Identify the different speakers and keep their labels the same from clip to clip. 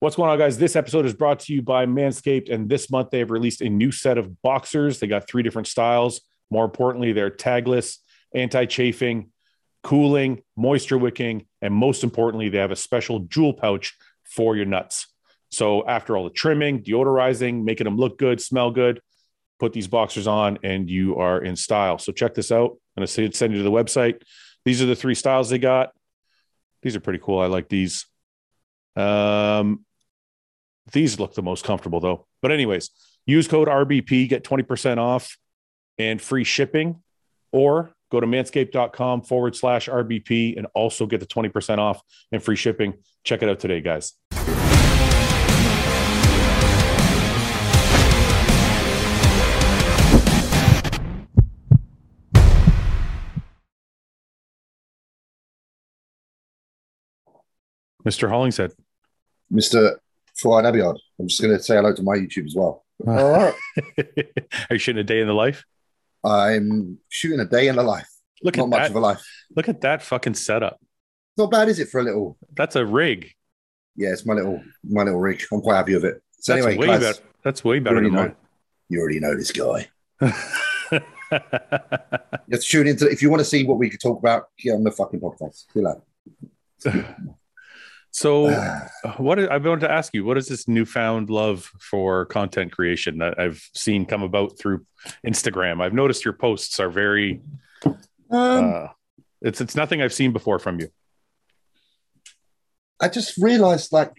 Speaker 1: What's going on, guys? This episode is brought to you by Manscaped, and this month they have released a new set of boxers. They got three different styles. More importantly, they're tagless, anti chafing, cooling, moisture wicking, and most importantly, they have a special jewel pouch for your nuts. So, after all the trimming, deodorizing, making them look good, smell good, put these boxers on and you are in style. So, check this out. I'm going to send you to the website. These are the three styles they got. These are pretty cool. I like these. Um, these look the most comfortable though. But anyways, use code RBP, get 20% off and free shipping, or go to manscaped.com forward slash RBP and also get the 20% off and free shipping. Check it out today, guys. Mr. Hollingshead.
Speaker 2: Mr. Fuad Abiod. I'm just going to say hello to my YouTube as well. All right.
Speaker 1: Are you shooting a day in the life?
Speaker 2: I'm shooting a day in the life.
Speaker 1: Look
Speaker 2: Not
Speaker 1: at
Speaker 2: much
Speaker 1: that.
Speaker 2: of a life.
Speaker 1: Look at that fucking setup.
Speaker 2: It's Not bad, is it, for a little?
Speaker 1: That's a rig.
Speaker 2: Yeah, it's my little my little rig. I'm quite happy with it. So
Speaker 1: That's
Speaker 2: anyway,
Speaker 1: way
Speaker 2: guys,
Speaker 1: better. That's way better
Speaker 2: really
Speaker 1: than mine.
Speaker 2: you already know this guy. You have to tune into if you want to see what we could talk about. Get on the fucking podcast. See you later.
Speaker 1: so, what I I wanted to ask you, what is this newfound love for content creation that I've seen come about through Instagram? I've noticed your posts are very.
Speaker 2: um,
Speaker 1: uh, it's it's nothing I've seen before from you.
Speaker 2: I just realised, like,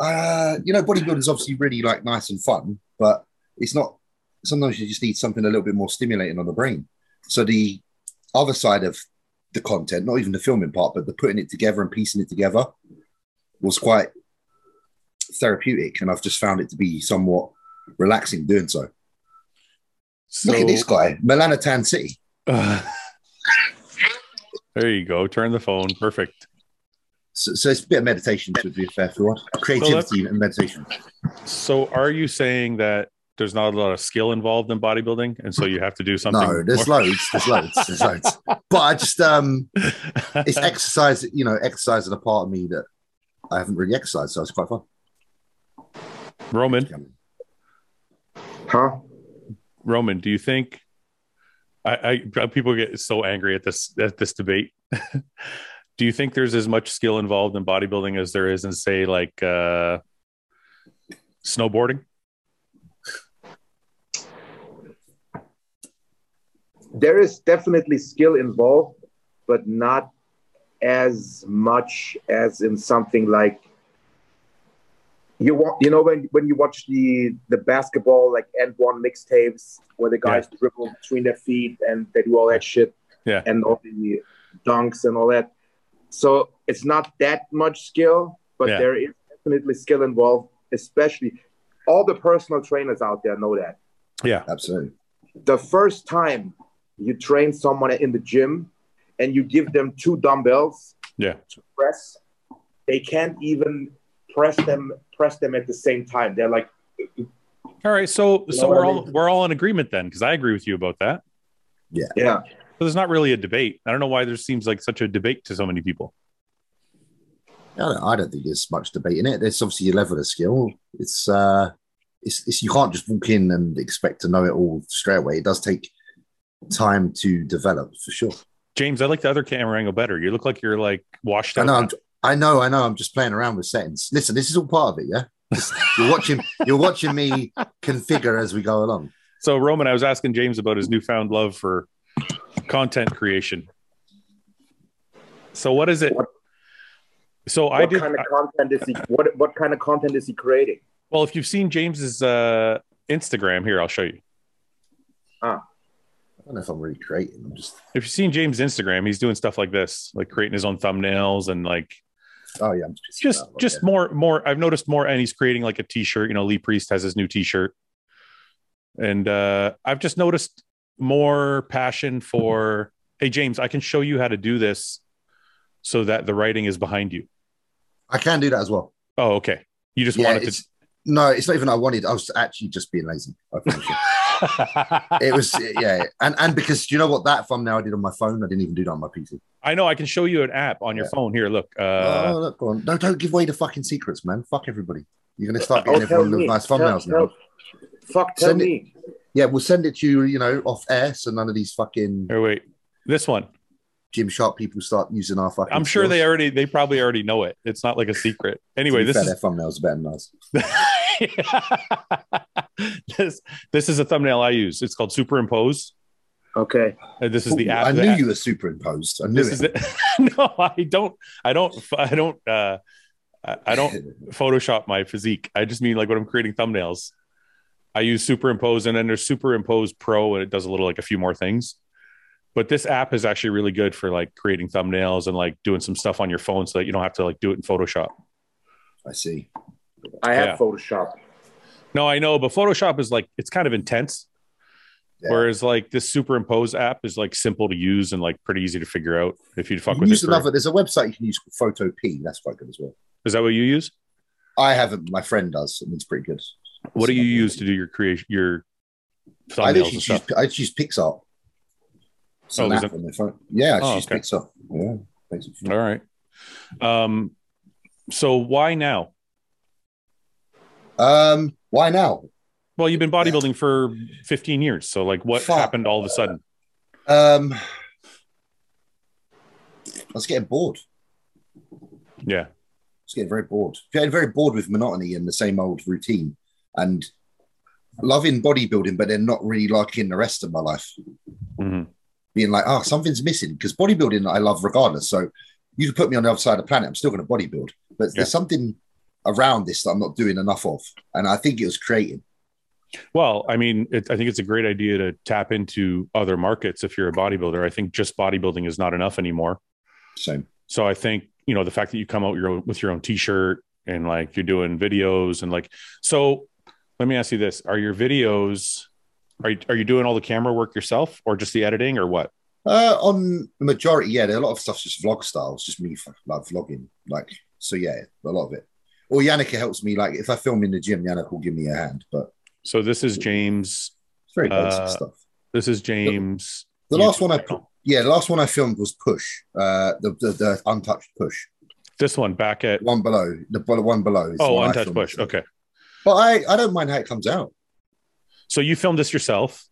Speaker 2: uh, you know, bodybuilding is obviously really like nice and fun, but it's not. Sometimes you just need something a little bit more stimulating on the brain. So the other side of the content, not even the filming part, but the putting it together and piecing it together, was quite therapeutic, and I've just found it to be somewhat relaxing doing so.
Speaker 1: So,
Speaker 2: Look at this guy, Melanatan City.
Speaker 1: there you go. Turn the phone. Perfect.
Speaker 2: So, so it's a bit of meditation, should be a fair for one. Creativity and meditation.
Speaker 1: So, are you saying that there's not a lot of skill involved in bodybuilding, and so you have to do something?
Speaker 2: No, there's
Speaker 1: more-
Speaker 2: loads, there's loads, there's loads. But I just um, it's exercise. You know, exercise is a part of me that I haven't really exercised, so it's quite fun.
Speaker 1: Roman.
Speaker 3: Huh?
Speaker 1: Roman, do you think? I, I people get so angry at this at this debate. do you think there's as much skill involved in bodybuilding as there is in say like uh, snowboarding?
Speaker 3: There is definitely skill involved, but not as much as in something like you want you know when when you watch the the basketball like end one mixtapes where the guys dribble between their feet and they do all that shit
Speaker 1: Yeah.
Speaker 3: and all the dunks and all that so it's not that much skill but
Speaker 1: Yeah.
Speaker 3: there is definitely skill involved especially all the personal trainers out there know that
Speaker 1: Yeah,
Speaker 2: Absolutely.
Speaker 3: the first time you train someone in the gym and you give them two dumbbells
Speaker 1: Yeah.
Speaker 3: to press, they can't even press them press them at the same time. They're like,
Speaker 1: All right, so
Speaker 3: You know
Speaker 1: so
Speaker 3: what
Speaker 1: we're
Speaker 3: I
Speaker 1: all
Speaker 3: mean?
Speaker 1: we're all in agreement then, because I agree with you about that.
Speaker 3: yeah,
Speaker 1: So there's not really a debate. I don't know why there seems like such a debate to so many people.
Speaker 2: I don't, I don't think there's much debate in it. There's obviously a level of skill. It's uh, it's, it's you can't just walk in and expect to know it all straight away. It does take time to develop for sure.
Speaker 1: James, I like the other camera angle better. You look like you're like washed
Speaker 2: I
Speaker 1: out.
Speaker 2: know, I'm, I know, I know. I'm just playing around with settings. Listen, this is all part of it. Yeah, Just- you're watching. You're watching me configure as we go along.
Speaker 1: So Roman, I was asking James about his newfound love for content creation. So what is it?
Speaker 3: What-
Speaker 1: So I
Speaker 3: what
Speaker 1: did.
Speaker 3: kind of content is he what what kind of content is he creating?
Speaker 1: well, if you've seen James's uh, Instagram, here I'll show you.
Speaker 2: I don't know if I'm really creating. I'm just.
Speaker 1: If you've seen James' Instagram, he's doing stuff like this, like creating his own thumbnails and like
Speaker 2: Oh yeah, I'm
Speaker 1: it's just
Speaker 2: about it,
Speaker 1: just more more. I've noticed more, and he's creating like a T-shirt. You know, Lee Priest has his new T-shirt, and uh, I've just noticed more passion for. Hey James, I can show you how to do this, so that the writing is behind you.
Speaker 2: yeah. I can do that as well.
Speaker 1: Oh, okay. You just
Speaker 2: yeah,
Speaker 1: wanted
Speaker 2: it's, no, it's not even I wanted. I was actually just being lazy. I promise you. It was yeah, and and because do you know what that thumbnail I did on my phone? I didn't even do that on my PC.
Speaker 1: I know I can show you an app on your
Speaker 2: Yeah.
Speaker 1: phone. Here, look. Uh,
Speaker 2: oh look, go on. No, don't give away the fucking secrets, man. Fuck everybody. You're gonna start
Speaker 3: Oh,
Speaker 2: getting
Speaker 3: tell
Speaker 2: everyone with
Speaker 3: me.
Speaker 2: nice thumbnails
Speaker 3: Tell-
Speaker 2: now.
Speaker 3: tell- Fuck, tell
Speaker 2: Send it-
Speaker 3: me.
Speaker 2: Yeah, we'll send it to you, you know, off air, so none of these fucking
Speaker 1: Here, wait. This one.
Speaker 2: Jim Sharp people start using our fucking.
Speaker 1: I'm sure
Speaker 2: skills.
Speaker 1: they already. They probably already know it. It's not like a secret.
Speaker 2: To
Speaker 1: Anyway,
Speaker 2: be
Speaker 1: this
Speaker 2: fair,
Speaker 1: is
Speaker 2: their thumbnails are better than ours.
Speaker 1: this this is a thumbnail I use. It's called superimpose.
Speaker 3: Okay.
Speaker 1: Uh, This is the
Speaker 2: Ooh,
Speaker 1: app.
Speaker 2: Oh, I
Speaker 1: the
Speaker 2: knew
Speaker 1: app-
Speaker 2: you were superimposed. I knew
Speaker 1: This
Speaker 2: it.
Speaker 1: is the, no, I don't. I don't. I don't. Uh, I I don't Photoshop my physique. I just mean like when I'm creating thumbnails, I use superimpose, and then there's superimpose pro, and it does a little like a few more things. But this app is actually really good for like creating thumbnails and like doing some stuff on your phone so that you don't have to like do it in Photoshop.
Speaker 2: I see.
Speaker 3: I have
Speaker 1: Yeah.
Speaker 3: Photoshop.
Speaker 1: No, I know, but Photoshop is like it's kind of intense.
Speaker 2: Yeah.
Speaker 1: Whereas like this superimpose app is like simple to use and like pretty easy to figure out if you fuck
Speaker 2: You
Speaker 1: with
Speaker 2: use
Speaker 1: it. for-
Speaker 2: another. There's a website you can use, called Photo P. That's quite good as well.
Speaker 1: is that what you use?
Speaker 2: I haven't. My friend does, and it's pretty good.
Speaker 1: What do you
Speaker 2: So-
Speaker 1: use to do your creation your
Speaker 2: I
Speaker 1: thumbnails
Speaker 2: literally
Speaker 1: and
Speaker 2: just
Speaker 1: stuff?
Speaker 2: use, I just use Pixar. It's
Speaker 1: Oh,
Speaker 2: an
Speaker 1: is
Speaker 2: app
Speaker 1: it?
Speaker 2: on my phone. Yeah, I just
Speaker 1: Oh,
Speaker 2: use
Speaker 1: okay.
Speaker 2: Pixar. Yeah, basically.
Speaker 1: All right. Um so why now?
Speaker 2: Um, why now?
Speaker 1: Well, you've been bodybuilding for 15 years. So like what
Speaker 2: Fuck.
Speaker 1: happened all of a sudden?
Speaker 2: Um, I was getting bored. I
Speaker 1: Yeah.
Speaker 2: was getting very bored. Getting very bored with monotony and the same old routine, and loving bodybuilding, but then not really liking the rest of my life.
Speaker 1: Mhm.
Speaker 2: Being like, oh, something's missing because bodybuilding I love regardless. So you could put me on the other side of the planet, I'm still going to bodybuild. But
Speaker 1: Yeah.
Speaker 2: there's something around this that I'm not doing enough of, and I think it was creating.
Speaker 1: Well, I mean, it, I think it's a great idea to tap into other markets if you're a bodybuilder. I think just bodybuilding is not enough anymore.
Speaker 2: So
Speaker 1: So I think you know the fact that you come out your own, with your own T-shirt and like you're doing videos and like so. Let me ask you this: Are your videos are you, are you doing all the camera work yourself or just the editing or what?
Speaker 2: Uh, on the majority, yeah, there are a lot of stuff's just vlog styles, just me f- like vlogging, like so. Yeah, a lot of it. Or Yannicka helps me, like if I film in the gym, Yannick will give me a hand, but
Speaker 1: So this is James.
Speaker 2: it's very basic
Speaker 1: Uh,
Speaker 2: stuff.
Speaker 1: This is James.
Speaker 2: The last one I,
Speaker 1: put.
Speaker 2: yeah, the last one I filmed was Push, uh, the, the the untouched Push,
Speaker 1: This one back at
Speaker 2: The one below, the bo- one below. Is the
Speaker 1: oh
Speaker 2: one I
Speaker 1: untouched
Speaker 2: filmed.
Speaker 1: bush. Okay,
Speaker 2: but I I don't mind how it comes out.
Speaker 1: so you filmed this yourself.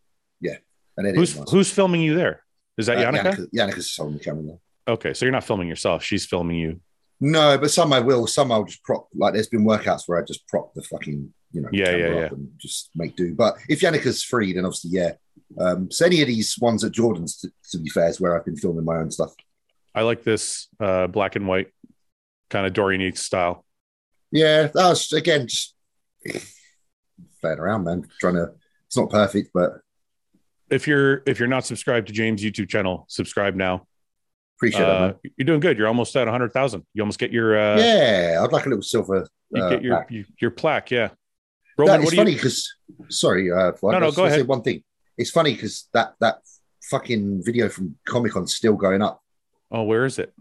Speaker 2: And edit
Speaker 1: Who's
Speaker 2: it nice.
Speaker 1: who's filming you there? Is that
Speaker 2: Uh,
Speaker 1: Yannicka?
Speaker 2: Yannicka- Yannicka's just holding the camera now.
Speaker 1: Okay, so you're not filming yourself. She's filming you.
Speaker 2: No, but some I will. Some I'll just prop. Like there's been workouts where I just prop the fucking you know
Speaker 1: Yeah,
Speaker 2: camera
Speaker 1: yeah,
Speaker 2: up and just make do. But if Yannicka's free, then obviously yeah. Um, so any of these ones at Jordan's, to, to be fair, is where I've been filming my own stuff.
Speaker 1: I like this uh, black and white kind of Dorian Yates style.
Speaker 2: Yeah, that was again just playing around, man. Trying to. It's not perfect, but
Speaker 1: if you're if you're not subscribed to James' YouTube channel, subscribe now.
Speaker 2: appreciate it,
Speaker 1: Uh,
Speaker 2: man.
Speaker 1: you're doing good. You're almost at 100,000. You almost get your uh,
Speaker 2: yeah, I'd like a little silver.
Speaker 1: you
Speaker 2: uh,
Speaker 1: get your,
Speaker 2: plaque.
Speaker 1: your your plaque. Yeah,
Speaker 2: That
Speaker 1: Roman,
Speaker 2: is
Speaker 1: what do
Speaker 2: funny
Speaker 1: you?
Speaker 2: because sorry, uh, I
Speaker 1: no,
Speaker 2: was
Speaker 1: go
Speaker 2: gonna say
Speaker 1: ahead.
Speaker 2: one thing. It's funny because that that fucking video from Comic Con's still going up.
Speaker 1: Oh, where is it?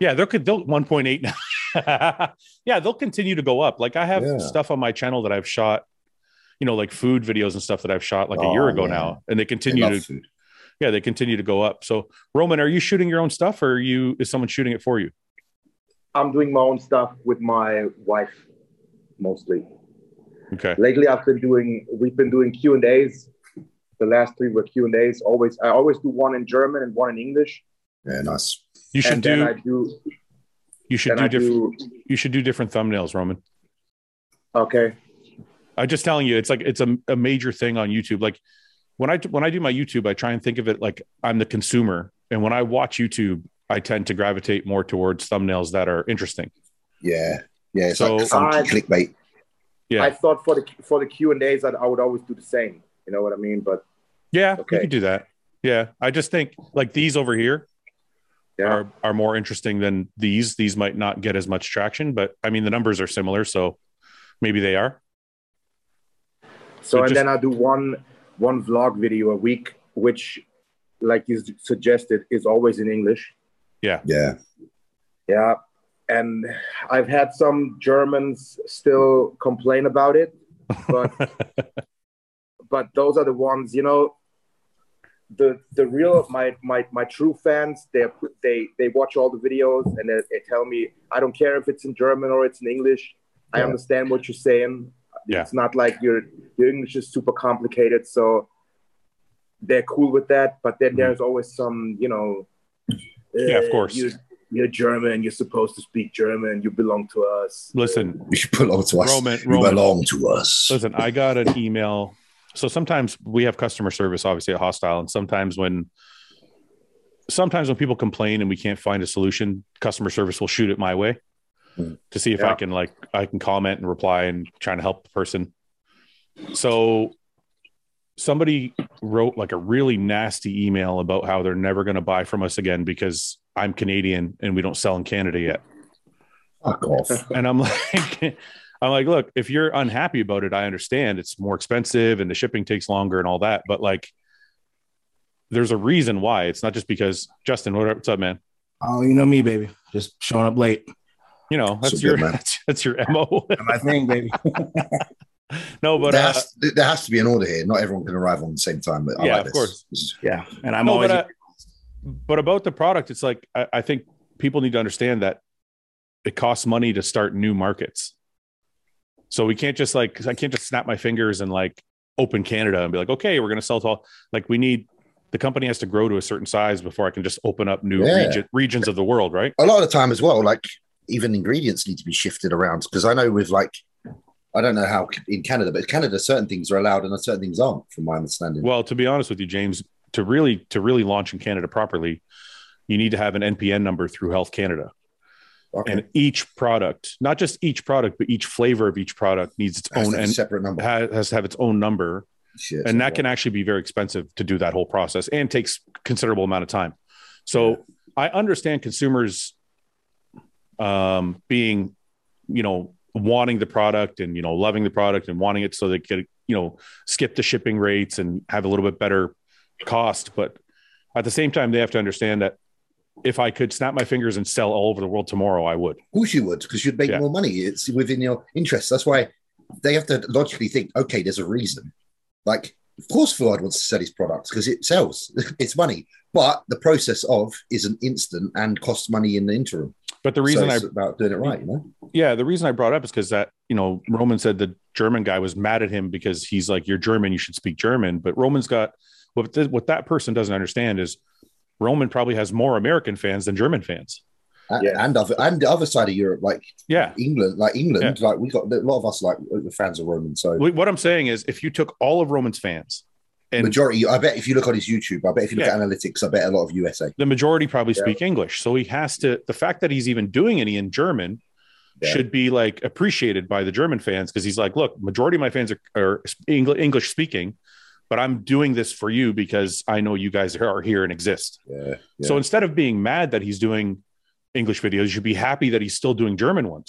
Speaker 1: Yeah, they'll could they'll 1.8 now. yeah, they'll continue to go up. Like I have
Speaker 2: Yeah.
Speaker 1: stuff on my channel that I've shot, you know, like food videos and stuff that I've shot like a
Speaker 2: Oh,
Speaker 1: year ago
Speaker 2: yeah.
Speaker 1: now, and they
Speaker 2: They
Speaker 1: continue
Speaker 2: love
Speaker 1: to
Speaker 2: food.
Speaker 1: yeah they continue to go up. So Roman, are you shooting your own stuff or are you is someone shooting it for you?
Speaker 3: I'm doing my own stuff with my wife mostly.
Speaker 1: Okay,
Speaker 3: Lately, I've been doing. We've been doing Q and A's. The last three were Q and A's. Always, I always do one in German and one in English.
Speaker 2: Yeah, nice.
Speaker 1: you should
Speaker 3: and then I
Speaker 1: do
Speaker 3: do.
Speaker 1: you should
Speaker 3: Then I
Speaker 1: do different
Speaker 3: do.
Speaker 1: you should do different thumbnails, Roman.
Speaker 3: Okay.
Speaker 1: I'm just telling you, it's like it's a, a major thing on YouTube. Like when I when I do my YouTube, I try and think of it like I'm the consumer, and when I watch YouTube, I tend to gravitate more towards thumbnails that are interesting.
Speaker 2: Yeah, yeah. It's
Speaker 1: So-
Speaker 2: like funky clickbait.
Speaker 1: Yeah.
Speaker 3: I thought for the for the Q and A's that I would always do the same. You know what I mean? But
Speaker 1: Yeah,
Speaker 3: Okay.
Speaker 1: you could do that. Yeah, I just think like these over here
Speaker 3: Yeah.
Speaker 1: are are more interesting than these. These might not get as much traction, but I mean the numbers are similar, so maybe they are.
Speaker 3: So,
Speaker 1: So
Speaker 3: and
Speaker 1: just-
Speaker 3: then I do one one vlog video a week, which, like you s- suggested, is always in English.
Speaker 2: Yeah,
Speaker 3: Yeah, and I've had some Germans still complain about it, but but those are the ones you know the the real my my my true fans they they they watch all the videos and they, they tell me I don't care if it's in German or it's in English. I
Speaker 2: Yeah.
Speaker 3: understand what you're saying.
Speaker 1: Yeah.
Speaker 3: It's not like your your English is super complicated, so they're cool with that. But then there's always some you know.
Speaker 1: Mm-hmm. Yeah, of
Speaker 3: uh,
Speaker 1: course.
Speaker 3: You're, you're German. You're supposed to speak German. You belong to us.
Speaker 1: Listen,
Speaker 2: You should belong to us.
Speaker 1: Roman,
Speaker 2: you
Speaker 1: Roman,
Speaker 2: belong to us.
Speaker 1: Listen, I got an email. So sometimes we have customer service, obviously at Hostile, and sometimes when sometimes when people complain and we can't find a solution, customer service will shoot it my way
Speaker 2: Hmm.
Speaker 1: to see if I
Speaker 3: Yeah.
Speaker 1: can like I can comment and reply and trying to help the person. So somebody wrote like a really nasty email about how they're never going to buy from us again because I'm Canadian and we don't sell in Canada yet
Speaker 2: Fuck off.
Speaker 1: and I'm like, I'm like, look, if you're unhappy about it, I understand it's more expensive and the shipping takes longer and all that, but like, there's a reason why. It's not just because Justin, what, what's up, man?
Speaker 4: Oh, you know me, baby. Just showing up late.
Speaker 1: You know, that's
Speaker 2: So good,
Speaker 1: your
Speaker 2: man.
Speaker 1: that's, that's your mo.
Speaker 4: My thing, baby.
Speaker 1: no, but
Speaker 2: there,
Speaker 1: uh,
Speaker 2: has, there has to be an order here. Not everyone can arrive on the same time. But I
Speaker 1: Yeah,
Speaker 2: like
Speaker 1: of
Speaker 2: this.
Speaker 1: course.
Speaker 2: This is-
Speaker 4: Yeah. And I'm
Speaker 1: no,
Speaker 4: always
Speaker 1: but, uh, but about the product, it's like I, I think people need to understand that it costs money to start new markets. So we can't just like 'cause I can't just snap my fingers and like open Canada and be like, okay, we're gonna sell to all like we need the company has to grow to a certain size before I can just open up new
Speaker 2: Yeah.
Speaker 1: region, regions of the world, right?
Speaker 2: a lot of the time as well, like even ingredients need to be shifted around because I know with like I don't know how in Canada, but in Canada certain things are allowed and certain things aren't, from my understanding.
Speaker 1: Well, to be honest with you, James, to really to really launch in Canada properly, you need to have an NPN number through Health Canada.
Speaker 2: Okay.
Speaker 1: and each product not just each product but each flavor of each product needs its
Speaker 2: Has
Speaker 1: own
Speaker 2: to have a
Speaker 1: Oh, and
Speaker 2: separate number.
Speaker 1: has, has to have its own number
Speaker 2: Shit,
Speaker 1: and that can actually be very expensive to do that whole process and takes considerable amount of time so
Speaker 2: Yeah.
Speaker 1: i understand consumers um being you know wanting the product and you know loving the product and wanting it so they could you know skip the shipping rates and have a little bit better cost but at the same time they have to understand that if i could snap my fingers and sell all over the world tomorrow i would
Speaker 2: Of course you would, because you'd make
Speaker 1: Yeah.
Speaker 2: more money. It's within your interest. That's why they have to logically think, okay, there's a reason. Like, of course Ford wants to sell his products because it sells. it's money. But the process of is an instant and costs money in the interim.
Speaker 1: But the reason
Speaker 2: so
Speaker 1: I,
Speaker 2: it's about doing it right, you know?
Speaker 1: yeah, the reason I brought up is because that, you know, Roman said the German guy was mad at him because he's like, you're German, you should speak German. But Roman's got what, th- what that person doesn't understand is Roman probably has more American fans than German fans.
Speaker 2: And,
Speaker 3: Yeah.
Speaker 2: and other and the other side of Europe, like
Speaker 1: Yeah.
Speaker 2: England, like England, like we got a lot of us like the fans of Roman. So
Speaker 1: Wh- What I'm saying is if you took all of Roman's fans and
Speaker 2: majority, I bet if you look on his YouTube, I bet if you look
Speaker 1: Yeah.
Speaker 2: at analytics, I bet a lot of USA.
Speaker 1: the majority probably
Speaker 3: Yeah.
Speaker 1: speak English. So he has to, the fact that he's even doing any in German
Speaker 2: Yeah.
Speaker 1: should be like appreciated by the German fans because he's like, look, majority of my fans are, are English speaking, but I'm doing this for you because I know you guys are here and exist.
Speaker 2: Yeah.
Speaker 1: So instead of being mad that he's doing English videos, you should be happy that he's still doing German ones.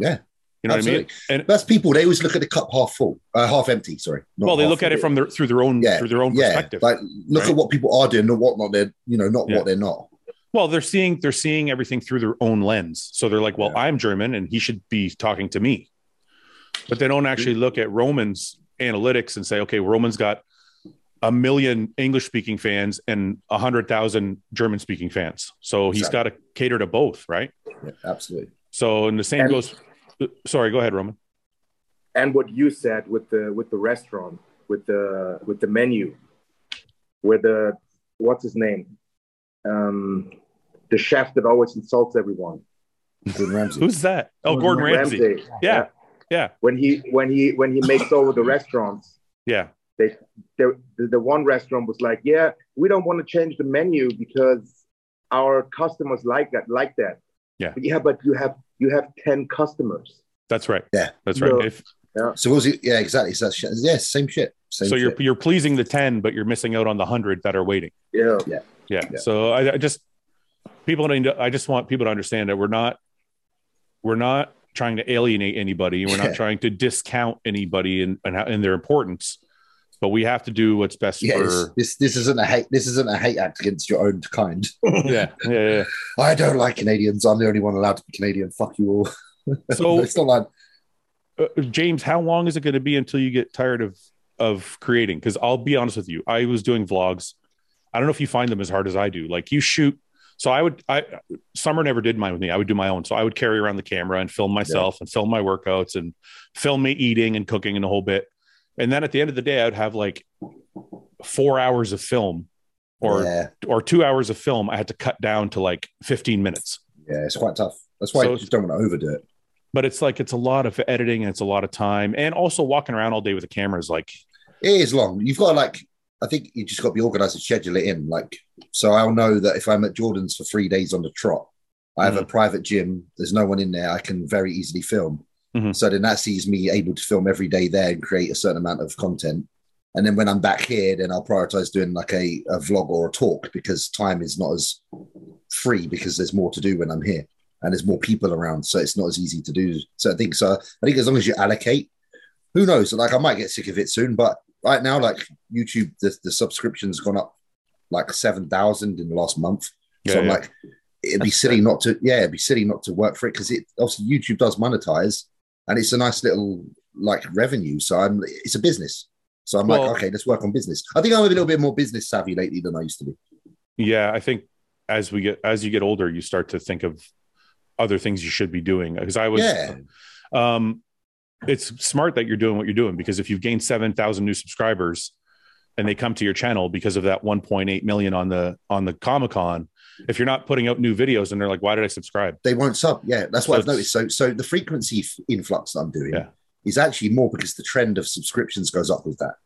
Speaker 2: Yeah.
Speaker 1: You know
Speaker 2: Absolutely.
Speaker 1: what I mean? And
Speaker 2: That's people. They always look at the cup half full, uh, half empty. Sorry. not
Speaker 1: well, they
Speaker 2: half
Speaker 1: look at
Speaker 2: full.
Speaker 1: it from their through their own
Speaker 2: Yeah,
Speaker 1: through their own
Speaker 2: yeah,
Speaker 1: perspective.
Speaker 2: like look
Speaker 1: right?
Speaker 2: at what people are doing and what not they're you know not
Speaker 1: Yeah.
Speaker 2: what they're not.
Speaker 1: well, they're seeing they're seeing everything through their own lens. So they're like, well,
Speaker 2: Yeah.
Speaker 1: I'm German and he should be talking to me. But they don't actually look at Roman's analytics and say, okay, Roman's got a million English speaking fans and a hundred thousand German speaking fans. So he's got
Speaker 2: Exactly.
Speaker 1: to cater to both, right?
Speaker 2: Yeah, absolutely.
Speaker 1: So and the same
Speaker 3: And-
Speaker 1: goes. Sorry, go ahead, Roman.
Speaker 3: and what you said with the with the restaurant with the with the menu where the what's his name um the chef that always insults everyone
Speaker 2: Gordon Ramsay.
Speaker 1: Who's that? Oh, Gordon
Speaker 4: Gordon
Speaker 1: Ramsay. Yeah. Yeah.
Speaker 3: when he when he when he makes over the restaurants
Speaker 1: Yeah.
Speaker 3: there, the, the one restaurant was like yeah we don't want to change the menu because our customers like that like that
Speaker 1: Yeah.
Speaker 3: yeah but you have you have 10 customers
Speaker 1: That's right.
Speaker 2: Yeah.
Speaker 1: That's right.
Speaker 3: No.
Speaker 1: If,
Speaker 2: So what was it? Yeah, exactly. So that's shit. Yeah, same shit. Same
Speaker 1: so you're
Speaker 2: shit.
Speaker 1: you're pleasing the 10, but you're missing out on the 100 that are waiting.
Speaker 3: yeah
Speaker 1: Yeah.
Speaker 2: Yeah.
Speaker 1: So I, I just people need to, I just want people to understand that we're not we're not trying to alienate anybody. We're not
Speaker 2: Yeah.
Speaker 1: trying to discount anybody in and in, in their importance, but we have to do what's best
Speaker 2: yeah, it's-
Speaker 1: for
Speaker 2: this this isn't a hate this isn't a hate act against your own kind.
Speaker 1: yeah, yeah, yeah.
Speaker 2: I don't like Canadians. I'm the only one allowed to be Canadian. Fuck you all.
Speaker 1: So
Speaker 2: it's not like
Speaker 1: uh, James, how long is it going to be until you get tired of of creating because I'll be honest with you, I was doing vlogs. I don't know if you find them as hard as I do. Like you shoot, so I would. I Summer never did mine with me. I would do my own. So I would carry around the camera and film myself and film my workouts and film me eating and cooking and the whole bit. And then at the end of the day, I would have like four hours of film or
Speaker 2: yeah,
Speaker 1: or two hours of film. I had to cut down to like fifteen minutes.
Speaker 2: yeah, it's quite tough. That's why
Speaker 1: So-
Speaker 2: you just don't want to overdo it.
Speaker 1: But it's like it's a lot of editing and it's a lot of time, and also walking around all day with a camera is like
Speaker 2: It is long. You've got to like, I think you just got to be organised and schedule it in. Like, so I'll know that if I'm at Jordan's for three days on the trot, I have a private gym. There's no one in there. I can very easily film.
Speaker 1: Mhm.
Speaker 2: So then that sees me able to film every day there and create a certain amount of content. And then when I'm back here, then I'll prioritize doing like a, a vlog or a talk because time is not as free because there's more to do when I'm here and there's more people around. So it's not as easy to do certain things. So I think as long as you allocate, who knows? Like I might get sick of it soon, but right now, like YouTube, the, the subscription's gone up like 7,000 in the last month.
Speaker 1: Yeah,
Speaker 2: so I'm
Speaker 1: yeah.
Speaker 2: like, it'd be silly not to, yeah, it'd be silly not to work for it because it obviously YouTube does monetize and it's a nice little like revenue. So I'm, it's a business. So I'm
Speaker 1: Well-
Speaker 2: like, okay, let's work on business. I think I'm a little bit more business savvy lately than I used to be.
Speaker 1: yeah i think as we get as you get older you start to think of other things you should be doing because i was
Speaker 2: yeah,
Speaker 1: um it's smart that you're doing what you're doing because if you've gained 7000 new subscribers and they come to your channel because of that 1.8 million on the on the comic con if you're not putting out new videos and they're like why did i subscribe
Speaker 2: they won't sub. Yeah, that's what
Speaker 1: So
Speaker 2: I've noticed. So, so the frequency f- influx that I'm doing
Speaker 1: Yeah.
Speaker 2: is actually more because the trend of subscriptions goes up with that.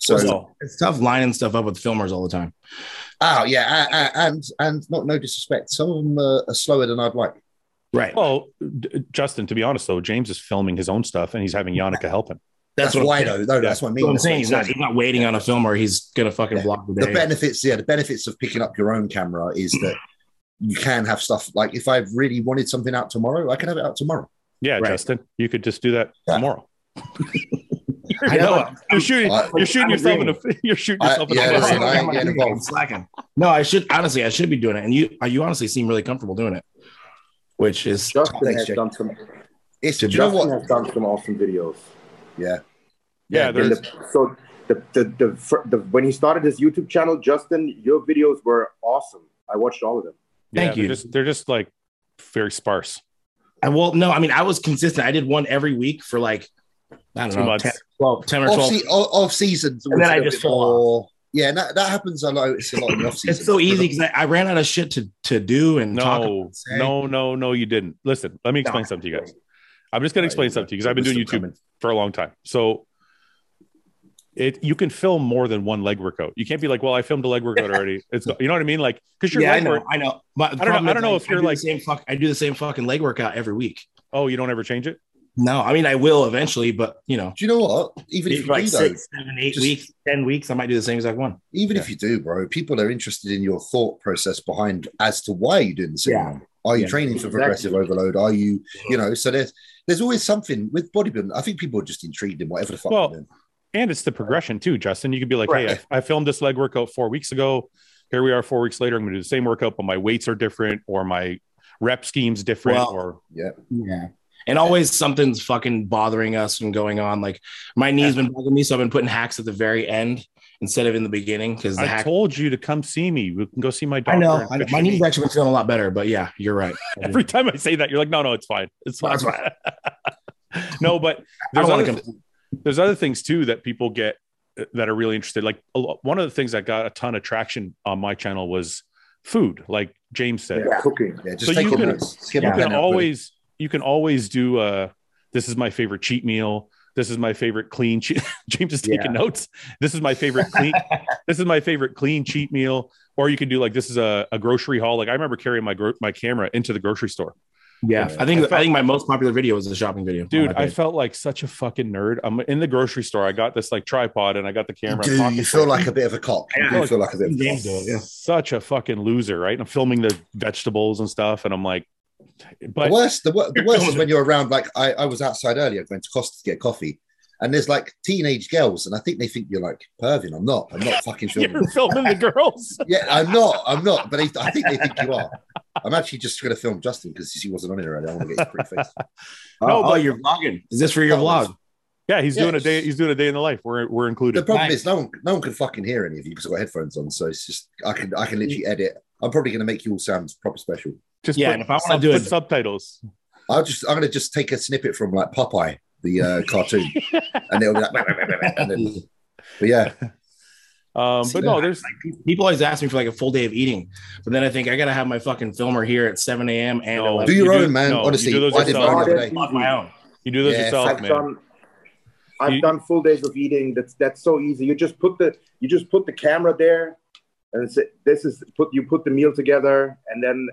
Speaker 2: So,
Speaker 1: Well,
Speaker 4: It's tough lining stuff up with filmers all the time.
Speaker 2: oh yeah, and and, and not no disrespect, some of them are, are slower than I'd like.
Speaker 4: Right.
Speaker 1: well D- justin to be honest though james is filming his own stuff and he's having yannicka help him
Speaker 2: That's,
Speaker 4: what
Speaker 2: why
Speaker 4: I'm,
Speaker 2: though. No, that's what I
Speaker 4: that's
Speaker 2: mean.
Speaker 4: what I'm
Speaker 2: That's what
Speaker 4: saying. He's not,
Speaker 2: saying.
Speaker 4: he's not waiting on a filmer. He's gonna fucking
Speaker 2: Yeah.
Speaker 4: block the
Speaker 2: the
Speaker 4: day.
Speaker 2: benefits yeah the benefits of picking up your own camera is that you can have stuff like if i really wanted something out tomorrow i can have it out tomorrow
Speaker 1: yeah
Speaker 4: Right.
Speaker 1: justin you could just do that
Speaker 2: Yeah.
Speaker 1: tomorrow
Speaker 4: I
Speaker 1: You know
Speaker 4: know.
Speaker 1: it. you're shooting
Speaker 2: I-
Speaker 1: you're shooting
Speaker 4: I'm
Speaker 1: yourself in
Speaker 4: agreeing.
Speaker 1: the you're shooting
Speaker 2: I-
Speaker 1: yourself in
Speaker 2: yeah,
Speaker 1: the
Speaker 2: listen, I ain't
Speaker 4: I'm
Speaker 2: getting involved.
Speaker 4: slacking. No, I should honestly, I should be doing it. And you, you honestly seem really comfortable doing it, which is
Speaker 3: Justin
Speaker 2: Thanks,
Speaker 3: has
Speaker 2: Jake.
Speaker 3: done some.
Speaker 2: it's do you know
Speaker 3: Justin
Speaker 2: what
Speaker 3: has done some awesome videos.
Speaker 1: yeah
Speaker 3: In
Speaker 1: there's
Speaker 3: the, so the, the, the, fir- the when he started his YouTube channel, Justin, your videos were awesome. I watched all of them.
Speaker 4: Thank
Speaker 1: they're
Speaker 4: you.
Speaker 1: Just, they're just like very sparse.
Speaker 4: I well, no, I mean, I was consistent. I did one every week for like, I don't
Speaker 1: Two
Speaker 4: know,
Speaker 1: months. Oh,
Speaker 4: 10, 12, 10 or 12.
Speaker 2: off, se- off, off season
Speaker 4: And then I just fall off.
Speaker 2: yeah and that, that happens a lot it's a lot in the off season
Speaker 4: It's so easy because I, I ran out of shit to, to do and Mm, talk. about.
Speaker 1: No,
Speaker 2: say.
Speaker 1: no, no, no, you didn't. Listen, let me explain something to you guys. I'm just going to explain something to you because I've been doing YouTube for a long time. So it you can film more than one leg workout. You can't be like, well, I filmed a leg workout already. It's you know what I mean? Like because your
Speaker 4: Yeah, I
Speaker 1: leg
Speaker 4: know,
Speaker 1: work,
Speaker 4: I know. But the
Speaker 1: I don't know-
Speaker 4: problem
Speaker 1: I
Speaker 4: is,
Speaker 1: don't know if you're
Speaker 4: do the
Speaker 1: like-
Speaker 4: same fuck. I do the same fucking leg workout every week.
Speaker 1: oh, you don't ever change it.
Speaker 4: No, I mean I will eventually, but you know,
Speaker 2: do you know what even if you
Speaker 4: maybe like
Speaker 2: do though
Speaker 4: six, seven, eight
Speaker 2: just-
Speaker 4: weeks, ten weeks, I might do the same exact one.
Speaker 2: even if you do bro people are interested in your thought process behind as to why you're doing the same
Speaker 4: Yeah.
Speaker 2: one. are you
Speaker 4: Yeah.
Speaker 2: training for progressive overload are you you know so there's there's always something with bodybuilding i think people are just intrigued in whatever the fuck
Speaker 1: Well,
Speaker 2: they're doing.
Speaker 1: And it's the progression too, Justin. You could be like, hey,
Speaker 2: Right.
Speaker 1: I, I filmed this leg workout four weeks ago. Here we are four weeks later. I'm going to do the same workout, but my weights are different or my rep scheme's different
Speaker 4: Well,
Speaker 1: or
Speaker 4: Yeah. And always something's fucking bothering us and going on. Like my knee's been bugging me, so I've been putting hacks at the very end instead of in the beginning because the
Speaker 1: I
Speaker 4: hack.
Speaker 1: told you to come see me. We can go see my doctor.
Speaker 4: I know,
Speaker 1: and
Speaker 4: I know.
Speaker 1: fix
Speaker 4: My
Speaker 1: your knee.
Speaker 4: knee's actually been feeling a lot better, but yeah, you're right.
Speaker 1: Every time I say that, you're like, no, no, it's fine. It's fine.
Speaker 4: That's fine.
Speaker 1: no, but
Speaker 4: I
Speaker 1: there's
Speaker 4: don't want
Speaker 1: other,
Speaker 4: to come.
Speaker 1: there's other things too that people get uh, that are really interested. Like a lo- one of the things that got a ton of traction on my channel was food, like James said.
Speaker 3: Yeah, cooking.
Speaker 2: Yeah, just
Speaker 1: So
Speaker 2: take
Speaker 1: you
Speaker 2: your
Speaker 1: can-
Speaker 2: notes. Skip
Speaker 4: you
Speaker 2: the
Speaker 1: You
Speaker 2: pen
Speaker 1: can
Speaker 2: out, buddy.
Speaker 1: always you can always do uh this is my favorite cheat meal. This is my favorite clean cheat. James is taking notes. This is my favorite clean. this is my favorite clean cheat meal. Or you can do like this is a, a grocery haul. Like I remember carrying my gro- my camera into the grocery store.
Speaker 4: Yeah, I think I think my most popular video was the shopping video, on
Speaker 1: dude
Speaker 4: Oh, my
Speaker 1: i
Speaker 4: page.
Speaker 1: felt like such a fucking nerd i'm in the grocery store i got this like tripod and i got the camera
Speaker 2: You do.
Speaker 1: pocket
Speaker 2: You feel
Speaker 1: full.
Speaker 2: like a bit of a cop. You
Speaker 4: Yeah.
Speaker 2: do feel like a bit. Of a
Speaker 4: James
Speaker 2: cop.
Speaker 4: did it, yeah.
Speaker 1: such a fucking loser right and i'm filming the vegetables and stuff and i'm like
Speaker 2: The
Speaker 1: but
Speaker 2: worst, the, wor- the worst is when you're around. Like I, I was outside earlier going to Costa to get coffee, and there's like teenage girls, and I think they think you're like pervin. I'm not. I'm not fucking filming.
Speaker 1: you're filming the girls
Speaker 2: yeah, I'm not. I'm not. But they, I think they think you are. I'm actually just going to film Justin because he wasn't on it already. I want to get his pretty face.
Speaker 4: Oh,
Speaker 3: Uh,
Speaker 1: no,
Speaker 4: oh,
Speaker 1: but-
Speaker 4: you're vlogging. Is this for your
Speaker 2: Oh,
Speaker 4: vlog?
Speaker 1: Yeah, he's
Speaker 2: Yeah,
Speaker 1: doing a
Speaker 2: it's-
Speaker 1: day. He's doing a day in the life. We're we're
Speaker 2: The
Speaker 1: included.
Speaker 2: problem
Speaker 4: Right.
Speaker 2: is no one no one can fucking hear any of you because I've got headphones on, so it's just I can I can literally edit. I'm probably gonna make you all sound proper special.
Speaker 1: Just
Speaker 4: Yeah,
Speaker 1: put
Speaker 4: and if I wanna
Speaker 1: sub-
Speaker 4: do
Speaker 1: put
Speaker 4: it-
Speaker 1: subtitles.
Speaker 2: I'll just I'm gonna just take a snippet from like Popeye the uh, cartoon, and it'll be like, "Bah, bah, bah, bah, bah," and then, but yeah,
Speaker 1: Um,
Speaker 4: See,
Speaker 1: but no, there's
Speaker 4: People always ask me for like a full day of eating, but then I think I gotta have my fucking filmer here at 7 a.m. and
Speaker 1: No.
Speaker 4: 11.
Speaker 2: do your
Speaker 1: You do-
Speaker 2: own, man.
Speaker 1: no, you
Speaker 2: Honestly,
Speaker 1: do those
Speaker 2: I did
Speaker 1: yourself.
Speaker 2: mine the other day.
Speaker 3: Hard
Speaker 4: on my own.
Speaker 1: you do this
Speaker 2: Yeah,
Speaker 1: yourself,
Speaker 3: I've
Speaker 1: man.
Speaker 3: done I've
Speaker 1: You-
Speaker 3: done full days of eating. That's that's so easy. You just put the you just put the camera there, and say, this is put you put the meal together, and then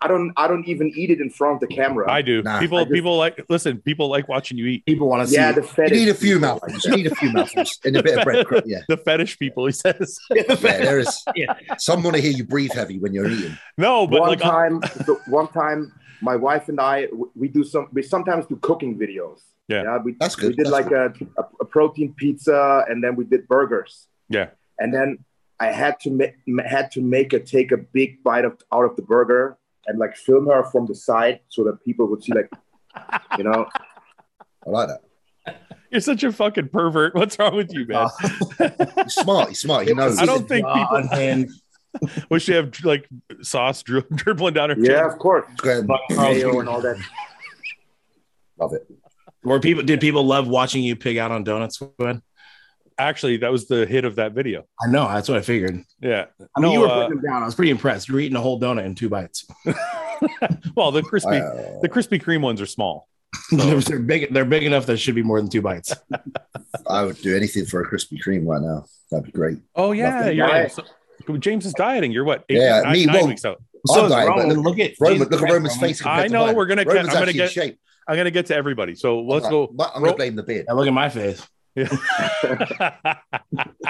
Speaker 3: I don't I don't even eat it in front of the camera.
Speaker 1: I do.
Speaker 2: Nah,
Speaker 1: people
Speaker 3: I just-
Speaker 1: people like listen. People like watching you eat.
Speaker 4: People want to see.
Speaker 3: yeah, the
Speaker 2: You
Speaker 3: fetish.
Speaker 2: need a few
Speaker 3: people
Speaker 2: mouthfuls. You need a few mouthfuls and a bit of bread. Yeah,
Speaker 1: The fetish people, he says.
Speaker 2: yeah. There is.
Speaker 4: Yeah.
Speaker 2: Some want to hear you breathe heavy when you're eating.
Speaker 1: no, but
Speaker 3: one
Speaker 1: like
Speaker 3: time, so one time, my wife and I w- we do some. We sometimes do cooking videos.
Speaker 1: Yeah.
Speaker 3: we,
Speaker 2: That's good.
Speaker 3: We did
Speaker 2: That's
Speaker 3: like a, a a protein pizza, and then we did burgers.
Speaker 1: Yeah.
Speaker 3: and then I had to make had to make her take a big bite of out of the burger and like film her from the side so that people would see like, you know,
Speaker 2: I like that.
Speaker 1: you're such a fucking pervert. What's wrong with you, man?
Speaker 2: He's smart. Oh, He's smart. He knows.
Speaker 1: I don't think people-
Speaker 4: people.
Speaker 1: Wish she have like sauce dri- dribbling down her chin.
Speaker 3: yeah, of course,
Speaker 2: Graham,
Speaker 3: mayo and all that.
Speaker 2: love it.
Speaker 4: Or people did people love watching you pig out on donuts? Gwen?
Speaker 1: Actually, that was the hit of that video.
Speaker 4: I know that's what I figured.
Speaker 1: Yeah.
Speaker 4: I mean,
Speaker 1: No,
Speaker 4: you were
Speaker 1: uh,
Speaker 4: putting them down. I was pretty impressed. You were eating a whole donut in two bites.
Speaker 1: well, the crispy
Speaker 2: Wow.
Speaker 1: the Krispy Kreme ones are small.
Speaker 4: they're, they're big. They're big enough that it should be more than two bites.
Speaker 2: I would do anything for a Krispy Kreme right now. That'd be great.
Speaker 1: Oh
Speaker 2: yeah,
Speaker 1: you're
Speaker 3: right.
Speaker 1: so, James is dieting. You're what? Eight,
Speaker 2: Yeah,
Speaker 1: nine,
Speaker 2: me,
Speaker 1: nine
Speaker 2: well,
Speaker 1: weeks out.
Speaker 2: I'm
Speaker 4: is
Speaker 2: dying, but look- Roman,
Speaker 4: at Jesus
Speaker 2: look at
Speaker 4: Christ,
Speaker 2: Roman's
Speaker 4: Roman.
Speaker 2: face.
Speaker 1: I
Speaker 2: compared to
Speaker 1: know
Speaker 2: mine.
Speaker 1: we're gonna get-
Speaker 2: Roman's
Speaker 1: I'm gonna
Speaker 2: actually in
Speaker 1: get-
Speaker 2: shape.
Speaker 1: I'm gonna get to everybody. So let's
Speaker 2: I'm
Speaker 1: go.
Speaker 2: like, but I'm gonna
Speaker 1: Ro-
Speaker 2: blame the beard.
Speaker 4: Now look at my face.
Speaker 1: Yeah.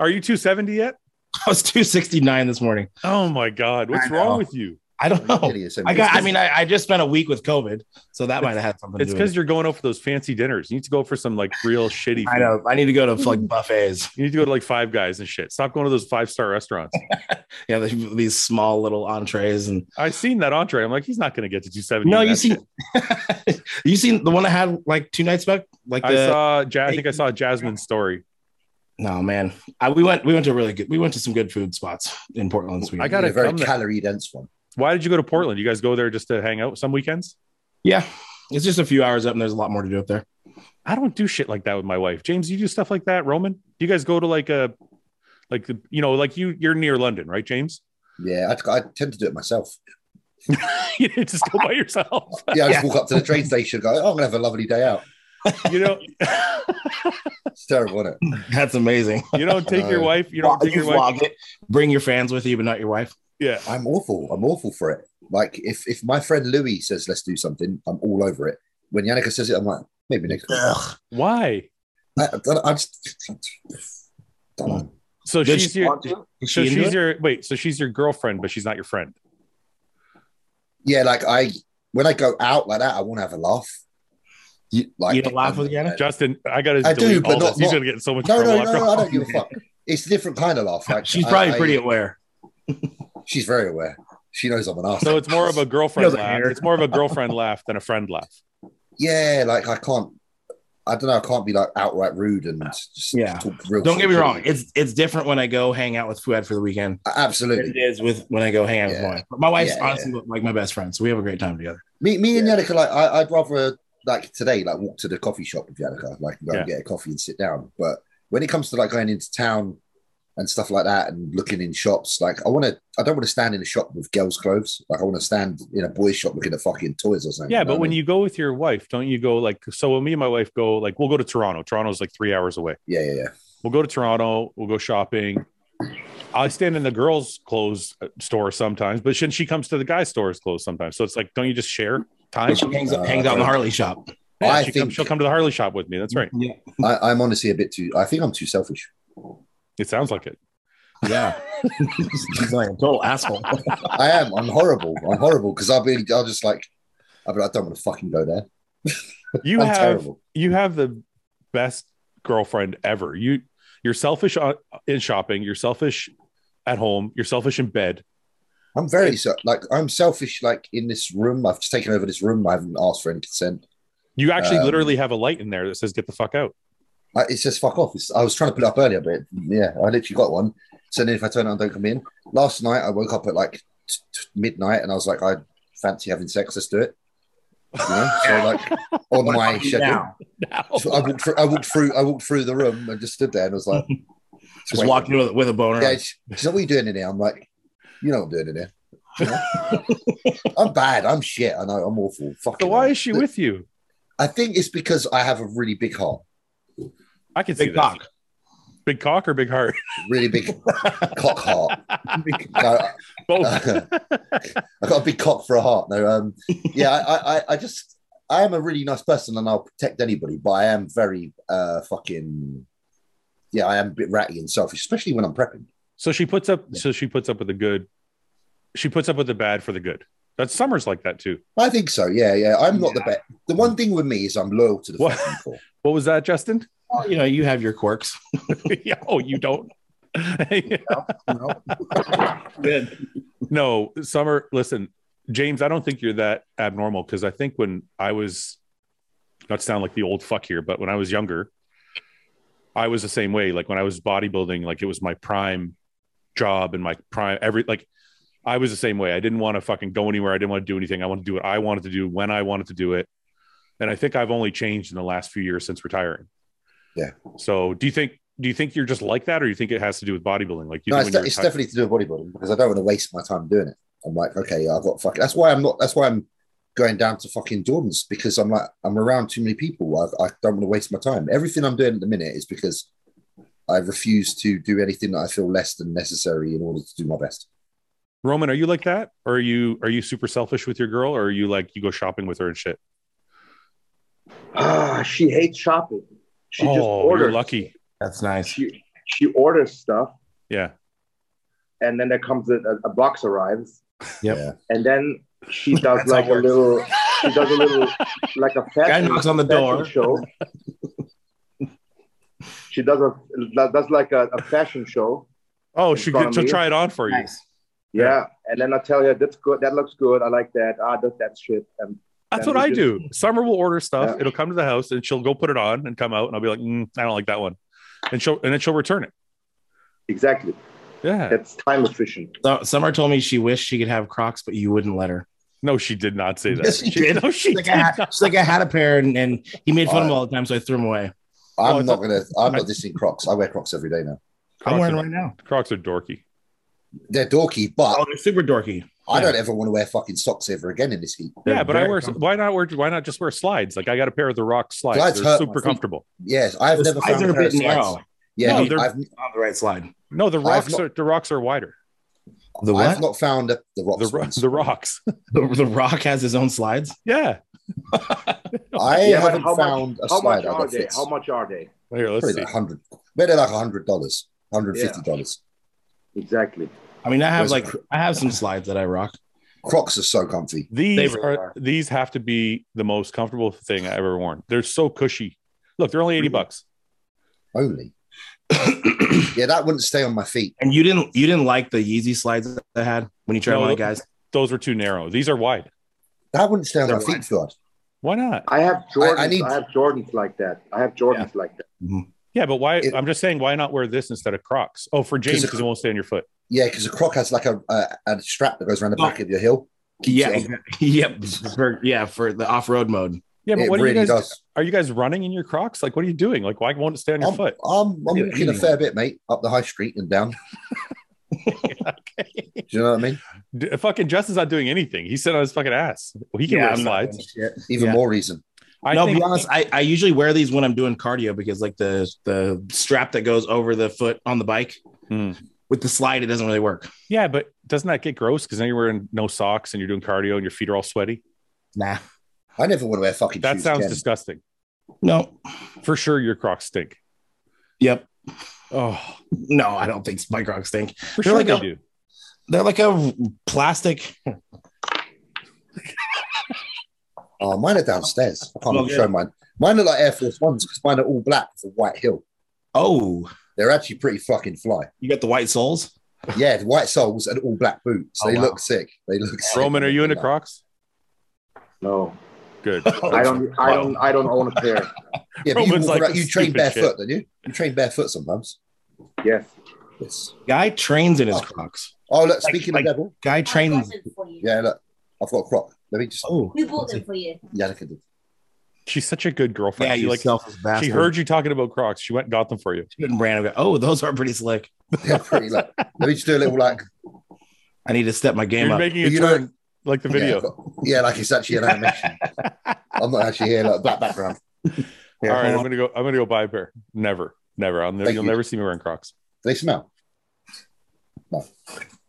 Speaker 1: Are you 270 yet?
Speaker 4: I was two sixty nine this morning.
Speaker 1: Oh my God. What's
Speaker 4: I know.
Speaker 1: wrong with you?
Speaker 4: I don't know.
Speaker 2: Really is.
Speaker 4: Oh, I got. I mean, I, I just spent a week with COVID, so that might have had something.
Speaker 1: It's
Speaker 4: to do with
Speaker 1: because you're going out for those fancy dinners. You need to go for some like real shitty.
Speaker 4: it. I
Speaker 1: food.
Speaker 4: know. I need to go to like buffets.
Speaker 1: You need to go to like Five Guys and shit. Stop going to those five star restaurants.
Speaker 4: Yeah, they- these small little entrees and
Speaker 1: I've seen that entree. I'm like, he's not going to get to 270.
Speaker 4: no,
Speaker 1: in
Speaker 4: you
Speaker 1: that
Speaker 4: seen
Speaker 1: shit.
Speaker 4: you seen the one I had like two nights back. Like
Speaker 1: I
Speaker 4: the,
Speaker 1: saw. Ja- I think I saw Jasmine's story.
Speaker 4: no man, I, we went we went to really good. We went to some good food spots in Portland, Sweden.
Speaker 1: I got
Speaker 2: a
Speaker 1: to
Speaker 2: very
Speaker 1: come. there.
Speaker 2: calorie dense one.
Speaker 1: Why did you go to Portland? You guys go there just to hang out some weekends?
Speaker 4: yeah, it's just a few hours up, and there's a lot more to do up there.
Speaker 1: I don't do shit like that with my wife. James, you do stuff like that. Roman, you guys go to like a, like the- you know, like you you're near London, right, James?
Speaker 2: Yeah, I, I tend to do it myself.
Speaker 1: you didn't just go by yourself.
Speaker 2: Yeah, I just walk up to the train station, go, oh, I'm gonna have a lovely day out.
Speaker 1: You know,
Speaker 2: It's terrible, isn't it?
Speaker 4: That's amazing.
Speaker 1: you don't take your
Speaker 2: No.
Speaker 1: wife. You don't
Speaker 4: Vlog-
Speaker 1: take your wife.
Speaker 4: vlog it. Bring your fans with you, but not your wife.
Speaker 1: Yeah,
Speaker 2: I'm awful. I'm awful for it. Like if if my friend Louis says let's do something, I'm all over it. When Yannicka says it, I'm like maybe next week.
Speaker 1: why?
Speaker 2: I, I don't- I just don't know.
Speaker 1: So
Speaker 4: Did
Speaker 1: she's
Speaker 4: she
Speaker 1: your.
Speaker 3: Want to?
Speaker 4: Is
Speaker 1: So
Speaker 4: she into
Speaker 1: she's
Speaker 4: it?
Speaker 1: your wait. So she's your girlfriend, but she's not your friend.
Speaker 2: Yeah, like I when I go out like that, I want to have a laugh.
Speaker 4: You-
Speaker 2: Like
Speaker 4: you don't laugh with Yannick?
Speaker 1: Justin, I gotta.
Speaker 2: I do,
Speaker 1: delete
Speaker 2: but
Speaker 1: all
Speaker 2: not-
Speaker 1: this. He's
Speaker 2: not-
Speaker 1: gonna get in so much
Speaker 2: No,
Speaker 1: trouble.
Speaker 2: no, no,
Speaker 1: after
Speaker 2: no,
Speaker 1: all.
Speaker 2: I don't give a fuck. It's a different kind of laugh. Like,
Speaker 4: She's
Speaker 2: I-
Speaker 4: probably
Speaker 2: I-
Speaker 4: pretty aware.
Speaker 2: She's very aware. She knows I'm an arse.
Speaker 1: So it's more of a girlfriend
Speaker 4: Doesn't
Speaker 1: laugh.
Speaker 4: matter.
Speaker 1: It's more of a girlfriend laugh than a friend laugh.
Speaker 2: yeah, like I can't. I don't know. I can't be like outright rude and just
Speaker 4: Yeah.
Speaker 2: talk real.
Speaker 4: Don't get me
Speaker 2: shit.
Speaker 4: wrong. It's it's different when I go hang out with Fuad for the weekend. than
Speaker 2: Absolutely.
Speaker 4: It is with when I go hang out with
Speaker 2: Yeah.
Speaker 4: my wife. But my wife's
Speaker 2: Yeah,
Speaker 4: honestly like my best friend, so we have a great time together.
Speaker 2: Me, me and Yannicka, like I, I'd rather like today, like walk to the coffee shop with Yannicka, like go and get a coffee and sit down. But when it comes to like going into town and stuff like that, and looking in shops, like I want to, I don't want to stand in a shop with girls' clothes. Like I want to stand in a boy's shop looking at fucking toys or something.
Speaker 1: Yeah,
Speaker 2: you know
Speaker 1: but
Speaker 2: what I
Speaker 1: when
Speaker 2: mean?
Speaker 1: you go with your wife, don't you go like? So when me and my wife go, like, we'll go to Toronto. Toronto's like three hours away.
Speaker 2: yeah, yeah, yeah.
Speaker 1: We'll go to Toronto. We'll go shopping. I stand in the girls' clothes store sometimes, but then she comes to the guys' stores clothes sometimes. So it's like, don't you just share time?
Speaker 4: She hangs,
Speaker 2: Uh,
Speaker 4: hangs out in the Harley shop.
Speaker 1: Yeah,
Speaker 2: I
Speaker 1: she
Speaker 2: think-
Speaker 1: comes, she'll come to the Harley shop with me. That's right.
Speaker 4: Yeah.
Speaker 2: I, I'm honestly a bit too. I think I'm too selfish.
Speaker 1: It sounds like it.
Speaker 4: Yeah. She's like a total asshole.
Speaker 2: I am. I'm horrible. I'm horrible because I'll be. I'll just like. I'll be like, I don't want to fucking go there.
Speaker 1: You
Speaker 2: I'm
Speaker 1: have
Speaker 2: terrible.
Speaker 1: you have the best girlfriend ever. You you're selfish on, in shopping. You're selfish at home. You're selfish in bed.
Speaker 2: I'm very so like I'm selfish. Like in this room, I've just taken over this room. I haven't asked for any consent.
Speaker 1: You actually
Speaker 2: Um,
Speaker 1: literally have a light in there that says "Get the fuck out."
Speaker 2: I, it says fuck off. It's, I was trying to put it up earlier, but yeah, I literally got one. So then if I turn it on, don't come in. Last night I woke up at like t- t- midnight and I was like, I fancy having sex. Let's do it. You know? So like on my schedule,
Speaker 3: Now,
Speaker 2: so I walked through. I walked through. I walked through the room and just stood there and was like,
Speaker 4: Just walked in with, with a boner.
Speaker 2: Yeah, she- she's like, "What are you doing in here?" I'm like, "You know what I'm doing in here." You know? I'm bad. I'm shit. I know. I'm awful. Fucking.
Speaker 1: So why
Speaker 2: hell.
Speaker 1: is she with you?
Speaker 2: I think it's because I have a really big heart.
Speaker 1: I can see
Speaker 4: Big
Speaker 1: that.
Speaker 4: cock.
Speaker 1: Big cock or big heart?
Speaker 2: really big cock heart. No,
Speaker 1: Both.
Speaker 2: I I got a big cock for a heart. No, um, yeah, I, I, I just, I am a really nice person, and I'll protect anybody, but I am very uh, fucking, yeah, I am a bit ratty and selfish, especially when I'm prepping.
Speaker 1: so she puts up. So she puts up with the good. She puts up with the bad for the good. That's summers like that too.
Speaker 2: I think so. Yeah, yeah. I'm not the best. The one thing with me is I'm loyal to the
Speaker 1: What?
Speaker 2: fucking core.
Speaker 1: What was that, Justin?
Speaker 4: Well, "Oh, you know, you have your quirks.
Speaker 1: Yeah, oh, you don't.
Speaker 2: you know?
Speaker 1: no, Summer, listen, James, I don't think you're that abnormal because I think when I was, not to sound like the old fuck here, but when I was younger, I was the same way. Like when I was bodybuilding, like it was my prime job and my prime every, like I was the same way. I didn't want to fucking go anywhere. I didn't want to do anything. I wanted to do what I wanted to do when I wanted to do it. And I think I've only changed in the last few years since retiring.
Speaker 2: Yeah.
Speaker 1: So do you think, do you think you're just like that or you think it has to do with bodybuilding? Like you
Speaker 2: No,
Speaker 1: think
Speaker 2: it's,
Speaker 1: when
Speaker 2: de-
Speaker 1: you're
Speaker 2: it's
Speaker 1: retired-
Speaker 2: definitely to do with bodybuilding because I don't want to waste my time doing it. I'm like, okay, I've got fucking. That's why I'm not. That's why I'm going down to fucking Jordans because I'm like, I'm around too many people. I, I don't want to waste my time. Everything I'm doing at the minute is because I refuse to do anything that I feel less than necessary in order to do my best.
Speaker 1: Roman, are you like that? Or are you are you super selfish with your girl? Or are you like you go shopping with her and shit?
Speaker 3: ah, she hates shopping. She just
Speaker 1: oh, you're
Speaker 3: orders.
Speaker 1: lucky.
Speaker 4: That's nice.
Speaker 3: She she orders stuff,
Speaker 1: Yeah.
Speaker 3: and then there comes a, a- a box arrives,
Speaker 4: Yep.
Speaker 2: Yeah.
Speaker 3: and then she does
Speaker 4: That's how
Speaker 3: like a
Speaker 4: it works.
Speaker 3: little. She does a little like a
Speaker 4: Guy
Speaker 3: fashion
Speaker 4: knocks on the
Speaker 3: fashion
Speaker 4: door.
Speaker 3: show. she does a does like a, a fashion show.
Speaker 1: Oh,
Speaker 3: In
Speaker 1: she
Speaker 3: front
Speaker 1: could,
Speaker 3: of
Speaker 1: she'll
Speaker 3: me.
Speaker 1: try it on for you.
Speaker 4: Nice.
Speaker 3: Yeah. and then I tell her that's good. That looks good. I like that. Ah, that that shit. And
Speaker 1: That's
Speaker 3: Then
Speaker 1: what I
Speaker 3: we
Speaker 1: do. Summer will order stuff.
Speaker 3: Yeah.
Speaker 1: It'll come to the house and she'll go put it on and come out and I'll be like, mm, I don't like that one, and she'll and then she'll return it.
Speaker 3: exactly,
Speaker 1: Yeah.
Speaker 3: that's time efficient.
Speaker 4: So, Summer told me she wished she could have Crocs, but you wouldn't let her.
Speaker 1: No, she did not say that.
Speaker 4: Yes, she did.
Speaker 1: No, she
Speaker 4: She's like,
Speaker 1: did.
Speaker 4: I had, she's like, I had a pair, and, and he made fun
Speaker 2: Alright.
Speaker 4: of them all the time, so I threw them away.
Speaker 1: Oh, I
Speaker 2: I'm not
Speaker 1: thought-
Speaker 2: gonna. I'm
Speaker 1: I-
Speaker 2: not this in Crocs. I wear Crocs every day now.
Speaker 4: I'm
Speaker 1: Crocs
Speaker 4: wearing
Speaker 1: are,
Speaker 4: them right now.
Speaker 1: Crocs are dorky.
Speaker 2: They're dorky, but
Speaker 4: Oh, they're super dorky.
Speaker 2: I don't ever want to wear fucking socks ever again in this heat.
Speaker 1: Yeah,
Speaker 4: They're
Speaker 1: but I
Speaker 4: very
Speaker 1: wear.
Speaker 4: comfortable.
Speaker 1: Why not wear? Why not just wear slides? Like I got a pair of the Rock slides.
Speaker 2: Slides
Speaker 1: They're
Speaker 2: hurt my
Speaker 1: super
Speaker 2: feet.
Speaker 1: comfortable.
Speaker 2: Yes, I've
Speaker 4: The
Speaker 2: never
Speaker 4: slides
Speaker 2: found
Speaker 4: are
Speaker 2: a
Speaker 4: a
Speaker 2: pair
Speaker 4: bit
Speaker 2: of slides.
Speaker 4: narrow.
Speaker 2: Yeah,
Speaker 1: No, they're-
Speaker 2: I've,
Speaker 4: Not the right slide.
Speaker 1: No, the rocks
Speaker 2: not-
Speaker 1: are the rocks are wider.
Speaker 4: The
Speaker 2: I've
Speaker 4: what?
Speaker 2: not found a, the rocks.
Speaker 1: The ro-
Speaker 2: ones.
Speaker 1: the rocks.
Speaker 4: The, the Rock has his own slides.
Speaker 1: Yeah.
Speaker 2: I
Speaker 3: Yeah, but
Speaker 2: haven't
Speaker 3: how much-
Speaker 2: found a
Speaker 3: How
Speaker 2: slide
Speaker 3: much
Speaker 2: that
Speaker 3: are
Speaker 2: got
Speaker 3: they?
Speaker 2: fits.
Speaker 3: How much are they?
Speaker 1: Here, let's
Speaker 2: Probably
Speaker 1: see.
Speaker 2: like hundred. Maybe like hundred dollars, hundred fifty dollars.
Speaker 3: Exactly.
Speaker 4: I mean, I have
Speaker 2: Where's
Speaker 4: like
Speaker 2: the-
Speaker 4: I have some slides that I rock.
Speaker 2: Crocs are so comfy.
Speaker 1: These
Speaker 4: really
Speaker 1: are,
Speaker 4: are.
Speaker 1: these have to be the most comfortable thing I ever worn. They're so cushy. Look, they're only eighty bucks.
Speaker 2: Only. Yeah, that wouldn't stay on my feet.
Speaker 4: and you didn't you didn't like the Yeezy slides that I had when you tried
Speaker 1: No,
Speaker 4: them on,
Speaker 1: look-
Speaker 4: guys.
Speaker 1: Those were too narrow. These are wide.
Speaker 2: That wouldn't stay on
Speaker 4: They're
Speaker 2: my feet, God.
Speaker 1: Why not?
Speaker 3: I have Jordans. I,
Speaker 2: I need-
Speaker 3: have Jordans like that. I have Jordans like that.
Speaker 1: Yeah, but why?
Speaker 2: It-
Speaker 1: I'm just saying, why not wear this instead of Crocs? Oh, for James,
Speaker 2: 'Cause it-
Speaker 1: because it won't stay on your foot.
Speaker 2: Yeah, because a croc has like a, a, a strap that goes around the
Speaker 4: Oh.
Speaker 2: back of your heel. Keeps
Speaker 4: Yeah,
Speaker 2: it on.
Speaker 4: exactly. yep. For, yeah, for the off road mode.
Speaker 1: Yeah, but
Speaker 2: it
Speaker 1: what are
Speaker 2: really
Speaker 1: you guys?
Speaker 2: does.
Speaker 1: Are you guys running in your Crocs? Like, what are you doing? Like, why won't it stay on your
Speaker 2: I'm,
Speaker 4: Um,
Speaker 2: I'm,
Speaker 1: foot?
Speaker 2: I'm
Speaker 4: Yeah,
Speaker 2: walking a
Speaker 4: yeah.
Speaker 2: fair bit, mate, up the high street and down. Do you know what I mean?
Speaker 1: D- fucking Justin's not doing anything. He's sitting on his fucking ass. Well, he can wear
Speaker 4: I'm not
Speaker 1: slides.
Speaker 4: doing shit.
Speaker 2: Even
Speaker 4: Yeah.
Speaker 2: more reason.
Speaker 1: I
Speaker 4: no,
Speaker 1: think
Speaker 4: be honest. I, I usually wear these when I'm doing cardio because like the the strap that goes over the foot on the bike
Speaker 1: Hmm.
Speaker 4: with the slide, it doesn't really work.
Speaker 1: Yeah, but doesn't that get gross? Because now you're wearing no socks and you're doing cardio and your feet are all sweaty.
Speaker 4: Nah,
Speaker 2: I never want to wear fucking
Speaker 1: That
Speaker 2: shoes
Speaker 1: sounds
Speaker 2: again.
Speaker 1: disgusting.
Speaker 4: no.
Speaker 1: For sure, your Crocs stink.
Speaker 4: Yep.
Speaker 1: Oh,
Speaker 4: No, I don't think my Crocs stink.
Speaker 1: for
Speaker 4: They're
Speaker 1: sure
Speaker 4: like
Speaker 1: they
Speaker 4: a-
Speaker 1: do.
Speaker 4: They're like a plastic.
Speaker 2: Oh, mine are downstairs. I can't
Speaker 4: Oh,
Speaker 2: even
Speaker 4: yeah.
Speaker 2: show mine. Mine are like Air Force Ones because mine are all black with a white heel.
Speaker 4: Oh,
Speaker 2: They're actually pretty fucking fly.
Speaker 4: you got the white soles.
Speaker 2: Yeah, the white soles and all black boots.
Speaker 4: Oh,
Speaker 2: they
Speaker 4: wow.
Speaker 2: look sick. They look sick.
Speaker 1: Roman, are you into Crocs?
Speaker 3: No,
Speaker 1: Good.
Speaker 2: Oh,
Speaker 3: I don't, I don't, I don't own a pair.
Speaker 2: Yeah, but you,
Speaker 1: Roman's
Speaker 2: walk
Speaker 1: like
Speaker 2: around-
Speaker 1: the
Speaker 2: you train
Speaker 1: stupid
Speaker 2: barefoot, don't you? You train barefoot sometimes.
Speaker 3: Yes.
Speaker 2: Yes.
Speaker 4: Guy trains in his Crocs.
Speaker 2: Oh, look, speaking
Speaker 4: like-
Speaker 2: of devil.
Speaker 4: Guy
Speaker 5: I bought
Speaker 4: trains.
Speaker 5: them for you.
Speaker 2: Yeah, look, I've got a crop. Let me just.
Speaker 4: Oh,
Speaker 5: We bought them for you.
Speaker 2: Yeah, look at this.
Speaker 1: She's such a good girlfriend.
Speaker 4: yeah,
Speaker 1: she
Speaker 4: you
Speaker 1: like
Speaker 4: selfless bastard.
Speaker 1: she heard you talking about Crocs. She went and got them for you.
Speaker 4: and ran and go, Oh, those are pretty slick.
Speaker 2: They're pretty, look. Let me just do a little like.
Speaker 4: I need to step my game
Speaker 1: You're
Speaker 4: up.
Speaker 1: making a
Speaker 2: You know-
Speaker 1: turn like the video.
Speaker 2: Yeah, yeah, like it's actually an animation. I'm not actually here, like black background.
Speaker 3: Yeah.
Speaker 1: All right, I'm gonna go. I'm gonna go buy a pair. Never, never. I'll never.
Speaker 2: Thank
Speaker 1: You'll
Speaker 2: you.
Speaker 1: never see me wearing Crocs.
Speaker 2: They smell.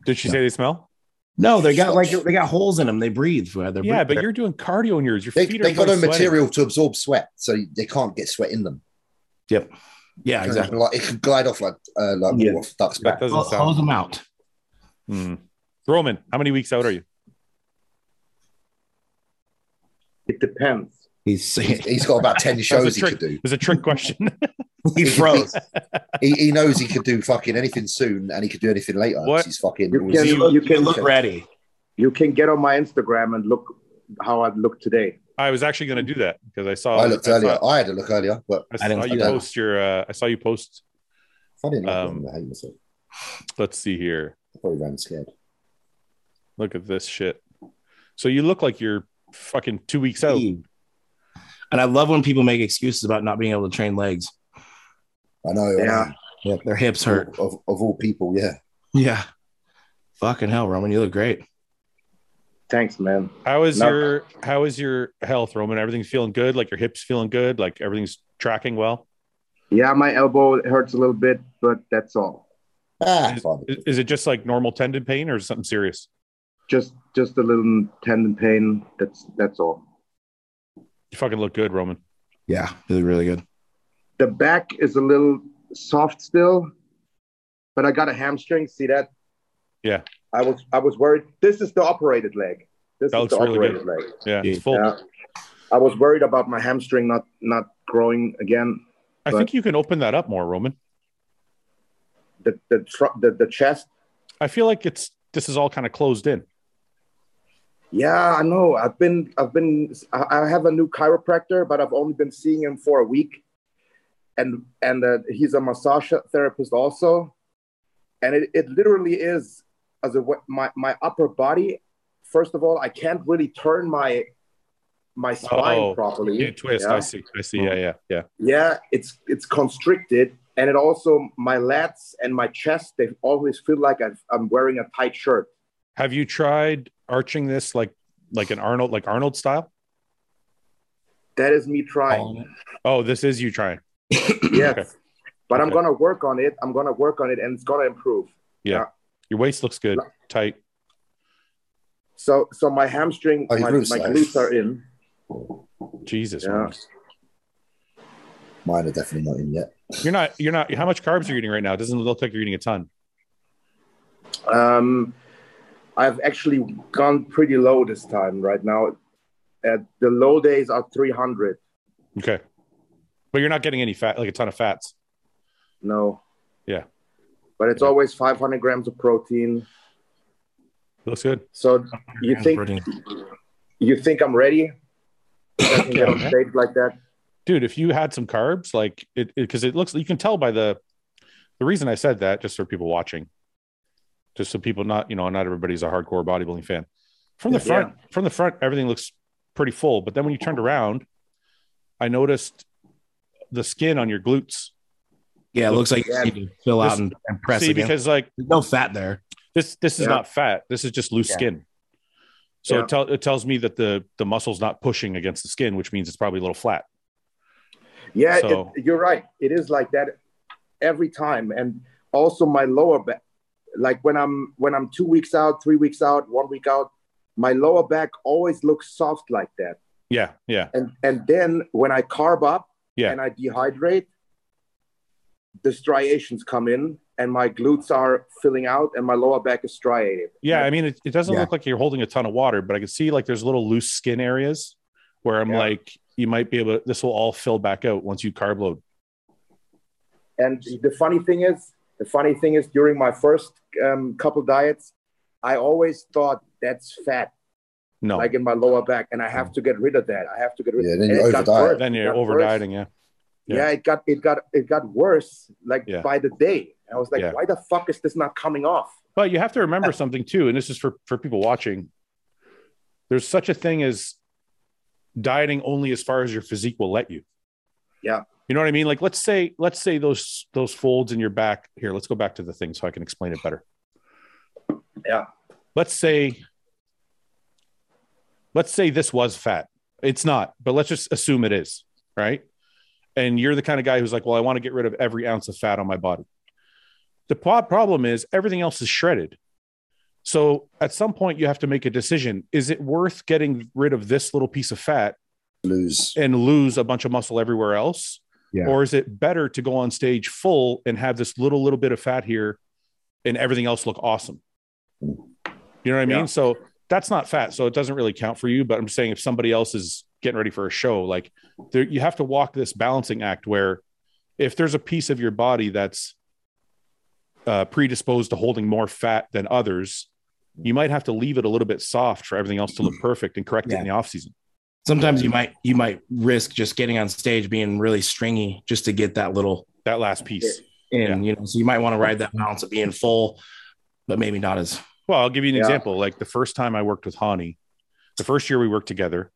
Speaker 1: Did she say they smell?
Speaker 4: no, they got like they got holes in them. They breathe. They're
Speaker 1: Yeah, but you're doing cardio in yours. Your
Speaker 2: They,
Speaker 1: feet are.
Speaker 2: they got no
Speaker 1: probably sweating.
Speaker 2: material to absorb sweat, so they can't get sweat in them.
Speaker 4: yeah, exactly.
Speaker 2: Like it can glide off like uh, like
Speaker 4: Yeah.
Speaker 2: water off duck's
Speaker 1: That
Speaker 2: back.
Speaker 1: doesn't
Speaker 4: Hose
Speaker 1: sound.
Speaker 4: them out.
Speaker 1: Mm. Roman, how many weeks out are you?
Speaker 3: It depends.
Speaker 4: He's he
Speaker 2: He's got about ten
Speaker 1: That was
Speaker 2: shows
Speaker 1: a
Speaker 2: he
Speaker 1: trick.
Speaker 2: could do.
Speaker 1: It was a trick question.
Speaker 4: froze.
Speaker 2: He, he knows he could do fucking anything soon, and he could do anything later. 'cause
Speaker 1: What?
Speaker 2: He's fucking.
Speaker 3: You
Speaker 2: always-
Speaker 3: can-
Speaker 4: You,
Speaker 3: you can-
Speaker 4: look ready.
Speaker 3: You can get on my Instagram and look how I look today.
Speaker 1: I was actually going to do that because I saw.
Speaker 2: I looked
Speaker 1: I
Speaker 2: earlier.
Speaker 1: Saw,
Speaker 2: I had a look earlier, but
Speaker 1: I
Speaker 4: I didn't
Speaker 1: saw
Speaker 4: see
Speaker 1: you
Speaker 2: that.
Speaker 1: post your. Uh, I saw you post.
Speaker 2: funny enough,
Speaker 1: Um,
Speaker 2: I hate myself.
Speaker 1: Let's see here.
Speaker 2: I probably ran scared.
Speaker 1: Look at this shit. So you look like you're fucking two weeks out.
Speaker 4: And I love when people make excuses about not being able to train legs.
Speaker 2: I know. I
Speaker 3: Yeah.
Speaker 2: know.
Speaker 4: Yeah, their hips hurt.
Speaker 2: Of, of, of all people, yeah.
Speaker 4: Yeah. Fucking hell, Roman, you look great.
Speaker 3: Thanks, man.
Speaker 1: How is
Speaker 3: No.
Speaker 1: your How is your health, Roman? Everything's feeling good. Like your hips feeling good. Like everything's tracking well.
Speaker 3: Yeah, my elbow hurts a little bit, but that's all.
Speaker 2: Ah, fine.
Speaker 1: Is, is it just like normal tendon pain or is it something serious?
Speaker 3: Just just a little tendon pain. That's that's all.
Speaker 1: You fucking look good, Roman.
Speaker 4: Yeah, you look really good.
Speaker 3: The back is a little soft still, but I got a hamstring. See that?
Speaker 1: Yeah.
Speaker 3: I was I was worried. This is the operated leg. This
Speaker 1: That
Speaker 3: is the
Speaker 1: looks really
Speaker 3: operated leg.
Speaker 1: Yeah,
Speaker 4: Yeah.
Speaker 1: it's full.
Speaker 3: Yeah. I was worried about my hamstring not not growing again.
Speaker 1: I think you can open that up more, Roman.
Speaker 3: The the tr- the, the chest.
Speaker 1: I feel like it's this is all kind of closed in.
Speaker 3: Yeah, I know. I've been I've been I I have a new chiropractor, but I've only been seeing him for a week, and and uh, he's a massage therapist also, and it, it literally is as a wa- my my upper body. First of all, I can't really turn my my spine
Speaker 1: Oh,
Speaker 3: properly.
Speaker 1: You twist. I see. I see. Yeah, yeah, yeah.
Speaker 3: yeah it's it's constricted and it also my lats and my chest they always feel like I've, i'm wearing a tight shirt
Speaker 1: Have you tried arching this like like an Arnold like Arnold style?
Speaker 3: that is me trying
Speaker 4: All in
Speaker 1: Oh, this is you trying.
Speaker 3: yes
Speaker 1: Okay.
Speaker 3: but i'm
Speaker 1: Okay.
Speaker 3: gonna work on it i'm gonna work on it and it's gonna improve
Speaker 1: Your waist looks good, tight.
Speaker 3: so so my hamstring
Speaker 2: Oh, you
Speaker 3: my,
Speaker 2: lose
Speaker 3: my
Speaker 2: that.
Speaker 3: glutes are in
Speaker 1: Jesus,
Speaker 3: Yeah.
Speaker 1: Roman.
Speaker 2: Mine are definitely not in yet.
Speaker 1: you're not. You're not. How much carbs are you eating right now? It doesn't look like you're eating a ton.
Speaker 3: um i've actually gone pretty low this time right now uh, the low days are 300
Speaker 1: Okay, but you're not getting any fat, like a ton of fats.
Speaker 3: no
Speaker 1: Yeah.
Speaker 3: but it's
Speaker 1: Yeah.
Speaker 3: always 500 grams of protein
Speaker 1: Looks good.
Speaker 3: so you think
Speaker 4: protein.
Speaker 3: you think I'm ready? I can get on
Speaker 1: Yeah.
Speaker 3: stage like that.
Speaker 1: dude, if you had some carbs, like it, because it, looks, you can tell by the, the reason I said that, just for people watching, just so people not, you know, not everybody's a hardcore bodybuilding fan. From the
Speaker 3: Yeah.
Speaker 1: front, from the front, everything looks pretty full, but then when you turned around, I noticed the skin on your glutes.
Speaker 4: Yeah, it looks like
Speaker 3: Yeah.
Speaker 4: you need to fill out
Speaker 1: This-
Speaker 4: and, and press
Speaker 1: See,
Speaker 4: again.
Speaker 1: because like
Speaker 4: There's no fat there.
Speaker 1: this, this is
Speaker 3: Yeah.
Speaker 1: not fat. This is just loose
Speaker 4: Yeah.
Speaker 1: skin. So
Speaker 3: Yeah.
Speaker 1: it, tell, it tells me that the the muscle's not pushing against the skin, which means it's probably a little flat.
Speaker 3: Yeah,
Speaker 1: So-
Speaker 3: it, you're right. It is like that every time, and also my lower back. Like when I'm when I'm two weeks out, three weeks out, one week out, my lower back always looks soft like that.
Speaker 1: Yeah, yeah,
Speaker 3: And and then when I carb up
Speaker 1: Yeah.
Speaker 3: and I dehydrate, the striations come in, and my glutes are filling out, and my lower back is striated.
Speaker 1: yeah. I mean, it, it doesn't
Speaker 4: Yeah.
Speaker 1: look like you're holding a ton of water, but I can see like there's little loose skin areas where I'm
Speaker 3: Yeah.
Speaker 1: like, you might be able. to, This will all fill back out once you carb load.
Speaker 3: And the funny thing is, the funny thing is, during my first um, couple diets, I always thought that's fat.
Speaker 1: No.
Speaker 3: like in my lower back, and I have to get rid of that. I have to get rid.
Speaker 2: Yeah, then
Speaker 3: and
Speaker 2: you
Speaker 3: it got
Speaker 2: overdiet.
Speaker 3: worse.
Speaker 1: then
Speaker 3: It
Speaker 1: you're
Speaker 3: got worse.
Speaker 1: overdieting. Yeah.
Speaker 3: Yeah.
Speaker 1: Yeah.
Speaker 3: it got it got it got worse like
Speaker 1: Yeah.
Speaker 3: by the day. I was like,
Speaker 1: Yeah.
Speaker 3: why the fuck is this not coming off?
Speaker 1: But you have to remember something too, and this is for for people watching. There's such a thing as dieting only as far as your physique will let you.
Speaker 3: Yeah.
Speaker 1: You know what I mean? Like let's say let's say those those folds in your back here. Let's go back to the thing so I can explain it better.
Speaker 3: Yeah.
Speaker 1: Let's say let's say this was fat. It's not, but let's just assume it is, right? And you're the kind of guy who's like, "Well, I want to get rid of every ounce of fat on my body." The pro- problem is everything else is shredded. So at some point, you have to make a decision. Is it worth getting rid of this little piece of fat
Speaker 2: Lose.
Speaker 1: and lose a bunch of muscle everywhere else?
Speaker 2: Yeah.
Speaker 1: Or is it better to go on stage full and have this little, little bit of fat here and everything else look awesome? You know what I mean?
Speaker 3: Yeah.
Speaker 1: So that's not fat. So it doesn't really count for you. But I'm saying if somebody else is getting ready for a show, like there, you have to walk this balancing act where if there's a piece of your body that's uh, predisposed to holding more fat than others, you might have to leave it a little bit soft for everything else to look perfect and correct it in the off season.
Speaker 4: Sometimes you might you might risk just getting on stage being really stringy just to get that little
Speaker 1: That last piece.
Speaker 4: in. You know, so you might want to ride that balance of being full, but maybe not as
Speaker 1: Well, I'll give you an
Speaker 3: Yeah.
Speaker 1: example. Like the first time I worked with Hani, the first year we worked together,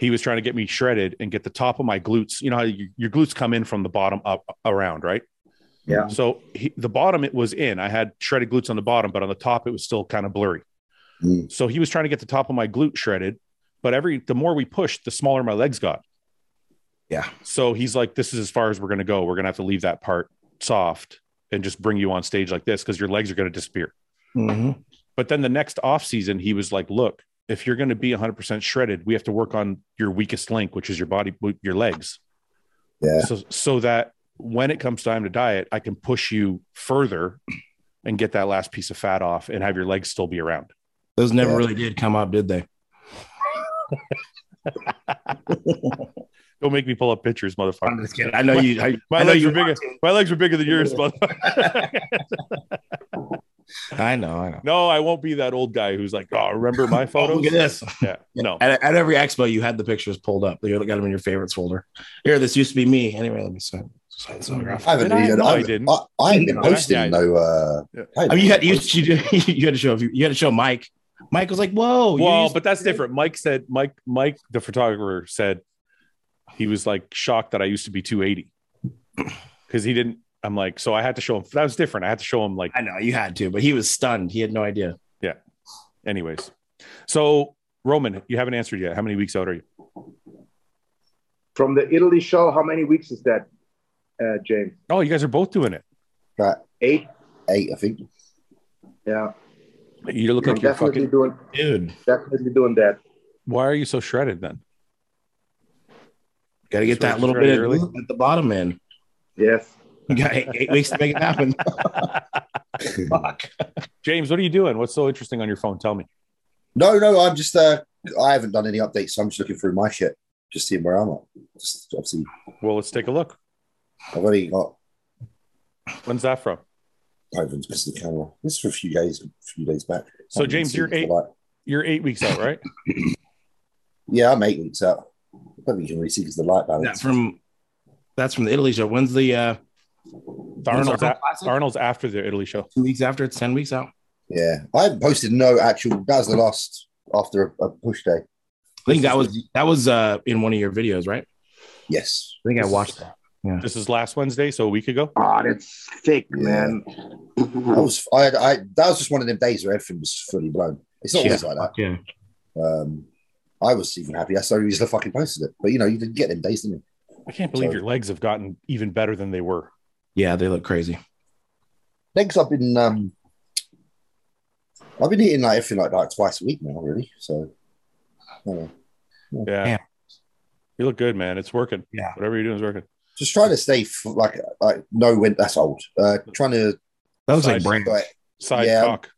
Speaker 1: he was trying to get me shredded and get the top of my glutes. You know how you, your glutes come in from the bottom up around, right?
Speaker 3: Yeah.
Speaker 1: So he, the bottom it was in. I had shredded glutes on the bottom, but on the top it was still kind of blurry.
Speaker 2: Mm.
Speaker 1: So he was trying to get the top of my glute shredded, but every the more we pushed, the smaller my legs got.
Speaker 2: Yeah.
Speaker 1: So he's like, "This is as far as we're going to go. We're going to have to leave that part soft and just bring you on stage like this because your legs are going to disappear." Mm-hmm. But then the next off season, he was like, "Look, if you're going to be 100% shredded, we have to work on your weakest link, which is your body, your legs.
Speaker 2: Yeah.
Speaker 1: So so that when it comes time to diet, I can push you further and get that last piece of fat off and have your legs still be around."
Speaker 4: those never
Speaker 2: Yeah.
Speaker 4: really did come up, did they?
Speaker 1: Don't make me pull up pictures, motherfucker.
Speaker 4: just kidding. I know you. I,
Speaker 1: My
Speaker 4: I know
Speaker 1: legs
Speaker 4: you
Speaker 1: are bigger. My legs are bigger than yours, motherfucker.
Speaker 4: I know. I know.
Speaker 1: no, I won't be that old guy who's like, "Oh, remember my
Speaker 4: Oh,
Speaker 1: photos?"
Speaker 4: look at this.
Speaker 1: Yeah. No.
Speaker 4: At, at every expo, you had the pictures pulled up. You got them in your favorites folder. Here, this used to be me. Anyway, let me sign, sign this autograph.
Speaker 2: I haven't.
Speaker 1: Did I?
Speaker 2: even-
Speaker 1: No, I
Speaker 2: haven't-
Speaker 1: didn't.
Speaker 2: I, I haven't been
Speaker 1: No, I-
Speaker 2: posting
Speaker 1: yeah, I-
Speaker 2: no. Uh,
Speaker 1: Yeah.
Speaker 2: I haven't
Speaker 4: I mean, you
Speaker 2: been
Speaker 4: had you,
Speaker 2: posting.
Speaker 4: you, you had to show you had to show Mike. Mike was like, "Whoa!" Oh, you
Speaker 1: Well,
Speaker 4: used-
Speaker 1: but that's different. Mike said Mike Mike the photographer said he was like shocked that I used to be 280 because he didn't. I'm like, so I had to show him. That was different. I had to show him like,
Speaker 4: I know you had to, but he was stunned. He had no idea.
Speaker 1: anyways. So Roman, you haven't answered yet. How many weeks out are you?
Speaker 3: From the Italy show, how many weeks is that, uh, James?
Speaker 1: Oh, you guys are both doing it.
Speaker 2: About
Speaker 3: Eight.
Speaker 2: eight, I think.
Speaker 3: Yeah,
Speaker 1: You look
Speaker 3: I'm
Speaker 1: like you're
Speaker 3: definitely
Speaker 1: fucking.
Speaker 3: doing
Speaker 4: Dude,
Speaker 3: definitely doing that.
Speaker 1: Why are you so shredded then?
Speaker 4: got to get
Speaker 1: Just
Speaker 4: that
Speaker 1: raise
Speaker 4: little
Speaker 1: it right
Speaker 4: bit of
Speaker 1: early.
Speaker 4: glue at the bottom in.
Speaker 3: Yes.
Speaker 4: You got eight, eight weeks to make it happen. Fuck.
Speaker 1: James, what are you doing? What's so interesting on your phone? Tell me.
Speaker 2: No, no, I'm just. Uh, I haven't done any updates, so I'm just looking through my shit, just seeing where I'm at. Just obviously,
Speaker 1: Well, let's take a look.
Speaker 2: I've only got
Speaker 1: When's that from?
Speaker 2: Ivan's missing the camera. This is for a few days, a few days back.
Speaker 1: So,
Speaker 2: Haven't
Speaker 1: James,
Speaker 2: seen
Speaker 1: you're
Speaker 2: it for
Speaker 1: eight-
Speaker 2: like-
Speaker 1: You're eight weeks out, right?
Speaker 2: yeah, I'm eight weeks out. I don't think you can really see because the light
Speaker 4: That
Speaker 2: balance.
Speaker 4: from that's from the Italy show. When's the uh
Speaker 1: The Arnold's, a-
Speaker 4: Classic?
Speaker 1: Arnold's after the Italy show.
Speaker 4: two weeks after? It's ten weeks out.
Speaker 2: yeah, I haven't posted no actual. That was the last after a, a push day.
Speaker 4: I think that was that was uh in one of your videos, right?
Speaker 2: Yes,
Speaker 4: I think I watched that.
Speaker 1: This is last Wednesday, so a week ago.
Speaker 3: Ah, that's thick,
Speaker 2: Yeah.
Speaker 3: man.
Speaker 2: I was. I, had, I that was just one of them days where everything was fully blown. It's not always like
Speaker 4: Yeah.
Speaker 2: that. Um, I was even happy. That's the only reason I fucking posted it. But you know, you didn't get them days, didn't you?
Speaker 1: I can't believe
Speaker 2: So-
Speaker 1: your legs have gotten even better than they were.
Speaker 4: Yeah, they look crazy.
Speaker 2: Legs. I've been. Um, I've been eating like everything like that twice a week now, really. So. you know,
Speaker 1: Yeah.
Speaker 4: Yeah.
Speaker 1: You look good, man. It's working.
Speaker 4: Yeah.
Speaker 1: Whatever you're doing is working.
Speaker 2: Just trying to stay f- like like no when that's old. Uh, trying to
Speaker 4: That looks
Speaker 1: Size.
Speaker 4: like brand.
Speaker 2: like,
Speaker 1: Side
Speaker 2: Yeah.
Speaker 1: cock.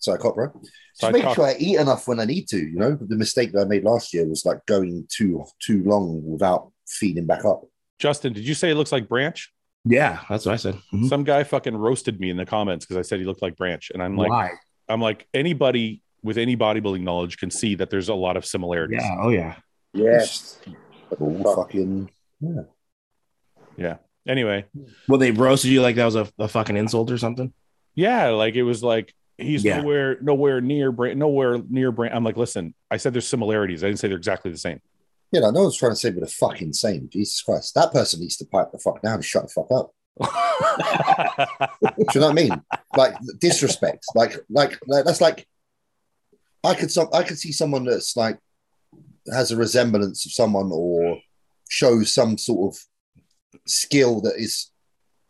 Speaker 2: sorry, cop, bro. Just
Speaker 1: Side
Speaker 2: make
Speaker 1: cock.
Speaker 2: sure I eat enough when I need to. You know, the mistake that I made last year was like going too too long without feeding back up.
Speaker 1: Justin, did you say it looks like Branch?
Speaker 4: Yeah, that's what I said. Mhm.
Speaker 1: Some guy fucking roasted me in the comments because I said he looked like Branch. And I'm like,
Speaker 4: Why?
Speaker 1: I'm like, anybody with any bodybuilding knowledge can see that there's a lot of similarities.
Speaker 5: Yeah. Oh yeah.
Speaker 3: Yes.
Speaker 2: All fucking.
Speaker 1: Anyway,
Speaker 4: Well, they roasted you like that was a, a fucking insult or something.
Speaker 1: yeah, like it was like he's
Speaker 4: Yeah.
Speaker 1: nowhere nowhere near brand nowhere near brand. I'm like, listen, I said there's similarities. I didn't say they're exactly the same.
Speaker 2: Yeah, no, no one's trying to say we're the fucking same. Jesus Christ. That person needs to pipe the fuck down and shut the fuck up. Do you know what I mean? Like disrespect. Like, like, like that's like I could some I could see someone that's like has a resemblance of someone or shows some sort of skill that is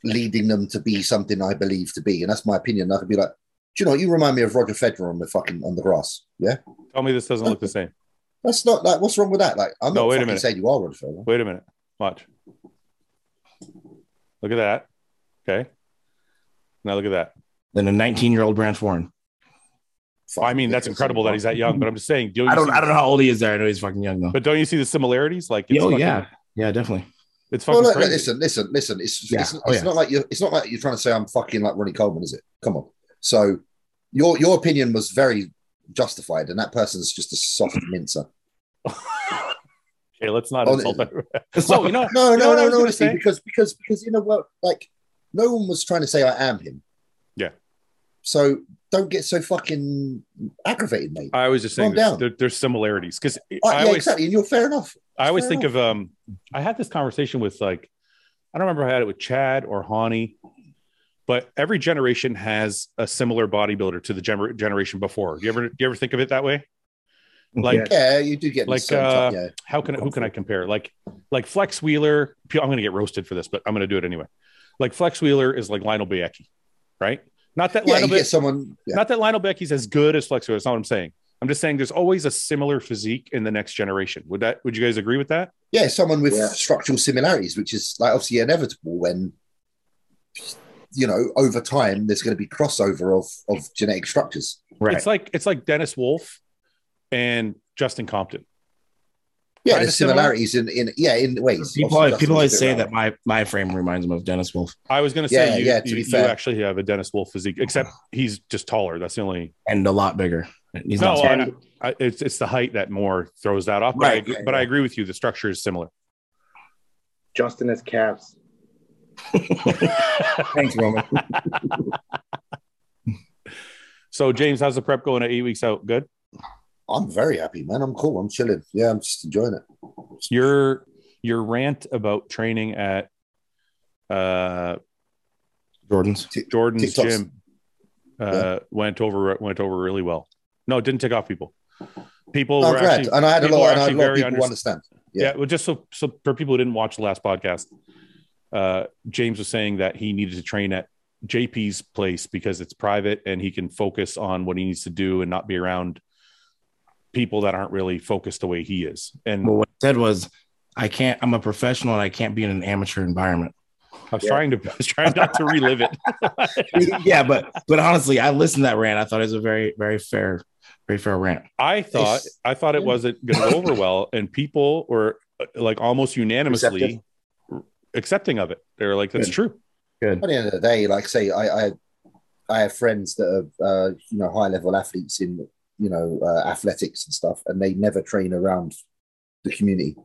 Speaker 2: leading them to be something I believe to be, and that's my opinion. I could be like, do you know, what? you remind me of Roger Federer on the fucking on the grass. Yeah,
Speaker 1: Tell me this doesn't look the same.
Speaker 2: that's not like what's wrong with that. Like, I'm
Speaker 1: No,
Speaker 2: not
Speaker 1: wait a
Speaker 2: fucking
Speaker 1: minute.
Speaker 2: saying you are Roger Federer.
Speaker 1: Wait a minute. Watch. Look at that. Okay. Now look at that.
Speaker 4: Than a 19 year old Branch Warren.
Speaker 2: Fuck,
Speaker 1: I mean, that's
Speaker 2: yeah,
Speaker 1: incredible that he's that young, but I'm just saying. Don't you
Speaker 4: I don't
Speaker 1: see-
Speaker 4: I don't know how old he is there. I know he's fucking young though.
Speaker 1: But don't you see the similarities? Like,
Speaker 4: oh
Speaker 1: fucking-
Speaker 4: yeah, yeah, definitely.
Speaker 1: it's fucking
Speaker 2: Well, look, look,
Speaker 1: crazy.
Speaker 2: listen, listen, listen. It's
Speaker 4: Yeah.
Speaker 2: it's,
Speaker 4: Oh,
Speaker 2: it's
Speaker 4: yeah.
Speaker 2: not like you're it's not like you're trying to say I'm fucking like Ronnie Coleman, is it? Come on. So your your opinion was very justified, and that person's just a soft mincer.
Speaker 1: okay, let's not
Speaker 2: Oh,
Speaker 1: insult that.
Speaker 4: So
Speaker 1: you know,
Speaker 2: No,
Speaker 1: You know
Speaker 2: no,
Speaker 1: what I was
Speaker 2: no, no,
Speaker 1: gonna
Speaker 2: honestly,
Speaker 1: say?
Speaker 2: because because because you know what, like no one was trying to say I am him.
Speaker 1: Yeah.
Speaker 2: So don't get so fucking aggravated, mate.
Speaker 1: I was just saying
Speaker 2: Calm
Speaker 1: there's,
Speaker 2: down.
Speaker 1: there, there's similarities because
Speaker 2: Oh,
Speaker 1: I
Speaker 2: yeah,
Speaker 1: always
Speaker 2: exactly. And you're fair enough.
Speaker 1: I always
Speaker 2: fair
Speaker 1: think of um I had this conversation with like I don't remember if I had it with Chad or Hani, but every generation has a similar bodybuilder to the gener- generation before. Do you ever do you ever think of it that way? Like
Speaker 2: Yeah, you do get
Speaker 1: Like,
Speaker 2: some
Speaker 1: uh,
Speaker 2: type- yeah.
Speaker 1: how can I, who can I compare? Like like Flex Wheeler, P- I'm going to get roasted for this, but I'm going to do it anyway. Like Flex Wheeler is like Lionel Biecki, right? Not that
Speaker 2: Yeah, you
Speaker 1: Lionel Bie-
Speaker 2: get someone. Yeah.
Speaker 1: not that Lionel Becky's as good as Flex Wheeler. That's not what I'm saying. I'm just saying there's always a similar physique in the next generation. Would that would you guys agree with that?
Speaker 2: Yeah, someone with
Speaker 3: Yeah.
Speaker 2: structural similarities, which is like obviously inevitable when you know over time there's going to be crossover of of genetic structures.
Speaker 4: Right.
Speaker 1: It's like it's like Dennis Wolf and Justin Compton.
Speaker 2: Yeah,
Speaker 1: Kinda
Speaker 2: there's similarities in in yeah in ways.
Speaker 4: people
Speaker 2: Obviously,
Speaker 4: always,
Speaker 2: that's
Speaker 4: people
Speaker 2: what
Speaker 4: always
Speaker 2: it's
Speaker 4: say
Speaker 2: about.
Speaker 4: that my my frame reminds him of Dennis Wolf
Speaker 1: I was gonna
Speaker 2: Yeah,
Speaker 1: say you,
Speaker 2: yeah, to
Speaker 1: you,
Speaker 2: be
Speaker 1: you
Speaker 2: fair.
Speaker 1: actually have a Dennis Wolf physique, except he's just taller. That's the only
Speaker 4: and a lot bigger. He's
Speaker 1: No,
Speaker 4: not
Speaker 1: I-
Speaker 4: small.
Speaker 3: And
Speaker 1: I, it's it's the height that more throws that off. But, I,
Speaker 4: Right,
Speaker 1: agree-
Speaker 2: right,
Speaker 1: but I agree with you. The structure is similar.
Speaker 3: Justin has calves.
Speaker 4: Thanks, Roman.
Speaker 1: So James, how's the prep going at eight weeks out? Good.
Speaker 2: I'm very happy, man. I'm cool. I'm chilling. Yeah, I'm just enjoying it.
Speaker 1: Your your rant about training at uh
Speaker 4: Jordan's.
Speaker 1: Jordan's
Speaker 2: TikToks.
Speaker 1: gym uh, went over went over really well. No, it didn't tick off people. People
Speaker 2: I'm
Speaker 1: were
Speaker 2: glad,
Speaker 1: actually
Speaker 2: and I had a
Speaker 1: people
Speaker 2: lot,
Speaker 1: are
Speaker 2: and I had a
Speaker 1: actually
Speaker 2: lot of
Speaker 1: very
Speaker 2: people
Speaker 1: underst-
Speaker 2: understand.
Speaker 1: yeah.
Speaker 2: yeah.
Speaker 1: Well, just so so for people who didn't watch the last podcast, uh, James was saying that he needed to train at JP's place because it's private and he can focus on what he needs to do and not be around people that aren't really focused the way he is. And
Speaker 4: Well, what he said was, I can't. I'm a professional, and I can't be in an amateur environment.
Speaker 1: I was
Speaker 3: Yeah.
Speaker 1: trying to I was trying not to relive it.
Speaker 4: yeah, but but honestly, I listened to that rant. I thought it was a very very fair, very fair rant.
Speaker 1: I thought
Speaker 2: It's-
Speaker 1: I thought it
Speaker 2: yeah.
Speaker 1: wasn't going to go over well, and people were uh, like almost unanimously
Speaker 2: Receptive.
Speaker 1: r- accepting of it. They're like, "That's
Speaker 4: Good.
Speaker 1: true."
Speaker 4: Good.
Speaker 2: At the end of the day, like say, I I, I have friends that are uh, you know high level athletes in you know uh, athletics and stuff, and they never train around the community.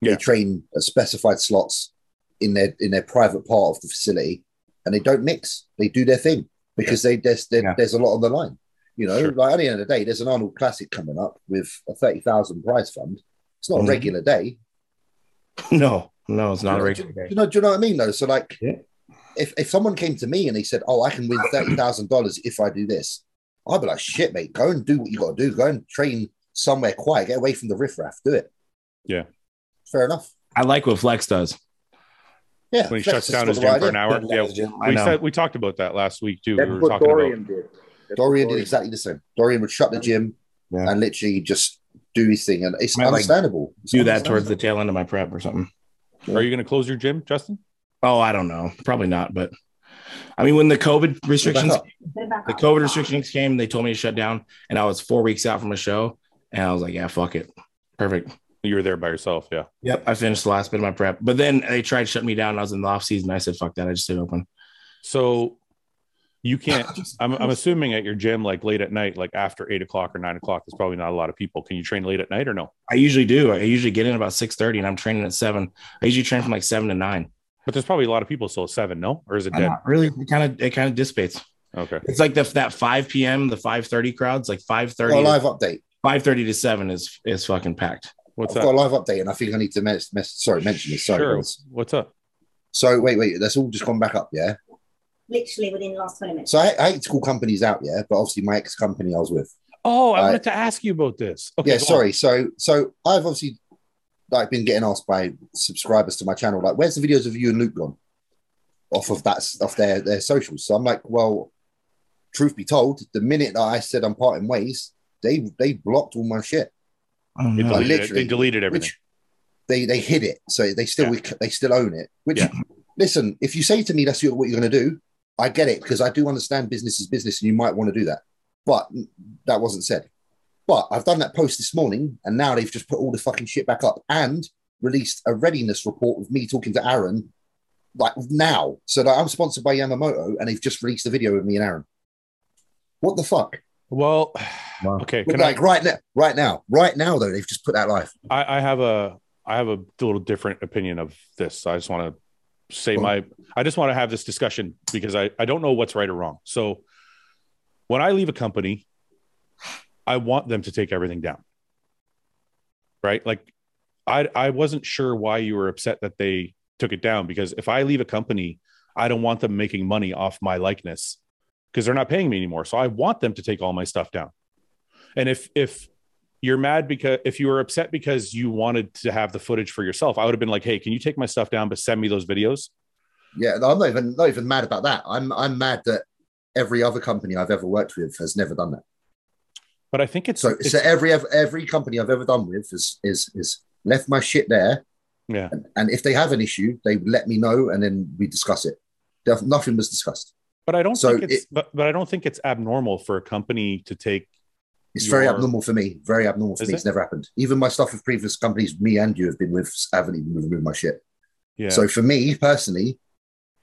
Speaker 1: Yeah.
Speaker 2: They train at specified slots in their in their private part of the facility, and they don't mix. They do their thing because they there's there,
Speaker 4: Yeah.
Speaker 2: there's a lot on the line. You know,
Speaker 1: Sure.
Speaker 2: like at the end of the day, there's an Arnold Classic coming up with a thirty thousand prize fund. It's not
Speaker 4: Mhm.
Speaker 2: a regular day.
Speaker 4: No, no, it's not
Speaker 2: Do you
Speaker 4: a
Speaker 2: know-
Speaker 4: regular
Speaker 2: do
Speaker 4: day.
Speaker 2: you know, do you know what I mean? Though, so like,
Speaker 5: Yeah.
Speaker 2: if if someone came to me and they said, "Oh, I can win thirty thousand dollars if I do this," I'd be like, "Shit, mate, go and do what you got to do. Go and train somewhere quiet. Get away from the riffraff. Do it."
Speaker 1: Yeah.
Speaker 2: fair enough.
Speaker 4: I like what Flex does.
Speaker 2: Yeah,
Speaker 1: When he shuts
Speaker 2: Flex has
Speaker 1: down
Speaker 2: got
Speaker 1: his
Speaker 2: the
Speaker 1: gym
Speaker 2: right
Speaker 1: for an
Speaker 2: idea.
Speaker 1: hour, yeah,
Speaker 4: I
Speaker 1: we
Speaker 4: know.
Speaker 1: said we talked about that last week too.
Speaker 3: That's
Speaker 1: we were
Speaker 3: what
Speaker 1: talking
Speaker 3: Dorian did. That's
Speaker 2: Dorian
Speaker 3: what
Speaker 2: did exactly the same. Dorian would shut the gym
Speaker 4: Yeah.
Speaker 2: and literally just do his thing, and it's
Speaker 4: Might, like,
Speaker 2: understandable. It's
Speaker 4: do that towards
Speaker 2: understandable.
Speaker 4: the tail end of my prep or something.
Speaker 1: about. Are you going to close your gym, Justin?
Speaker 4: Oh, I don't know. Probably not, but I mean, when the COVID restrictions,
Speaker 2: up.
Speaker 4: the COVID restrictions came, they told me to shut down, and I was four weeks out from a show, and I was like, yeah, fuck it, perfect.
Speaker 1: You were there by yourself, yeah.
Speaker 4: Yep, I finished the last bit of my prep, but then they tried to shut me down. I was in the off season. I said, fuck that, I just stayed open.
Speaker 1: So You can't. I'm, I'm assuming at your gym, like late at night, like after eight o'clock or nine o'clock, there's probably not a lot of people. Can you train late at night or no?
Speaker 4: I usually do. I usually get in about six thirty, and I'm training at seven. I usually train from like seven to nine.
Speaker 1: But there's probably a lot of people. So it's seven, no, or is it
Speaker 4: I'm
Speaker 1: dead?
Speaker 4: not really. It kind of it kind of dissipates.
Speaker 1: Okay.
Speaker 4: It's like the, that five p.m. the five thirty crowds, like five
Speaker 2: I've
Speaker 4: thirty.
Speaker 2: got a live update.
Speaker 4: Five thirty to seven is is fucking packed.
Speaker 1: What's
Speaker 2: I've
Speaker 1: up?
Speaker 2: got a live update, and I think I need to mes- mes- sorry mention this. Sorry.
Speaker 1: Sure.
Speaker 2: guys.
Speaker 1: What's up?
Speaker 2: So wait, wait, that's all just gone back up, yeah.
Speaker 5: literally within the last 20 minutes.
Speaker 2: So I, I hate to call companies out, yeah, but obviously my ex company I was with.
Speaker 1: Oh, I
Speaker 2: Uh,
Speaker 1: wanted to ask you about this. Okay,
Speaker 2: yeah,
Speaker 1: go on.
Speaker 2: sorry. So so I've obviously like been getting asked by subscribers to my channel, like, where's the videos of you and Luke gone? Off of that off their their socials. So I'm like, well, truth be told, the minute that I said I'm parting ways, they they blocked all my shit.
Speaker 4: Oh,
Speaker 1: They
Speaker 4: no.
Speaker 2: Like,
Speaker 1: deleted, it.
Speaker 2: literally,
Speaker 1: they deleted everything.
Speaker 2: Which they they hid it. So they still they still own it. Which
Speaker 1: Yeah.
Speaker 2: listen, if you say to me that's your- what you're gonna do, I get it because I do understand business is business and you might want to do that. But that wasn't said. But I've done that post this morning and now they've just put all the fucking shit back up and released a readiness report with me talking to Aaron like now. So that I'm sponsored by Yamamoto and they've just released a video with me and Aaron. What the fuck?
Speaker 1: well,
Speaker 2: Wow.
Speaker 1: okay. Can I,
Speaker 2: Like right now, right now, right now though, they've just put that live.
Speaker 1: I, I have a I have a little different opinion of this. I just want to say
Speaker 2: Cool.
Speaker 1: my I just want to have this discussion because I, I don't know what's right or wrong. So when I leave a company, I want them to take everything down. Right? Like I I wasn't sure why you were upset that they took it down because if I leave a company, I don't want them making money off my likeness because they're not paying me anymore. So I want them to take all my stuff down. And if if you're mad because if you were upset because you wanted to have the footage for yourself, I would have been like, "Hey, can you take my stuff down but send me those videos?"
Speaker 2: Yeah, no, I'm not even not even mad about that. I'm I'm mad that every other company I've ever worked with has never done that.
Speaker 1: But I think it's,
Speaker 2: So
Speaker 1: it's-
Speaker 2: so every ev- every company I've ever done with is is is left my shit there,
Speaker 1: yeah.
Speaker 2: and if they have an issue, they let me know, and then we discuss it. Def- nothing was discussed.
Speaker 1: But I don't
Speaker 2: so
Speaker 1: think it's but, but I don't think it's abnormal for a company to take
Speaker 2: It's
Speaker 1: You
Speaker 2: very
Speaker 1: are-
Speaker 2: abnormal for me. Very abnormal for
Speaker 1: Is
Speaker 2: me.
Speaker 1: it?
Speaker 2: It's never happened. Even my stuff with previous companies, me and you have been with, haven't even removed my shit.
Speaker 1: yeah.
Speaker 2: So for me personally,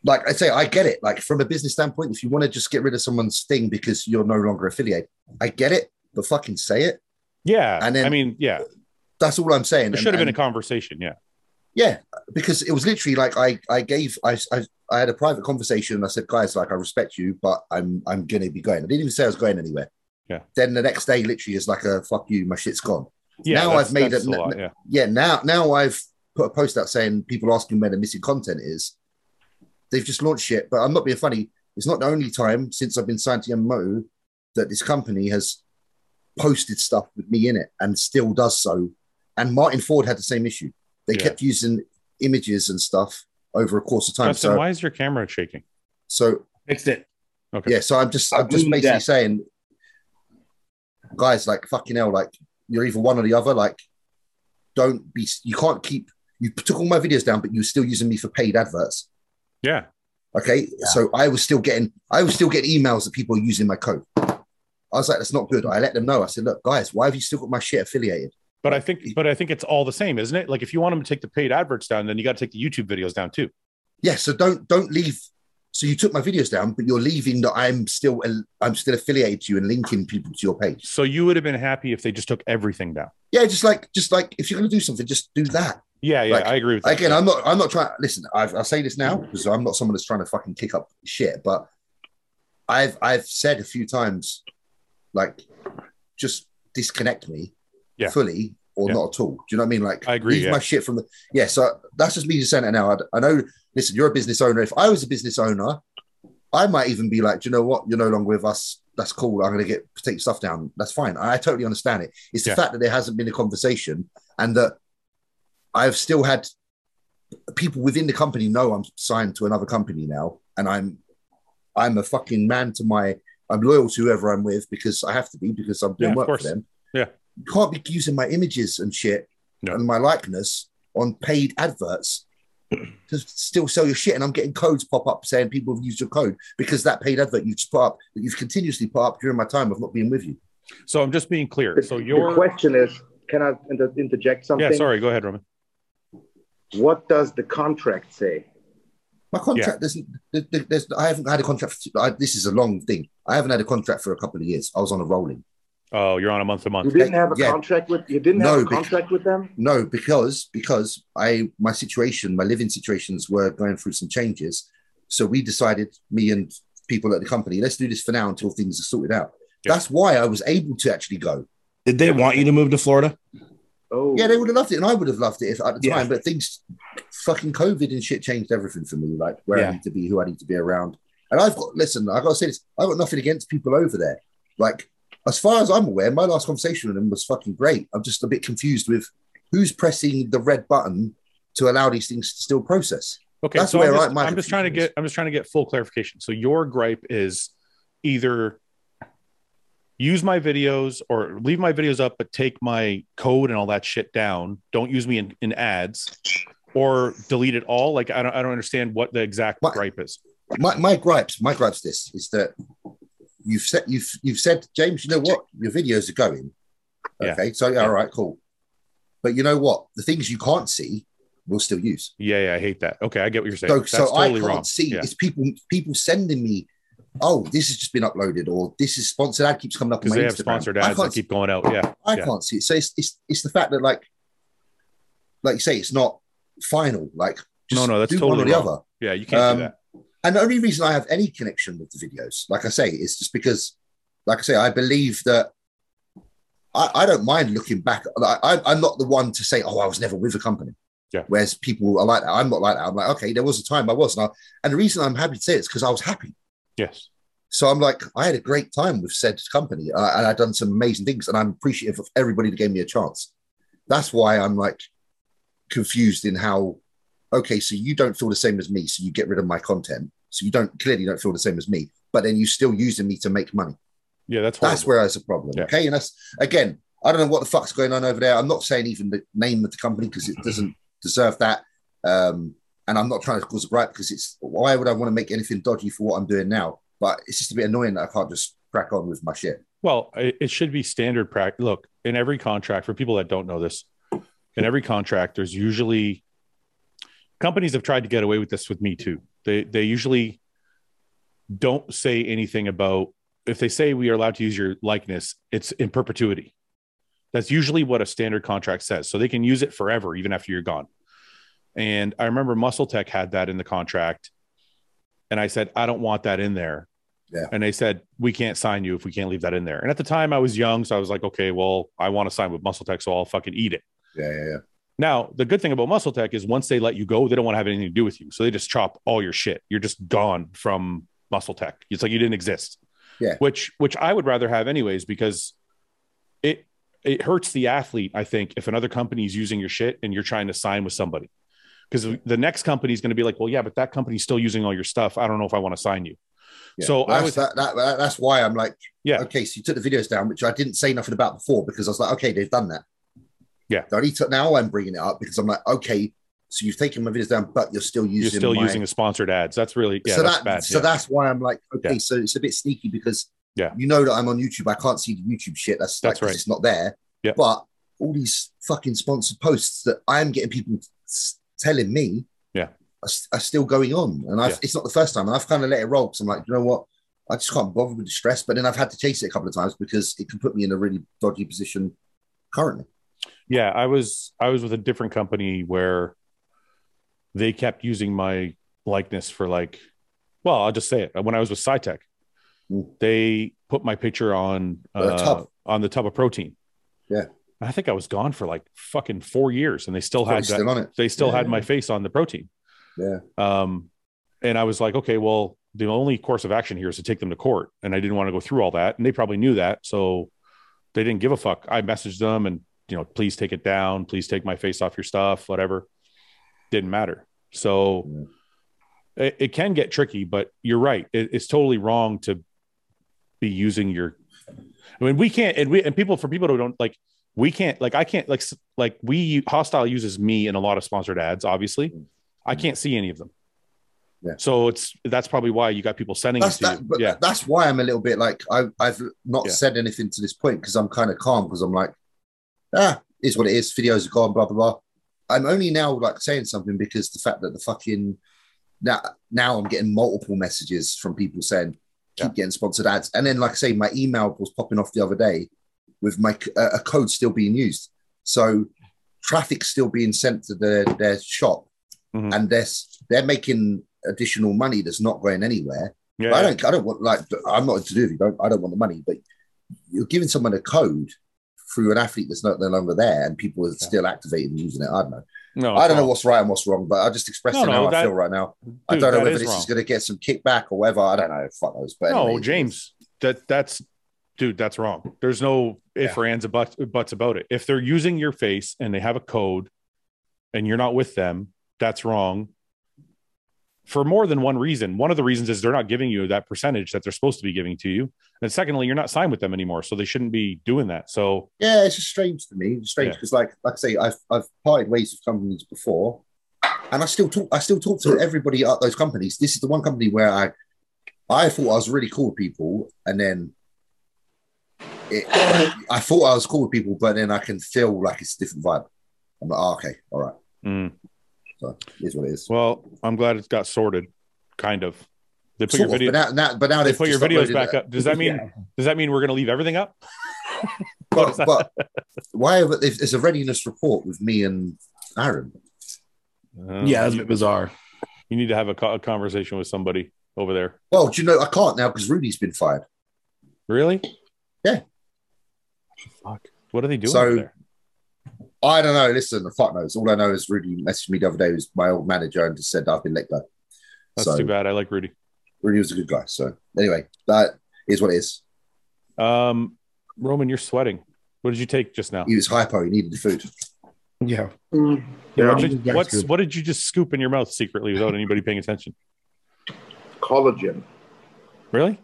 Speaker 2: like I say, I get it. Like from a business standpoint, if you want to just get rid of someone's thing because you're no longer affiliated, I get it. But fucking say it.
Speaker 1: yeah.
Speaker 2: and then-
Speaker 1: I mean, yeah.
Speaker 2: That's all I'm saying.
Speaker 1: There
Speaker 2: And-
Speaker 1: should have been a
Speaker 2: and-
Speaker 1: conversation, yeah.
Speaker 2: yeah, because it was literally like I I gave I, I I had a private conversation. And I said, guys, like I respect you, but I'm I'm gonna be going. I didn't even say I was going anywhere.
Speaker 1: Yeah.
Speaker 2: Then the next day, literally, is like a fuck you. My shit's gone.
Speaker 1: Yeah.
Speaker 2: Now
Speaker 1: that's-
Speaker 2: I've made
Speaker 1: that's
Speaker 2: it-
Speaker 1: a lot, yeah.
Speaker 2: Yeah. Now now I've put a post out saying people asking where the missing content is. They've just launched shit, but I'm not being funny. It's not the only time since I've been signed to Yamamoto that this company has posted stuff with me in it and still does so. And Martin Ford had the same issue. They
Speaker 1: Yeah.
Speaker 2: kept using images and stuff over a course of time.
Speaker 1: Justin,
Speaker 2: so,
Speaker 1: why is your camera shaking?
Speaker 2: so
Speaker 4: Fixed it.
Speaker 1: Okay.
Speaker 2: yeah, so I'm just I'm just
Speaker 4: Mm,
Speaker 2: basically
Speaker 4: yeah.
Speaker 2: saying, guys, like fucking hell, like you're either one or the other. Like, don't be. You can't keep. You took all my videos down, but you're still using me for paid adverts.
Speaker 1: Yeah.
Speaker 2: Okay, so I was still getting I was still getting emails that people are using my code. I was like, that's not good. I let them know. I said, look, guys, why have you still got my shit affiliated?
Speaker 1: But I think but I think it's all the same, isn't it? Like if you want them to take the paid adverts down, then you got to take the YouTube videos down too.
Speaker 2: Yeah, so don't don't leave. So you took my videos down, but you're leaving that I'm still I'm still affiliated to you and linking people to your page.
Speaker 1: So you would have been happy if they just took everything down.
Speaker 2: Yeah, just like just like if you're gonna do something, just do that.
Speaker 1: Yeah, yeah,
Speaker 2: Like,
Speaker 1: I agree with that.
Speaker 2: Again, I'm not. I'm not trying. Listen, I've, I say this now because I'm not someone that's trying to fucking kick up shit. But I've I've said a few times, like, just disconnect me
Speaker 1: Yeah.
Speaker 2: fully or
Speaker 1: Yeah.
Speaker 2: not at all. Do you know what I mean? Like,
Speaker 1: I agree,
Speaker 2: Leave
Speaker 1: yeah.
Speaker 2: my shit from the. Yeah. So that's just me just saying it now. I, I know. Listen, you're a business owner. If I was a business owner, I might even be like, do you know what? You're no longer with us. That's cool. I'm going to get take your stuff down. That's fine. I, I totally understand it. It's the
Speaker 1: Yeah.
Speaker 2: fact that there hasn't been a conversation and that I've still had people within the company know I'm signed to another company now, and I'm I'm a fucking man to my I'm loyal to whoever I'm with because I have to be because I'm
Speaker 1: Yeah,
Speaker 2: doing
Speaker 1: of
Speaker 2: work
Speaker 1: course.
Speaker 2: for them.
Speaker 1: Yeah.
Speaker 2: you can't be using my images and shit
Speaker 1: No.
Speaker 2: and my likeness on paid adverts to still sell your shit. And I'm getting codes pop up saying people have used your code because that paid advert you just put up that you've continuously put up during my time of not being with you.
Speaker 1: so I'm just being clear.
Speaker 3: The,
Speaker 1: So
Speaker 3: the
Speaker 1: your
Speaker 3: question is, can I inter- interject something?
Speaker 1: yeah, sorry, go ahead, Roman.
Speaker 3: What does the contract say?
Speaker 2: My contract doesn't. there- there- There's, I haven't had a contract. For, two- I, this is a long thing. I haven't had a contract for a couple of years. I was on a rolling.
Speaker 1: Oh, you're on a month to
Speaker 3: You
Speaker 1: month.
Speaker 3: didn't have a
Speaker 2: Yeah.
Speaker 3: contract with you didn't
Speaker 2: No,
Speaker 3: have a
Speaker 2: because-
Speaker 3: contract with them.
Speaker 2: No, because because I my situation, my living situations were going through some changes. So we decided, me and people at the company, let's do this for now until things are sorted out.
Speaker 1: Yeah.
Speaker 2: That's why I was able to actually go.
Speaker 4: Did they want you to move to Florida?
Speaker 3: Oh,
Speaker 2: Yeah, they would have loved it, and I would have loved it if at the
Speaker 4: Yeah.
Speaker 2: time. But things, fucking COVID and shit, changed everything for me. Like where
Speaker 4: Yeah.
Speaker 2: I need to be, who I need to be around. And I've got listen, I got to say this. I've got nothing against people over there. Like as far as I'm aware, my last conversation with them was fucking great. I'm just a bit confused with who's pressing the red button to allow these things to still process.
Speaker 1: Okay,
Speaker 2: That's
Speaker 1: so
Speaker 2: where
Speaker 1: I'm just,
Speaker 2: I- my
Speaker 1: I'm just trying to
Speaker 2: confusion is.
Speaker 1: get I'm just trying to get full clarification. So your gripe is either use my videos or leave my videos up, but take my code and all that shit down. Don't use me in, in ads or delete it all. Like I don't I don't understand what the exact
Speaker 2: What?
Speaker 1: gripe is.
Speaker 2: My my gripes, my gripes. This is that you've said you've you've said James. You know what? Your videos are going.
Speaker 1: Yeah.
Speaker 2: Okay, so all right, cool. But you know what? The things you can't see, we'll still use.
Speaker 1: Yeah, yeah, I hate that. Okay, I get what you're saying.
Speaker 2: So,
Speaker 1: That's
Speaker 2: so I
Speaker 1: totally
Speaker 2: can't
Speaker 1: wrong.
Speaker 2: see.
Speaker 1: Yeah.
Speaker 2: It's people people sending me, oh, this has just been uploaded, or this is sponsored ad keeps coming up on
Speaker 1: Because
Speaker 2: my
Speaker 1: they have
Speaker 2: Instagram.
Speaker 1: sponsored
Speaker 2: I
Speaker 1: ads
Speaker 2: can't,
Speaker 1: that keep going out. Yeah.
Speaker 2: I
Speaker 1: yeah.
Speaker 2: can't see it. So it's, it's it's the fact that like, like you say, it's not final. Like just
Speaker 1: No, no, that's
Speaker 2: do
Speaker 1: totally
Speaker 2: one or the
Speaker 1: wrong.
Speaker 2: other.
Speaker 1: Yeah, you can't
Speaker 2: Um,
Speaker 1: do that.
Speaker 2: And the only reason I have any connection with the videos, like I say, is just because, like I say, I believe that I, I don't mind looking back. Like, I, I'm not the one to say, oh, I was never with a company.
Speaker 1: Yeah.
Speaker 2: Whereas people are like that. I'm not like that. I'm like, okay, there was a time I was. And, I, and the reason I'm happy to say it is because I was happy.
Speaker 1: Yes.
Speaker 2: So I'm like, I had a great time with said company uh, and I've done some amazing things. And I'm appreciative of everybody that gave me a chance. That's why I'm like confused in how, okay, so you don't feel the same as me. So you get rid of my content. So you don't clearly don't feel the same as me, but then you're still using me to make money.
Speaker 1: Yeah, that's horrible.
Speaker 2: That's where there's a problem.
Speaker 1: Yeah.
Speaker 2: Okay. And that's again, I don't know what the fuck's going on over there. I'm not saying even the name of the company because it doesn't deserve that. Um, and I'm not trying to cause a gripe because it's why would I want to make anything dodgy for what I'm doing now? But it's just a bit annoying that I can't just crack on with my shit.
Speaker 1: Well, it, it should be standard practice. Look, in every contract, for people that don't know this, in every contract, there's usually companies have tried to get away with this with me too. They they usually don't say anything about if they say we are allowed to use your likeness, it's in perpetuity. That's usually what a standard contract says. So they can use it forever, even after you're gone. And I remember Muscle Tech had that in the contract. And I said, I don't want that in there and they said we can't sign you if we can't leave that in there. And at the time, I was young, so I was like, okay, well, I want to sign with Muscle Tech, so I'll fucking eat it.
Speaker 2: Yeah, yeah, yeah.
Speaker 1: Now, the good thing about Muscle Tech is once they let you go, they don't want to have anything to do with you, so they just chop all your shit. You're just gone from Muscle Tech. It's like you didn't exist.
Speaker 2: Yeah.
Speaker 1: Which which I would rather have anyways because it it hurts the athlete. I think if another company is using your shit and you're trying to sign with somebody. Because the next company is going to be like, well, yeah, but that company's still using all your stuff. I don't know if I want to sign you.
Speaker 2: Yeah.
Speaker 1: So I
Speaker 2: that's,
Speaker 1: was-
Speaker 2: that, that, that- that's why I'm like,
Speaker 1: Yeah.
Speaker 2: okay, so you took the videos down, which I didn't say nothing about before because I was like, okay, they've done that.
Speaker 1: Yeah.
Speaker 2: The only t- now I'm bringing it up because I'm like, okay, so you've taken my videos down, but you're still using
Speaker 1: You're still
Speaker 2: my-
Speaker 1: using the sponsored ads. That's really yeah,
Speaker 2: so
Speaker 1: that's
Speaker 2: that
Speaker 1: bad.
Speaker 2: so
Speaker 1: yeah.
Speaker 2: that's why I'm like, okay,
Speaker 1: Yeah.
Speaker 2: so it's a bit sneaky because
Speaker 1: Yeah.
Speaker 2: you know that I'm on YouTube. I can't see the YouTube shit. That's
Speaker 1: That's
Speaker 2: like, 'cause
Speaker 1: right.
Speaker 2: It's not there.
Speaker 1: Yeah.
Speaker 2: But all these fucking sponsored posts that I'm getting people s- telling me,
Speaker 1: Yeah.
Speaker 2: are, s- are still going on, and I've,
Speaker 1: Yeah.
Speaker 2: it's not the first time. And I've kind of let it roll because I'm like, you know what? I just can't bother with the stress. But then I've had to chase it a couple of times because it can put me in a really dodgy position currently.
Speaker 1: yeah i was i was with a different company where they kept using my likeness for like well i'll just say it when i was with SciTech,
Speaker 2: Mm.
Speaker 1: they put my picture on
Speaker 2: On the
Speaker 1: uh,
Speaker 2: tub.
Speaker 1: on the tub of protein
Speaker 2: Yeah.
Speaker 1: i think i was gone for like fucking four years and they still
Speaker 2: Probably
Speaker 1: had that
Speaker 2: still on it.
Speaker 1: they still
Speaker 2: Yeah.
Speaker 1: had my face on the protein.
Speaker 2: Yeah.
Speaker 1: Um, and I was like, okay, well, the only course of action here is to take them to court, and I didn't want to go through all that, and they probably knew that, so they didn't give a fuck. I messaged them and you know, please take it down, please take my face off your stuff, whatever. Didn't matter. So it, it can get tricky, but you're right. It, it's totally wrong to be using your. I mean, we can't, and we and people for people who don't like, we can't like I can't like s- like we hostile uses me in a lot of sponsored ads. Obviously, I can't see any of them.
Speaker 2: Mm-hmm. Yeah.
Speaker 1: So it's that's probably why you got people sending it
Speaker 2: that's
Speaker 1: to
Speaker 2: that,
Speaker 1: you.
Speaker 2: but
Speaker 1: Yeah.
Speaker 2: that's why I'm a little bit like I, I've not
Speaker 1: Yeah.
Speaker 2: said anything to this point because I'm kind of calm because I'm like, ah, is what it is. Videos are gone, blah blah blah. I'm only now like saying something because the fact that the fucking now now I'm getting multiple messages from people saying keep
Speaker 1: Yeah.
Speaker 2: getting sponsored ads, and then like I say, my email was popping off the other day with my c- a a code still being used, so traffic's still being sent to their their shop,
Speaker 1: Mhm.
Speaker 2: and they're s- they're making additional money that's not going anywhere.
Speaker 1: Yeah,
Speaker 2: But I
Speaker 1: yeah.
Speaker 2: don't I don't want like I'm not to do if you don't I don't want the money, but you're giving someone a code through an athlete that's not no longer there, and people are still activated and using it. I don't know.
Speaker 1: no,
Speaker 2: I don't know
Speaker 1: What,
Speaker 2: what's right and what's wrong, but I'm just expressing
Speaker 1: Oh, No, no,
Speaker 2: how I
Speaker 1: that-
Speaker 2: feel right now.
Speaker 1: dude,
Speaker 2: I don't know
Speaker 1: that
Speaker 2: whether
Speaker 1: is
Speaker 2: this
Speaker 1: wrong.
Speaker 2: is going to get some kickback or whether I don't know. Fuck those. But
Speaker 1: no,
Speaker 2: anyway.
Speaker 1: James, that that's dude, that's wrong. There's no if or ands or buts, buts about it. If they're using your face and they have a code and you're not with them, that's wrong. For more than one reason. One of the reasons is they're not giving you that percentage that they're supposed to be giving to you. And secondly, you're not signed with them anymore. So they shouldn't be doing that. So
Speaker 2: yeah, it's just strange to me. It's
Speaker 1: Yeah.
Speaker 2: strange because, like, like I say, I've I've parted ways with companies before, and I still talk. I still talk to everybody at those companies. This is the one company where I I thought I was really cool with people, and then. It, I thought I was cool with people, but then I can feel like it's a different vibe. I'm like, oh, okay, all right,
Speaker 1: mm.
Speaker 2: here's what it is.
Speaker 1: well, I'm glad it's got sorted, kind of. They put
Speaker 2: Sort
Speaker 1: your
Speaker 2: of,
Speaker 1: video.
Speaker 2: but now, now, but now
Speaker 1: They
Speaker 2: they've
Speaker 1: put your
Speaker 2: just
Speaker 1: videos
Speaker 2: uploaded
Speaker 1: back
Speaker 2: it.
Speaker 1: up. Does that mean
Speaker 2: Yeah.
Speaker 1: does that mean we're gonna leave everything up?
Speaker 2: But, but why? Have, there's there's a readiness report with me and Aaron.
Speaker 1: Uh,
Speaker 4: yeah, that's a bit bizarre.
Speaker 1: you need to have a, co- a conversation with somebody over there.
Speaker 2: Well, do you know I can't now because Rudy's been fired.
Speaker 1: Really?
Speaker 2: Yeah.
Speaker 1: Fuck. What are they doing
Speaker 2: So-
Speaker 1: over there?
Speaker 2: I don't know. Listen, fuck knows. All I know is Rudy messaged me the other day, who's my old manager, and just said I've been let go.
Speaker 1: That's
Speaker 2: so
Speaker 1: too bad. I like Rudy.
Speaker 2: Rudy was a good guy. So anyway, that is what it is.
Speaker 1: Um, Roman, you're sweating. What did you take just now?
Speaker 2: He was hypo. He needed the food.
Speaker 4: Yeah.
Speaker 1: What
Speaker 3: Yeah.
Speaker 1: did-
Speaker 4: Yeah.
Speaker 1: what's what did you just scoop in your mouth secretly without anybody paying attention?
Speaker 3: Collagen.
Speaker 1: Really?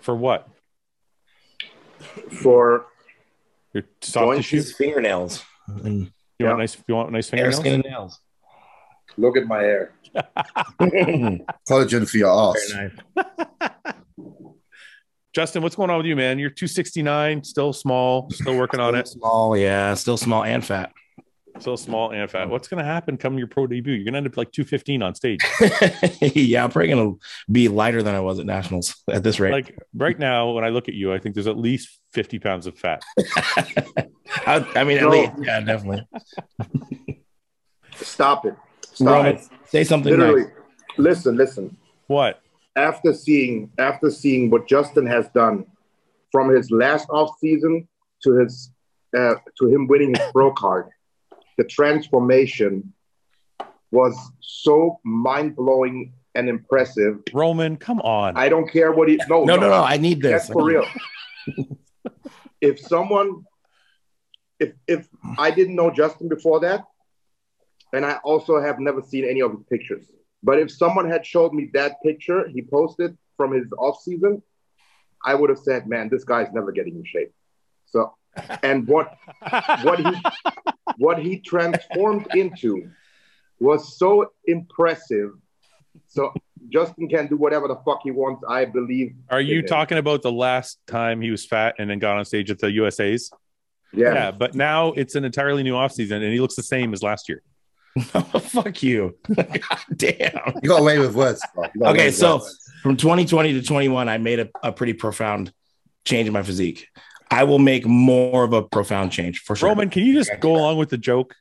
Speaker 1: For what?
Speaker 3: For
Speaker 1: Your soft tissue? You
Speaker 4: fingernails. And
Speaker 1: want nice? You want nice
Speaker 4: hair,
Speaker 1: fingernails?
Speaker 4: skin, and nails.
Speaker 3: look at my hair.
Speaker 2: Collagen for your ass.
Speaker 4: Very nice.
Speaker 1: Justin, what's going on with you, man? You're 269, still small, still working on it,
Speaker 4: Small, yeah, still small and fat.
Speaker 1: still small and fat. What's going to happen come your pro debut? You're going to end up like 215 on stage.
Speaker 4: yeah, I'm probably gonna be lighter than I was at nationals at this rate.
Speaker 1: Like right now, when I look at you, I think there's at least 50 pounds of fat.
Speaker 4: I, I mean, at
Speaker 3: No.
Speaker 4: least, yeah, definitely.
Speaker 3: Stop it. Stop
Speaker 4: Roman,
Speaker 3: it.
Speaker 4: say something.
Speaker 3: Literally.
Speaker 4: Nice.
Speaker 3: Listen, listen.
Speaker 1: What?
Speaker 3: After seeing after seeing what Justin has done from his last off season to his uh, to him winning his pro card, the transformation was so mind blowing and impressive.
Speaker 1: Roman, come on.
Speaker 3: I don't care what he Oh, no
Speaker 4: No, no, no. I need this.
Speaker 3: That's for real. if someone, if if I didn't know Justin before that, and I also have never seen any of his pictures, but if someone had showed me that picture he posted from his off season, I would have said, "Man, this guy's never getting in shape." So, and what what he what he transformed into was so impressive. So Justin can do whatever the fuck he wants. I believe.
Speaker 1: Are you
Speaker 3: Yeah.
Speaker 1: talking about the last time he was fat and then got on stage at the USA's?
Speaker 3: Yeah.
Speaker 1: but now it's an entirely new offseason and he looks the same as last year.
Speaker 4: Oh, Fuck you. God damn.
Speaker 2: You got away with words. bro. You got away
Speaker 4: Okay,
Speaker 2: with
Speaker 4: so-
Speaker 2: words.
Speaker 4: From 2020 to 21, I made a, a pretty profound change in my physique. I will make more of a profound change for sure.
Speaker 1: Roman, can you just go along with the joke?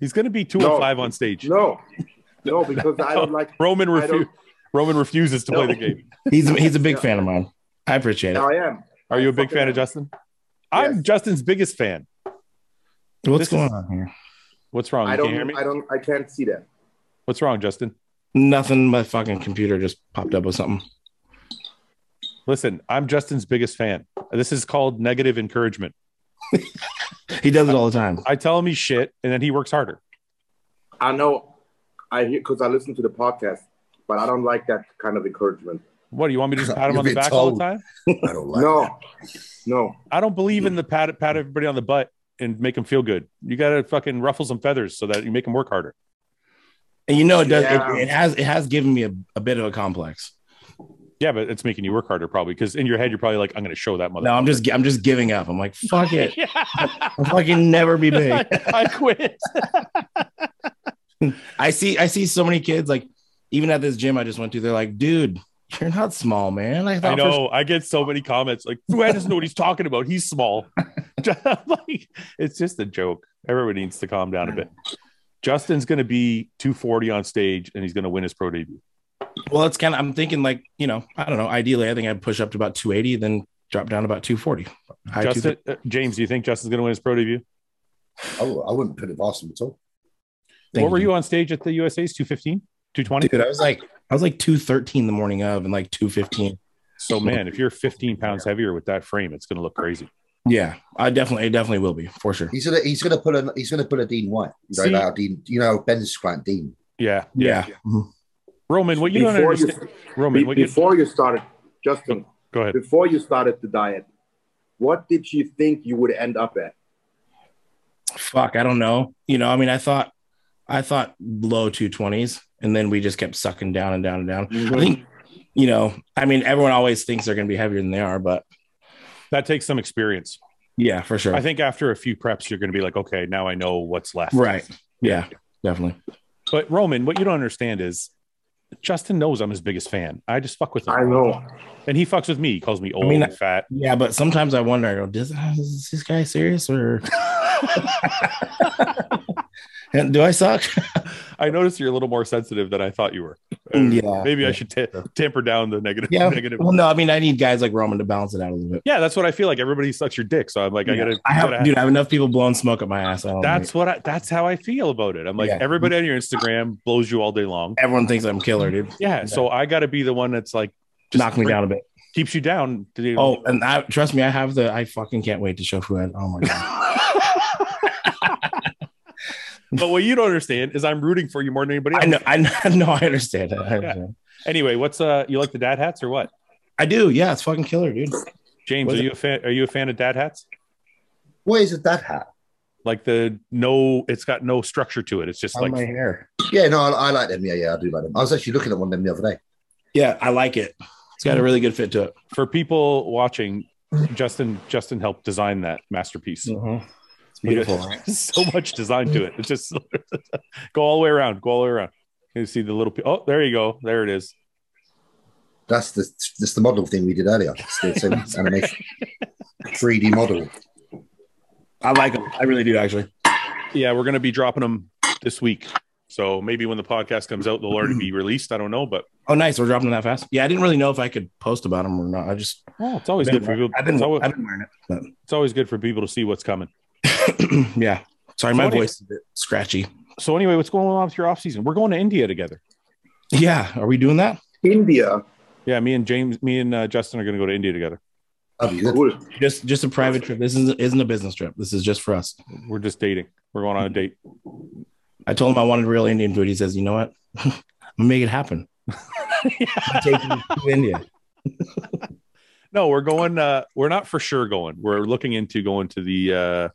Speaker 1: He's going to be 205 on stage.
Speaker 3: No, no, because I don't like.
Speaker 1: Roman
Speaker 3: I
Speaker 1: refu-
Speaker 3: don't.
Speaker 1: Roman refuses to play the game.
Speaker 4: he's he's a big
Speaker 3: Yeah.
Speaker 4: fan of mine. I appreciate it.
Speaker 3: I am.
Speaker 1: Are you a big fan of Justin? I'm
Speaker 3: Yes.
Speaker 1: Justin's biggest fan.
Speaker 4: What's
Speaker 1: this
Speaker 4: going
Speaker 1: is-
Speaker 4: on here?
Speaker 1: What's wrong?
Speaker 3: I
Speaker 1: You can't hear
Speaker 3: don't.
Speaker 1: me?
Speaker 3: I don't. I can't see that.
Speaker 1: What's wrong, Justin?
Speaker 4: Nothing. My fucking computer just popped up with something.
Speaker 1: Listen, I'm Justin's biggest fan. This is called negative encouragement.
Speaker 4: He does it all the time.
Speaker 1: I tell him he's shit, and then he works harder.
Speaker 3: I know. I hear because I listen to the podcast, but I don't like that kind of encouragement.
Speaker 1: What do you want me to just pat him
Speaker 2: You're
Speaker 1: on the
Speaker 2: being
Speaker 1: back all
Speaker 2: told.
Speaker 1: the time?
Speaker 2: I don't like
Speaker 3: no,
Speaker 2: that.
Speaker 3: no.
Speaker 1: I don't believe in the pat pat everybody on the butt and make them feel good. You got to fucking ruffle some feathers so that you make them work harder.
Speaker 4: And you know it does.
Speaker 3: Yeah.
Speaker 4: It, it has it has given me a, a bit of a complex.
Speaker 1: Yeah, but it's making you work harder probably because in your head you're probably like, I'm going to show that mother.
Speaker 4: No, I'm just I'm just giving up. I'm like fuck it.
Speaker 1: Yeah.
Speaker 4: I'll fucking never be big.
Speaker 1: I quit.
Speaker 4: I see I see so many kids like even at this gym I just went to, they're like, dude, you're not small, man. I, thought
Speaker 1: I
Speaker 4: for
Speaker 1: know. I get so many comments like, Fuad doesn't know what he's talking about. He's small. like, it's just a joke. Everybody needs to calm down a bit. Justin's going to be 240 on stage and he's going to win his pro debut.
Speaker 4: Well, it's kind of, I'm thinking like, you know, I don't know. Ideally, I think I'd push up to about 280, then drop down about 240. High
Speaker 1: Justin, uh, James, do you think Justin's going to win his pro debut?
Speaker 2: I, w- I wouldn't put it past him at all.
Speaker 1: what were you on stage at the USA's? 215? 220?
Speaker 4: Dude, I was like, I was like 213 the morning of and like 215.
Speaker 1: So, man, if you're 15 pounds heavier with that frame, it's going to look crazy.
Speaker 4: Yeah, I definitely, it definitely will be for sure.
Speaker 2: He's gonna he's gonna put a he's gonna put a Dean White. You know,
Speaker 1: See-
Speaker 2: like how Dean, you know Ben's squat Dean.
Speaker 1: Yeah.
Speaker 4: Yeah. Mhm.
Speaker 1: Roman, what you don't
Speaker 3: Before you-
Speaker 1: understand. Roman, what you.
Speaker 3: before you started, Justin,
Speaker 1: Go ahead.
Speaker 3: before you started the diet, what did you think you would end up at?
Speaker 4: Fuck, I don't know. You know, I mean, I thought, I thought low 220s and then we just kept sucking down and down and down. I think, you know, I mean, everyone always thinks they're going to be heavier than they are, but
Speaker 1: That takes some experience.
Speaker 4: yeah, for sure.
Speaker 1: I think after a few preps, you're going to be like, okay, now I know what's left.
Speaker 4: right. Yeah, definitely.
Speaker 1: But Roman, what you don't understand is Justin knows I'm his biggest fan. I just fuck with him.
Speaker 3: I know.
Speaker 1: And he fucks with me. He calls me old
Speaker 4: mean,
Speaker 1: and fat.
Speaker 4: Yeah, but sometimes I wonder, I go, does, is this guy serious or And do I suck?
Speaker 1: I noticed you're a little more sensitive than I thought you were.
Speaker 4: Yeah.
Speaker 1: Maybe I should ta- tamper down the negative.
Speaker 4: Yeah.
Speaker 1: negative.
Speaker 4: Well, no, I mean, I need guys like Roman to balance it out a little bit.
Speaker 1: Yeah, that's what I feel like. Everybody sucks your dick. So I'm like, I
Speaker 4: Yeah.
Speaker 1: gotta.
Speaker 4: I have,
Speaker 1: gotta-
Speaker 4: dude, I have enough people blowing smoke up my ass. I don't
Speaker 1: that's what I. That's how I feel about it. I'm like,
Speaker 4: Yeah.
Speaker 1: everybody on your Instagram blows you all day long.
Speaker 4: need- everyone thinks I'm killer, dude.
Speaker 1: Yeah. So I got to be the one that's like, just
Speaker 4: Knock me
Speaker 1: bring-
Speaker 4: down a bit.
Speaker 1: keeps you down. To,
Speaker 4: Oh, and I trust me, I have the. I fucking can't wait to show Fuad. Oh my god.
Speaker 1: But what you don't understand is I'm rooting for you more than anybody else.
Speaker 4: I know. I know. No, I understand. I, understand.
Speaker 1: Anyway, what's uh? You like the dad hats or what?
Speaker 4: I do. Yeah, it's fucking killer, dude.
Speaker 1: James,
Speaker 4: Was
Speaker 1: are
Speaker 4: it-
Speaker 1: you a fan? Are you a fan of dad hats?
Speaker 2: What is a dad hat?
Speaker 1: Like the no, it's got no structure to it. It's just
Speaker 4: On
Speaker 1: like
Speaker 4: my hair.
Speaker 2: Yeah, no, I, I like them. Yeah, yeah, I do like them. I was actually looking at one of them the other day.
Speaker 4: Yeah, I like it. It's got a really good fit to it.
Speaker 1: for people watching. Justin, Justin helped design that masterpiece.
Speaker 4: Mm-hmm. It's beautiful. right?
Speaker 1: so much design to it. It's just go all the way around. Go all the way around. You see the little. Pe- oh, there you go. There it is.
Speaker 2: That's the that's the model thing we did earlier. It's the same animation, three D model.
Speaker 4: I like them. I really do, actually.
Speaker 1: Yeah, we're gonna be dropping them this week. So maybe when the podcast comes out, they'll already be released. I don't know, but
Speaker 4: Oh, nice. We're dropping them that fast. Yeah, I didn't really know if I could post about them or not. I just
Speaker 1: oh, it's always good for people.
Speaker 4: I've been,
Speaker 1: it's, always,
Speaker 4: I've been wearing it.
Speaker 1: it's always good for people to see what's coming.
Speaker 4: But yeah. Sorry, my
Speaker 1: So what do you-
Speaker 4: voice is a bit scratchy.
Speaker 1: So anyway, what's going on with your off season? We're going to India together.
Speaker 4: Yeah. Are we doing that?
Speaker 3: India.
Speaker 1: Yeah, me and James, me and uh, Justin are going to go to India together.
Speaker 2: That'd be good.
Speaker 3: Cool.
Speaker 4: Just just a private trip. This isn't isn't a business trip. This is just for us.
Speaker 1: We're just dating. We're going on a date.
Speaker 4: I told him I wanted real Indian food. He says, you know what? I'm gonna make it happen. I'm taking you to India.
Speaker 1: No, we're going. Uh, we're not for sure going. We're looking into going to the uh,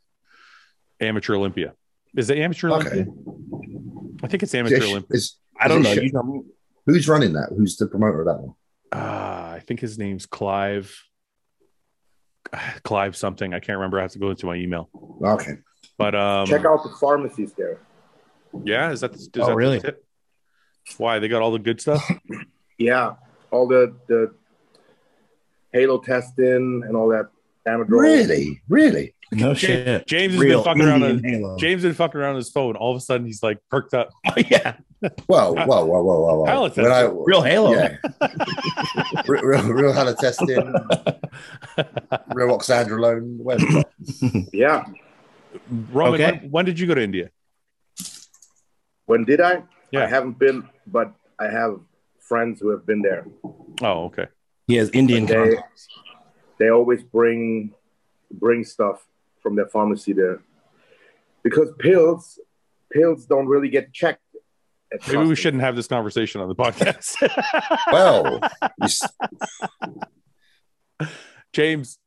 Speaker 1: amateur Olympia. Is it amateur
Speaker 2: Okay.
Speaker 1: Olympia? I think it's amateur
Speaker 2: Is-
Speaker 1: Olympia.
Speaker 2: is-
Speaker 4: I don't
Speaker 2: Is
Speaker 4: know.
Speaker 2: it
Speaker 4: You
Speaker 2: shit?
Speaker 4: tell me.
Speaker 2: who's running that? Who's the promoter of that one?
Speaker 1: Ah, I think his name's Clive. Clive something. I can't remember. I have to go into my email.
Speaker 2: Okay,
Speaker 1: But um,
Speaker 3: Check out the pharmacies there.
Speaker 1: Yeah, is that is
Speaker 4: Oh,
Speaker 1: that the
Speaker 4: really?
Speaker 1: tip? Why they got all the good stuff?
Speaker 3: Yeah, all the the halo testing and all that. Amadrol.
Speaker 2: really, really.
Speaker 4: No shit.
Speaker 1: James has been fucking around. On,
Speaker 4: Halo. Oh,
Speaker 1: James has been fucking around on his phone. All of a sudden, he's like perked up.
Speaker 4: yeah.
Speaker 2: Whoa, whoa, whoa, whoa, whoa, whoa.
Speaker 1: Palate
Speaker 2: When I-
Speaker 4: Uh, Real Halo.
Speaker 2: Yeah. real, real, real Hannah testing. Real Oxandrolone. Whatever.
Speaker 3: Yeah.
Speaker 1: Roman,
Speaker 4: Okay.
Speaker 1: when, when did you go to India?
Speaker 3: When did I?
Speaker 1: Yeah.
Speaker 3: I haven't been, but I have friends who have been there.
Speaker 1: Oh, okay.
Speaker 4: He has Indian
Speaker 3: They
Speaker 4: content.
Speaker 3: they always bring bring stuff from their pharmacy there because pills pills don't really get checked. at
Speaker 1: Maybe we
Speaker 3: customs.
Speaker 1: shouldn't have this conversation on the podcast.
Speaker 2: Well, you s-
Speaker 1: James,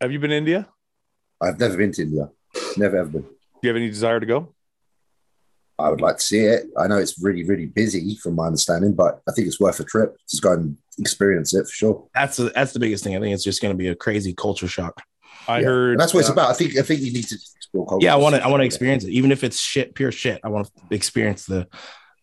Speaker 1: have you been to India?
Speaker 2: I've never been to India. Never ever been.
Speaker 1: Do you have any desire to go?
Speaker 2: I would like to see it. I know it's really, really busy from my understanding, but I think it's worth a trip. Just go and experience it for sure.
Speaker 4: That's the, that's the biggest thing. I think it's just going to be a crazy culture shock.
Speaker 1: I
Speaker 2: Yeah.
Speaker 1: heard
Speaker 2: And that's what it's
Speaker 1: uh,
Speaker 2: about. I think I think you need to Bill Coulter.
Speaker 4: Yeah, I want to. I want to experience it, even if it's shit, pure shit. I want to experience the.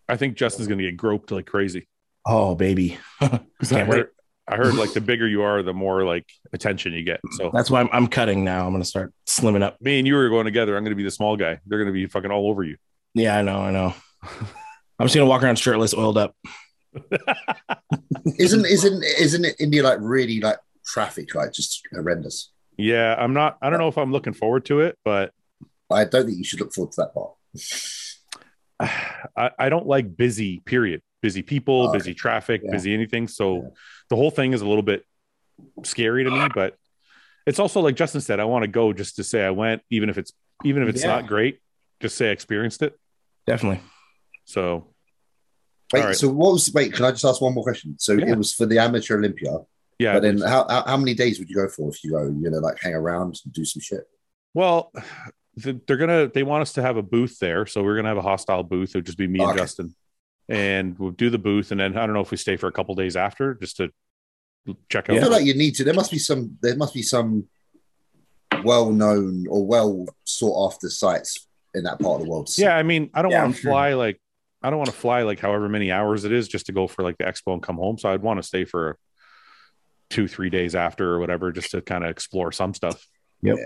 Speaker 1: I think Justin's going to get groped like crazy.
Speaker 4: Oh baby,
Speaker 1: Because I
Speaker 4: Can't wait.
Speaker 1: heard, I heard like the bigger you are, the more like attention you get. So
Speaker 4: that's why I'm, I'm cutting now. I'm gonna start slimming up.
Speaker 1: me and you are going together. I'm going to be the small guy. They're going to be fucking all over you.
Speaker 4: Yeah, I know. I know. I'm just gonna walk around shirtless, oiled up.
Speaker 2: Isn't isn't isn't it India like really like traffic like just horrendous?
Speaker 1: Yeah, I'm not. I don't know if I'm looking forward to it, but
Speaker 2: I don't think you should look forward to that part.
Speaker 1: I, I don't like busy. Period. Busy people,
Speaker 2: Oh, okay.
Speaker 1: busy traffic,
Speaker 2: Yeah.
Speaker 1: busy anything. So
Speaker 2: Yeah.
Speaker 1: the whole thing is a little bit scary to me. But it's also like Justin said, I want to go just to say I went, even if it's even if it's
Speaker 4: Yeah.
Speaker 1: not great. Just say I experienced it.
Speaker 4: Definitely.
Speaker 1: So
Speaker 2: Wait,
Speaker 1: All right.
Speaker 2: so what was? Wait, can I just ask one more question? So
Speaker 1: Yeah.
Speaker 2: it was for the amateur Olympia,
Speaker 1: yeah.
Speaker 2: but then how, how how many days would you go for if you go you know like hang around and do some shit?
Speaker 1: Well, th- they're gonna they want us to have a booth there, so we're gonna have a hostile booth. It would just be me and
Speaker 2: Okay.
Speaker 1: Justin, and we'll do the booth, and then I don't know if we stay for a couple days after just to check out.
Speaker 2: I feel like you need to. There must be some. There must be some well-known or well sought after sites in that part of the world.
Speaker 1: yeah, I mean, I don't
Speaker 4: Yeah, I'm
Speaker 1: want to
Speaker 4: sure.
Speaker 1: fly like I don't want to fly like however many hours it is just to go for like the expo and come home. So I'd want to stay for two three days after or whatever just to kind of explore some stuff.
Speaker 4: Yep.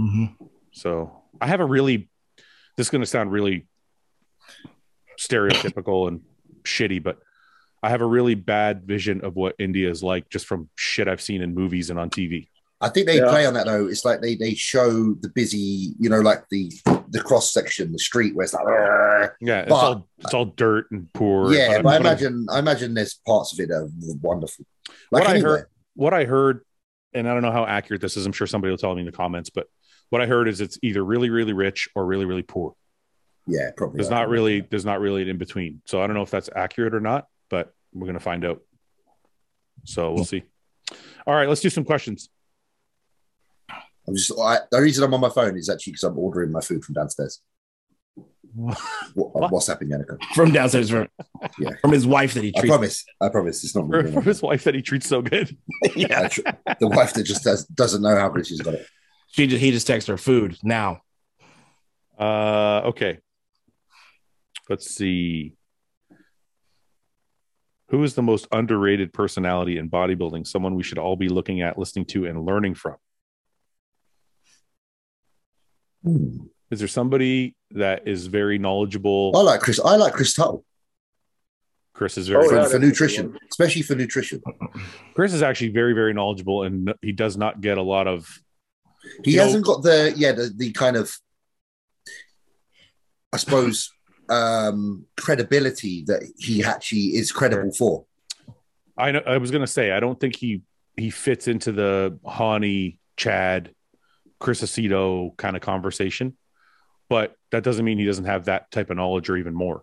Speaker 2: Yeah.
Speaker 1: So I have a really, this is going to sound really stereotypical and shitty, but I have a really bad vision of what India is like just from shit I've seen in movies and on TV.
Speaker 2: I think they
Speaker 3: Yeah.
Speaker 2: play on that though. It's like they they show the busy, you know, like the the cross section, the street where it's like. "Argh."
Speaker 1: Yeah, it's
Speaker 2: But-
Speaker 1: all it's all dirt and poor. I-
Speaker 2: yeah, but I
Speaker 1: what I-
Speaker 2: imagine I imagine there's parts of it that are wonderful. Like
Speaker 1: What I
Speaker 2: anywhere.
Speaker 1: heard- what I heard, and I don't know how accurate this is. I'm sure somebody will tell me in the comments, but what I heard is it's either really really rich or really really poor.
Speaker 2: yeah, probably
Speaker 1: There's not really there's not really an in between. So I don't know if that's accurate or not, but we're gonna find out. So we'll see. All right, let's do some questions.
Speaker 2: I'm just I, the reason I'm on my phone is actually because I'm ordering my food from downstairs. What, uh,
Speaker 1: What?
Speaker 2: What's happening, Annika?
Speaker 4: From downstairs, from,
Speaker 2: Yeah.
Speaker 4: from his wife that he
Speaker 2: I
Speaker 4: treats.
Speaker 2: promise. I promise. It's not
Speaker 1: For,
Speaker 2: really
Speaker 1: for his wife that he treats so good.
Speaker 4: yeah.
Speaker 2: I Uh, tr- the wife that just does, doesn't know how good she's got it.
Speaker 4: She just, he just texts her food now.
Speaker 1: Uh, okay. Let's see. Who is the most underrated personality in bodybuilding? Someone we should all be looking at, listening to, and learning from.
Speaker 2: Hmm.
Speaker 1: Is there somebody that is very knowledgeable?
Speaker 2: I like Chris. I like Chris Tuttle
Speaker 1: Chris is
Speaker 3: Oh,
Speaker 1: very
Speaker 2: for,
Speaker 3: yeah,
Speaker 2: for
Speaker 3: that's a
Speaker 2: nutrition,
Speaker 3: good
Speaker 2: especially for nutrition.
Speaker 1: Chris is actually very very knowledgeable, and he does not get a lot of
Speaker 2: He
Speaker 1: You know-
Speaker 2: hasn't got the yeah the, the kind of I suppose um credibility that he actually is credible for.
Speaker 1: I know, I was gonna say I don't think he he fits into the Hani Chad Chris Aceto kind of conversation, but that doesn't mean he doesn't have that type of knowledge or even more.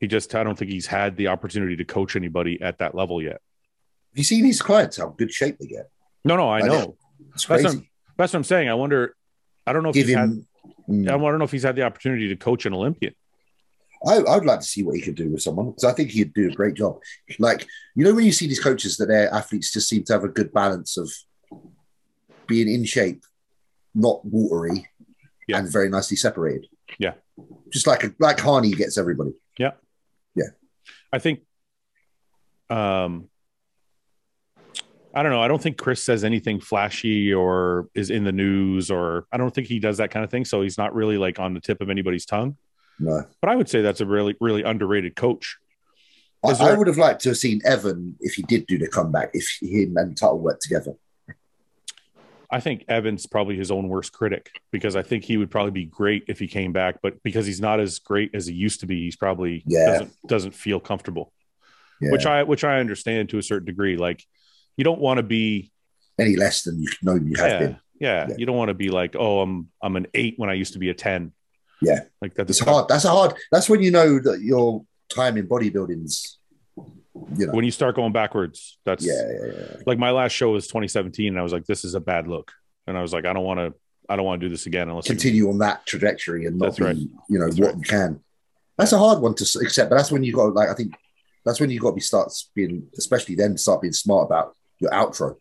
Speaker 1: He just I don't think he's had the opportunity to coach anybody at that level yet.
Speaker 2: Have you seen his clients how good shape they get?
Speaker 1: No, no, I
Speaker 2: I know.
Speaker 1: know.
Speaker 2: It's
Speaker 1: That's what
Speaker 2: crazy.
Speaker 1: That's what I'm saying. I wonder. I don't know if
Speaker 2: Give
Speaker 1: he's had,
Speaker 2: him. Mm.
Speaker 1: I don't know if he's had the opportunity to coach an Olympian.
Speaker 2: I, I'd like to see what he could do with someone because I think he'd do a great job. Like, you know, when you see these coaches that their athletes just seem to have a good balance of being in shape, not watery,
Speaker 1: Yeah.
Speaker 2: and very nicely separated.
Speaker 1: Yeah.
Speaker 2: Just like a, like Harney gets everybody.
Speaker 1: I think um I don't know. I don't think Chris says anything flashy or is in the news or I don't think he does that kind of thing. So he's not really like on the tip of anybody's tongue.
Speaker 2: No.
Speaker 1: But I would say that's a really, really underrated coach.
Speaker 2: I,
Speaker 1: Is there-
Speaker 2: I would have liked to have seen Evan if he did do the comeback, if him and Tuttle worked together.
Speaker 1: I think Evan's probably his own worst critic because I think he would probably be great if he came back, but because he's not as great as he used to be, he's probably
Speaker 2: Yeah.
Speaker 1: doesn't doesn't feel comfortable.
Speaker 2: Yeah.
Speaker 1: Which I which I understand to a certain degree. Like you don't want to be
Speaker 2: Any less than you know you have
Speaker 1: yeah,
Speaker 2: been.
Speaker 1: Yeah.
Speaker 2: Yeah.
Speaker 1: You don't want to be like, oh, I'm I'm an eight when I used to be a ten.
Speaker 2: Yeah.
Speaker 1: Like that
Speaker 2: It's
Speaker 1: is
Speaker 2: hard. That's a hard. That's when you know that your time in bodybuilding's, you know.
Speaker 1: When you start going backwards, that's
Speaker 2: Yeah, yeah, yeah.
Speaker 1: like my last show was 2017, and I was like, this is a bad look, and I was like, I don't want to, I don't want to do this again unless you,
Speaker 2: continue on that trajectory and not
Speaker 1: That's
Speaker 2: be,
Speaker 1: right.
Speaker 2: you know,
Speaker 1: That's
Speaker 2: what
Speaker 1: right.
Speaker 2: you can. That's a hard one to s- accept, but that's when you got to, like I think that's when you got to be starts being, especially then start being smart about your outro.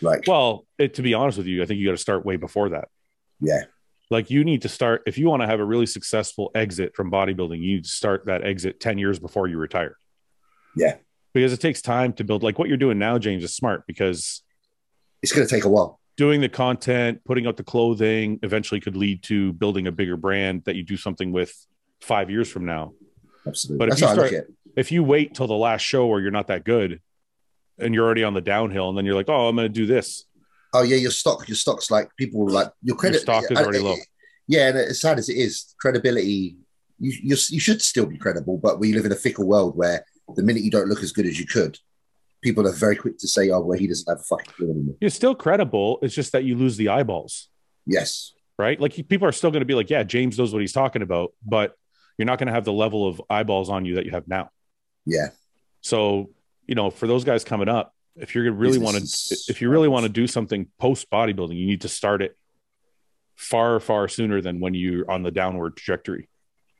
Speaker 2: Like,
Speaker 1: Well, it, to be honest with you, I think you got to start way before that.
Speaker 2: yeah,
Speaker 1: Like you need to start if you want to have a really successful exit from bodybuilding, you need to start that exit 10 years before you retire.
Speaker 2: Yeah.
Speaker 1: Because it takes time to build like what you're doing now, James, is smart because
Speaker 2: It's going to take a while.
Speaker 1: doing the content, putting out the clothing eventually could lead to building a bigger brand that you do something with five years from now.
Speaker 2: Absolutely.
Speaker 1: But if
Speaker 2: That's
Speaker 1: you
Speaker 2: how I look
Speaker 1: start-
Speaker 2: at it.
Speaker 1: if you wait till the last show where you're not that good and you're already on the downhill and then you're like, oh, I'm going to do this.
Speaker 2: Oh yeah, your stock, your stock's like people will like your credit.
Speaker 1: stock is
Speaker 2: I-
Speaker 1: already
Speaker 2: I-
Speaker 1: low.
Speaker 2: Yeah, and as sad as it is, credibility. You, you you should still be credible, but we live in a fickle world where the minute you don't look as good as you could, people are very quick to say, "Oh, well, he doesn't have a fucking clue anymore."
Speaker 1: You're still credible. It's just that you lose the eyeballs,
Speaker 2: Yes,
Speaker 1: right? Like you- people are still going to be like, yeah, James knows what he's talking about, but you're not going to have the level of eyeballs on you that you have now.
Speaker 2: yeah,
Speaker 1: So, you know, for those guys coming up, if you're going to really want to,
Speaker 2: Business is-
Speaker 1: if you really want to do something post bodybuilding, you need to start it far, far sooner than when you're on the downward trajectory.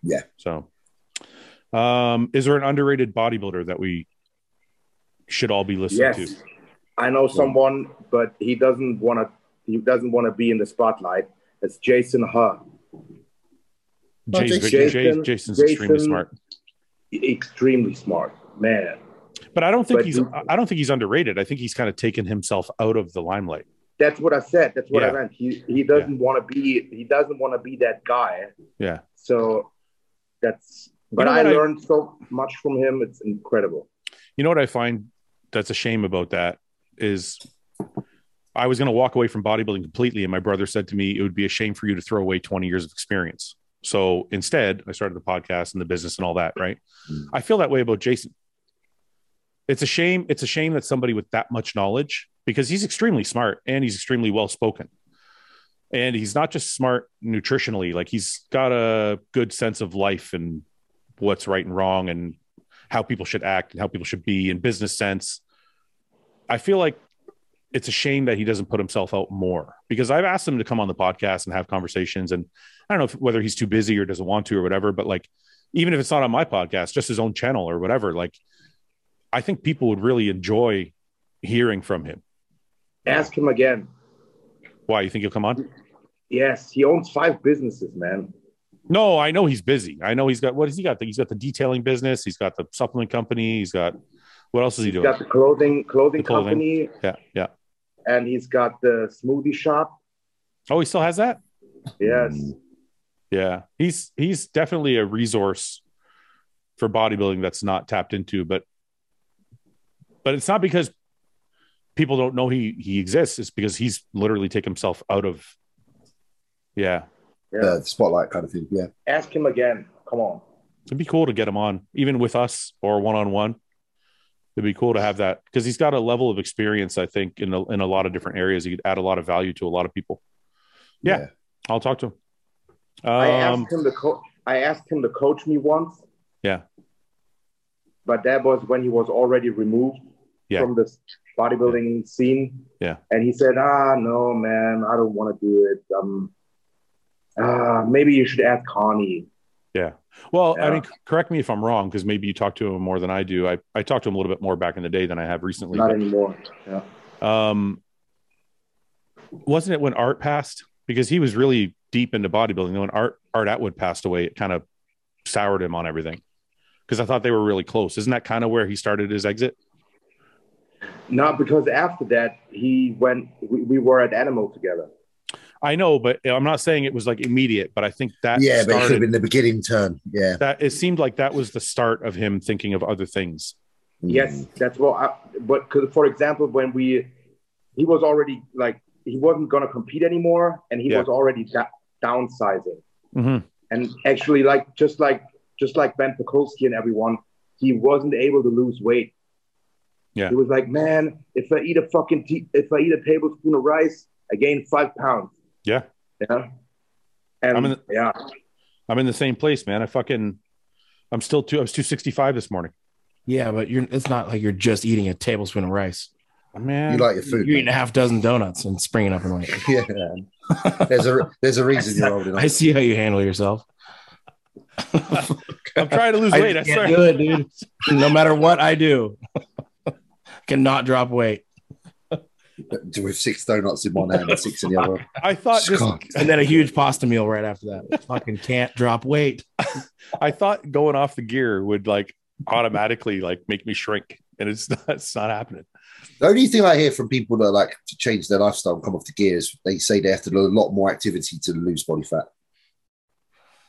Speaker 2: Yeah.
Speaker 1: So, um, is there an underrated bodybuilder that we should all be listening
Speaker 3: Yes,
Speaker 1: to?
Speaker 3: I know someone, but he doesn't want to. He doesn't want to be in the spotlight. It's Jason Huh.
Speaker 2: Oh,
Speaker 1: Jason,
Speaker 3: Jason-
Speaker 1: Jason, Jason's
Speaker 3: Jason-
Speaker 1: extremely smart,
Speaker 3: Extremely smart man.
Speaker 1: but I don't think
Speaker 3: But
Speaker 1: he's.
Speaker 3: you-
Speaker 1: I don't think he's underrated. I think he's kind of taken himself out of the limelight.
Speaker 3: That's what I said. That's what I
Speaker 1: Yeah.
Speaker 3: meant. He he doesn't want to be. He doesn't want to be that guy.
Speaker 1: Yeah.
Speaker 3: So that's. But
Speaker 1: know
Speaker 3: I
Speaker 1: what I-
Speaker 3: learned so much from him. It's incredible.
Speaker 1: you know what I find that's a shame about that is I was going to walk away from bodybuilding completely, and my brother said to me, "It would be a shame for you to throw away 20 years of experience." So instead, I started the podcast and the business and all that. Right?
Speaker 2: Mm.
Speaker 1: I feel that way about Jason. It's a shame. It's a shame that somebody with that much knowledge, because he's extremely smart and he's extremely well spoken, and he's not just smart nutritionally. Like he's got a good sense of life and what's right and wrong and how people should act and how people should be in business sense. I feel like it's a shame that he doesn't put himself out more because I've asked him to come on the podcast and have conversations. And I don't know if, whether he's too busy or doesn't want to or whatever, but like, even if it's not on my podcast, just his own channel or whatever, like, I think people would really enjoy hearing from him.
Speaker 3: Ask him again.
Speaker 1: Why you think he'll come on?
Speaker 3: Yes, he owns five businesses, man.
Speaker 1: No, I know he's busy. I know he's got what has he got? He's got the detailing business. He's got the supplement company. He's got what else is he
Speaker 3: He's
Speaker 1: doing?
Speaker 3: got the clothing clothing
Speaker 1: The clothing.
Speaker 3: company,
Speaker 1: yeah, yeah.
Speaker 3: and he's got the smoothie shop.
Speaker 1: Oh, he still has that.
Speaker 3: Yes,
Speaker 1: Mm. Yeah, he's he's definitely a resource for bodybuilding that's not tapped into, but but it's not because people don't know he he exists. It's because he's literally taken himself out of. Yeah,
Speaker 3: yeah.
Speaker 2: the spotlight kind of thing. Yeah,
Speaker 3: Ask him again. Come on.
Speaker 1: it'd be cool to get him on, even with us or one on one. It'd be cool to have that because he's got a level of experience. I think in a, in a lot of different areas, he could add a lot of value to a lot of people. Yeah,
Speaker 2: Yeah.
Speaker 1: I'll talk to him. Um,
Speaker 3: I asked him to co- I asked him to coach me once.
Speaker 1: Yeah.
Speaker 3: But that was when he was already removed
Speaker 1: Yeah.
Speaker 3: from the bodybuilding scene.
Speaker 1: Yeah.
Speaker 3: And he said, "Ah, no, man, I don't want to do it. Um, ah, maybe you should ask Connie."
Speaker 1: Well, I
Speaker 3: Yeah.
Speaker 1: mean, c- correct me if I'm wrong, because maybe you talk to him more than I do. I, I talked to him a little bit more back in the day than I have recently.
Speaker 3: Not anymore.
Speaker 1: but, um, wasn't it when Art passed? Because he was really deep into bodybuilding. Then When Art Art Atwood passed away, it kind of soured him on everything. Because I thought they were really close. Isn't that kind of where he started his exit?
Speaker 3: Not because after that he went. We, we were at Animal together.
Speaker 1: I know, but I'm not saying it was like immediate. But I think that
Speaker 2: yeah, but it could have
Speaker 1: started,
Speaker 2: been the beginning turn. Yeah,
Speaker 1: that it seemed like that was the start of him thinking of other things.
Speaker 3: Yes,
Speaker 1: Mm.
Speaker 3: that's what. I, but 'cause, for example, when we, he was already like he wasn't gonna compete anymore, and he
Speaker 1: Yeah.
Speaker 3: was already da- downsizing.
Speaker 1: Mm-hmm.
Speaker 3: And actually, like just like just like Ben Pekulski and everyone, he wasn't able to lose weight.
Speaker 1: Yeah.
Speaker 3: he was like, man, if I eat a fucking t- if I eat a tablespoon of rice, I gain five pounds.
Speaker 1: Yeah.
Speaker 3: yeah. And
Speaker 1: I'm in the-
Speaker 3: yeah,
Speaker 1: I'm in the same place, man. I fucking, I'm still two. I was 265 this morning.
Speaker 4: Yeah, but you're it's not like you're just eating a tablespoon of rice.
Speaker 1: Man,
Speaker 2: Mm. you like your food.
Speaker 4: You're eating
Speaker 2: man.
Speaker 4: a half dozen donuts and springing up in weight.
Speaker 2: yeah, man. there's a there's a reason you're old
Speaker 4: I
Speaker 2: enough.
Speaker 4: see how you handle yourself.
Speaker 1: I'm trying to lose weight. I,
Speaker 4: can't
Speaker 1: swear.
Speaker 4: do it, dude. No matter what I do, cannot drop weight.
Speaker 2: with six donuts in one hand and six in the other.
Speaker 1: I thought this,
Speaker 2: God.
Speaker 4: and then a huge pasta meal right after that. Fucking can't drop weight.
Speaker 1: I thought going off the gear would like automatically like make me shrink, and it's not it's not happening.
Speaker 2: The only thing I hear from people that like to change their lifestyle and come off the gears, they say they have to do a lot more activity to lose body fat.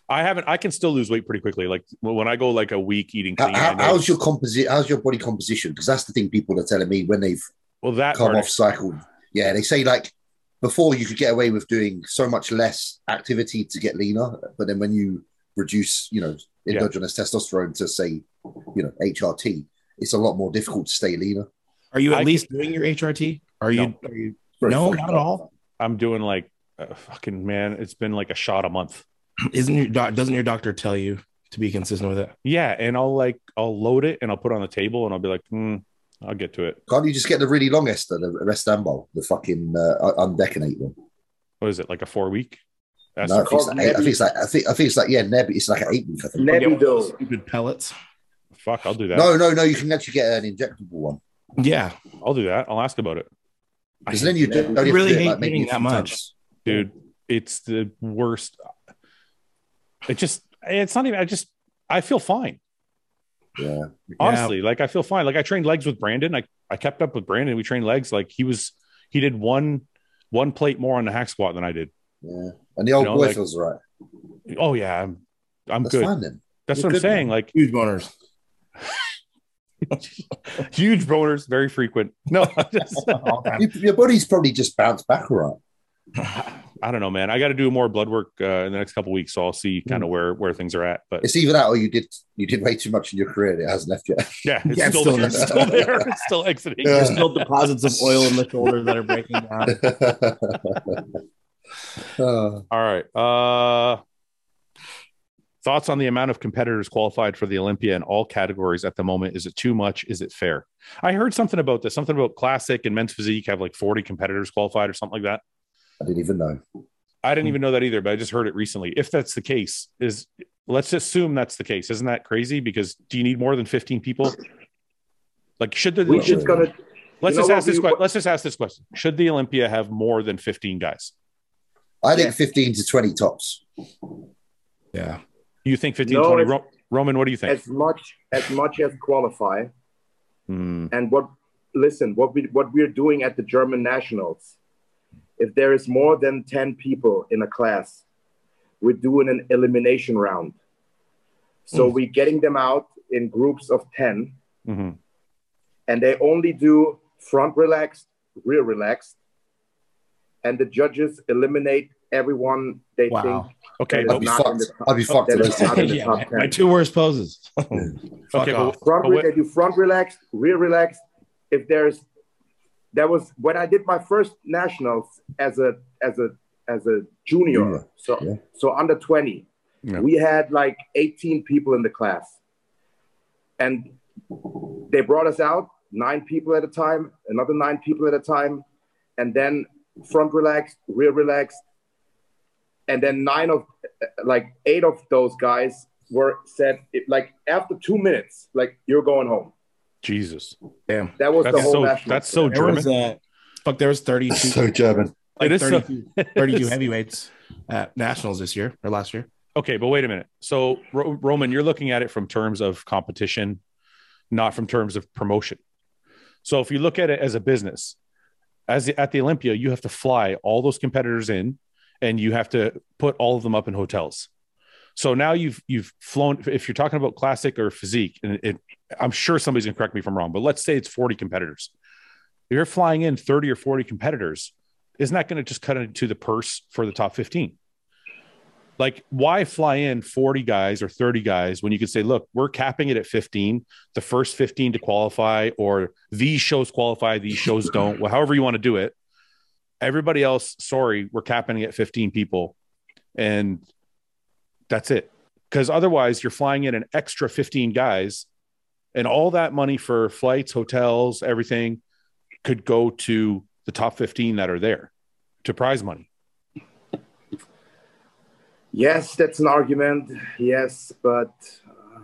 Speaker 1: I haven't. I can still lose weight pretty quickly. Like when I go like a week eating
Speaker 2: How,
Speaker 1: clean. I
Speaker 2: how-
Speaker 1: know-
Speaker 2: how's your composite? How's your body composition? Because that's the thing people are telling me when they've
Speaker 1: well that
Speaker 2: come
Speaker 1: part
Speaker 2: off cycle. Yeah, they say like before you could get away with doing so much less activity to get leaner, but then when you reduce, you know,
Speaker 1: Yeah.
Speaker 2: endogenous testosterone to say, you know, HRT, it's a lot more difficult to stay leaner.
Speaker 4: Are you at
Speaker 1: I-
Speaker 4: least doing your HRT? Are you? Are you
Speaker 2: Very
Speaker 4: No,
Speaker 2: fucking
Speaker 4: not at all.
Speaker 1: I'm doing like uh, fucking man. It's been like a shot a month.
Speaker 4: isn't your doc, doesn't your doctor tell you to be consistent with it?
Speaker 1: Yeah, and I'll like I'll load it and I'll put it on the table and I'll be like, hmm, I'll get to it.
Speaker 2: Can't you just get the really long ester, the Restambo, the fucking uh, undecanate one?
Speaker 1: What is it like a four week? That's
Speaker 2: No, I think, it's
Speaker 3: called
Speaker 2: like eight, I
Speaker 3: Nebby.
Speaker 2: think it's like I think I think it's like yeah, Neb. It's like an eight week. I think.
Speaker 4: Get one of those
Speaker 3: Nebido.
Speaker 4: Stupid pellets.
Speaker 1: fuck. I'll do that.
Speaker 2: No, no, no. You can actually get an injectable one
Speaker 4: Yeah,
Speaker 1: I'll do that. I'll ask about it,
Speaker 2: because then you
Speaker 3: hate
Speaker 2: do,
Speaker 3: Nebby.
Speaker 2: don't
Speaker 4: I
Speaker 2: have
Speaker 4: really
Speaker 2: to do it,
Speaker 4: hate
Speaker 2: like, maybe
Speaker 4: eating
Speaker 2: a
Speaker 4: that
Speaker 2: few
Speaker 4: much.
Speaker 2: times.
Speaker 1: dude. It's the worst. It just. It's not even. I just. I feel fine.
Speaker 2: Yeah,
Speaker 1: honestly like i feel fine like i trained legs with brandon i, I kept up with brandon we trained legs like he was he did one one plate more on the hack squat than i did
Speaker 2: yeah. And the old
Speaker 1: know,
Speaker 2: boy
Speaker 1: like-
Speaker 2: feels all right.
Speaker 1: oh yeah i'm i'm
Speaker 2: That's
Speaker 1: good
Speaker 2: fine then.
Speaker 1: that's
Speaker 2: You're
Speaker 1: what i'm
Speaker 2: good, man.
Speaker 1: saying like
Speaker 4: huge boners.
Speaker 1: huge boners very frequent no I just,
Speaker 4: All time.
Speaker 2: You- your body's probably just bounced back all right.
Speaker 1: i don't know man i got to do more blood work uh, in the next couple weeks so i'll see kind of where where things are at but
Speaker 2: Hmm. It's either that or you did you did way too much in your career and it hasn't left yet.
Speaker 1: yeah it's
Speaker 4: Yeah, it's
Speaker 1: still,
Speaker 4: still
Speaker 1: there. it's still there
Speaker 4: there.
Speaker 1: it's still exiting
Speaker 2: Yeah.
Speaker 4: There's still deposits of oil in the shoulder that are breaking down.
Speaker 2: Uh,
Speaker 1: all right uh thoughts on the amount of competitors qualified for the olympia in all categories at the moment is it too much is it fair i heard something about this something about classic and men's physique have like 40 competitors qualified or something like that
Speaker 2: I didn't even know.
Speaker 1: i
Speaker 3: Hmm.
Speaker 1: didn't even know that either but i just heard it recently if that's the case is let's assume that's the case isn't that crazy because do you need more than 15 people like should the
Speaker 3: We're just gonna.
Speaker 1: let's
Speaker 3: you know
Speaker 1: just
Speaker 3: what
Speaker 1: ask this
Speaker 3: we-
Speaker 1: question let's just ask this question should the olympia have more than 15 guys
Speaker 2: I think
Speaker 3: Yeah.
Speaker 2: 15 to 20 tops.
Speaker 4: Yeah,
Speaker 1: you think 15
Speaker 3: No,
Speaker 1: 20
Speaker 3: it's-
Speaker 1: Ro- roman what do you think
Speaker 3: as much as much as qualify
Speaker 1: Hmm.
Speaker 3: and what listen what we what we're doing at the german nationals if there is more than 10 people in a class we're doing an elimination round so we're getting them out in groups of 10
Speaker 1: Mhm.
Speaker 3: and they only do front relaxed rear relaxed and the judges eliminate everyone they
Speaker 4: Wow.
Speaker 3: think
Speaker 1: okay
Speaker 3: That
Speaker 1: but
Speaker 2: I'd be
Speaker 3: not
Speaker 2: fucked.
Speaker 3: in the-
Speaker 2: I'd be fucked.
Speaker 3: that
Speaker 2: if
Speaker 3: is
Speaker 2: those
Speaker 3: not in
Speaker 2: things.
Speaker 3: the
Speaker 4: Yeah,
Speaker 3: top
Speaker 4: my,
Speaker 3: 10
Speaker 4: my two worst poses. Fuck
Speaker 1: Okay, but-
Speaker 4: off.
Speaker 3: front
Speaker 1: But what-
Speaker 3: they do front relaxed, rear relaxed. If there's that was when I did my first nationals as a as a as a junior,
Speaker 2: Junior,
Speaker 3: so
Speaker 2: yeah.
Speaker 3: so under 20.
Speaker 1: Yeah.
Speaker 3: We had like 18 people in the class. And they brought us out, nine people at a time, another nine people at a time, and then front relaxed, rear relaxed. And then nine of like eight of those guys were said it, like after two minutes, like you're going home.
Speaker 1: jesus
Speaker 4: Damn.
Speaker 3: That was the
Speaker 1: that's
Speaker 3: whole
Speaker 1: so
Speaker 3: national.
Speaker 1: that's so
Speaker 4: There
Speaker 1: german
Speaker 4: was uh, fuck. There was thirty-two.
Speaker 2: so German.
Speaker 1: It
Speaker 4: like
Speaker 1: is so-
Speaker 4: 32, 32 heavyweights at nationals this year or last year.
Speaker 1: Okay, but wait a minute. So, Ro- Roman, you're looking at it from terms of competition, not from terms of promotion. So, if you look at it as a business, as the- at the Olympia, you have to fly all those competitors in, and you have to put all of them up in hotels. So now you've you've flown. If you're talking about classic or physique, and it, I'm sure somebody's gonna correct me if I'm wrong, but let's say it's 40 competitors. You're flying in 30 or 40 competitors. Isn't that going to just cut into the purse for the top 15? like why fly in 40 guys or 30 guys when you could say look we're capping it at 15 the first 15 to qualify or these shows qualify these shows don't well however you want to do it everybody else sorry we're capping it at 15 people and that's it because otherwise you're flying in an extra 15 guys and all that money for flights hotels everything could go to the top 15 that are there to prize money
Speaker 3: Yes, that's an argument. Yes, but uh,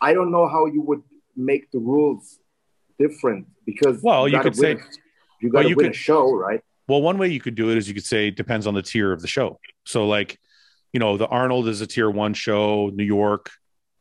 Speaker 3: I don't know how you would make the rules different because
Speaker 1: Well, you
Speaker 3: gotta
Speaker 1: could say-
Speaker 3: win. You got to
Speaker 1: Well, you
Speaker 3: win a
Speaker 1: can-
Speaker 3: show, right?
Speaker 1: Well, one way you could do it is you could say it depends on the tier of the show. So, like, you know, the Arnold is a tier one show, New York,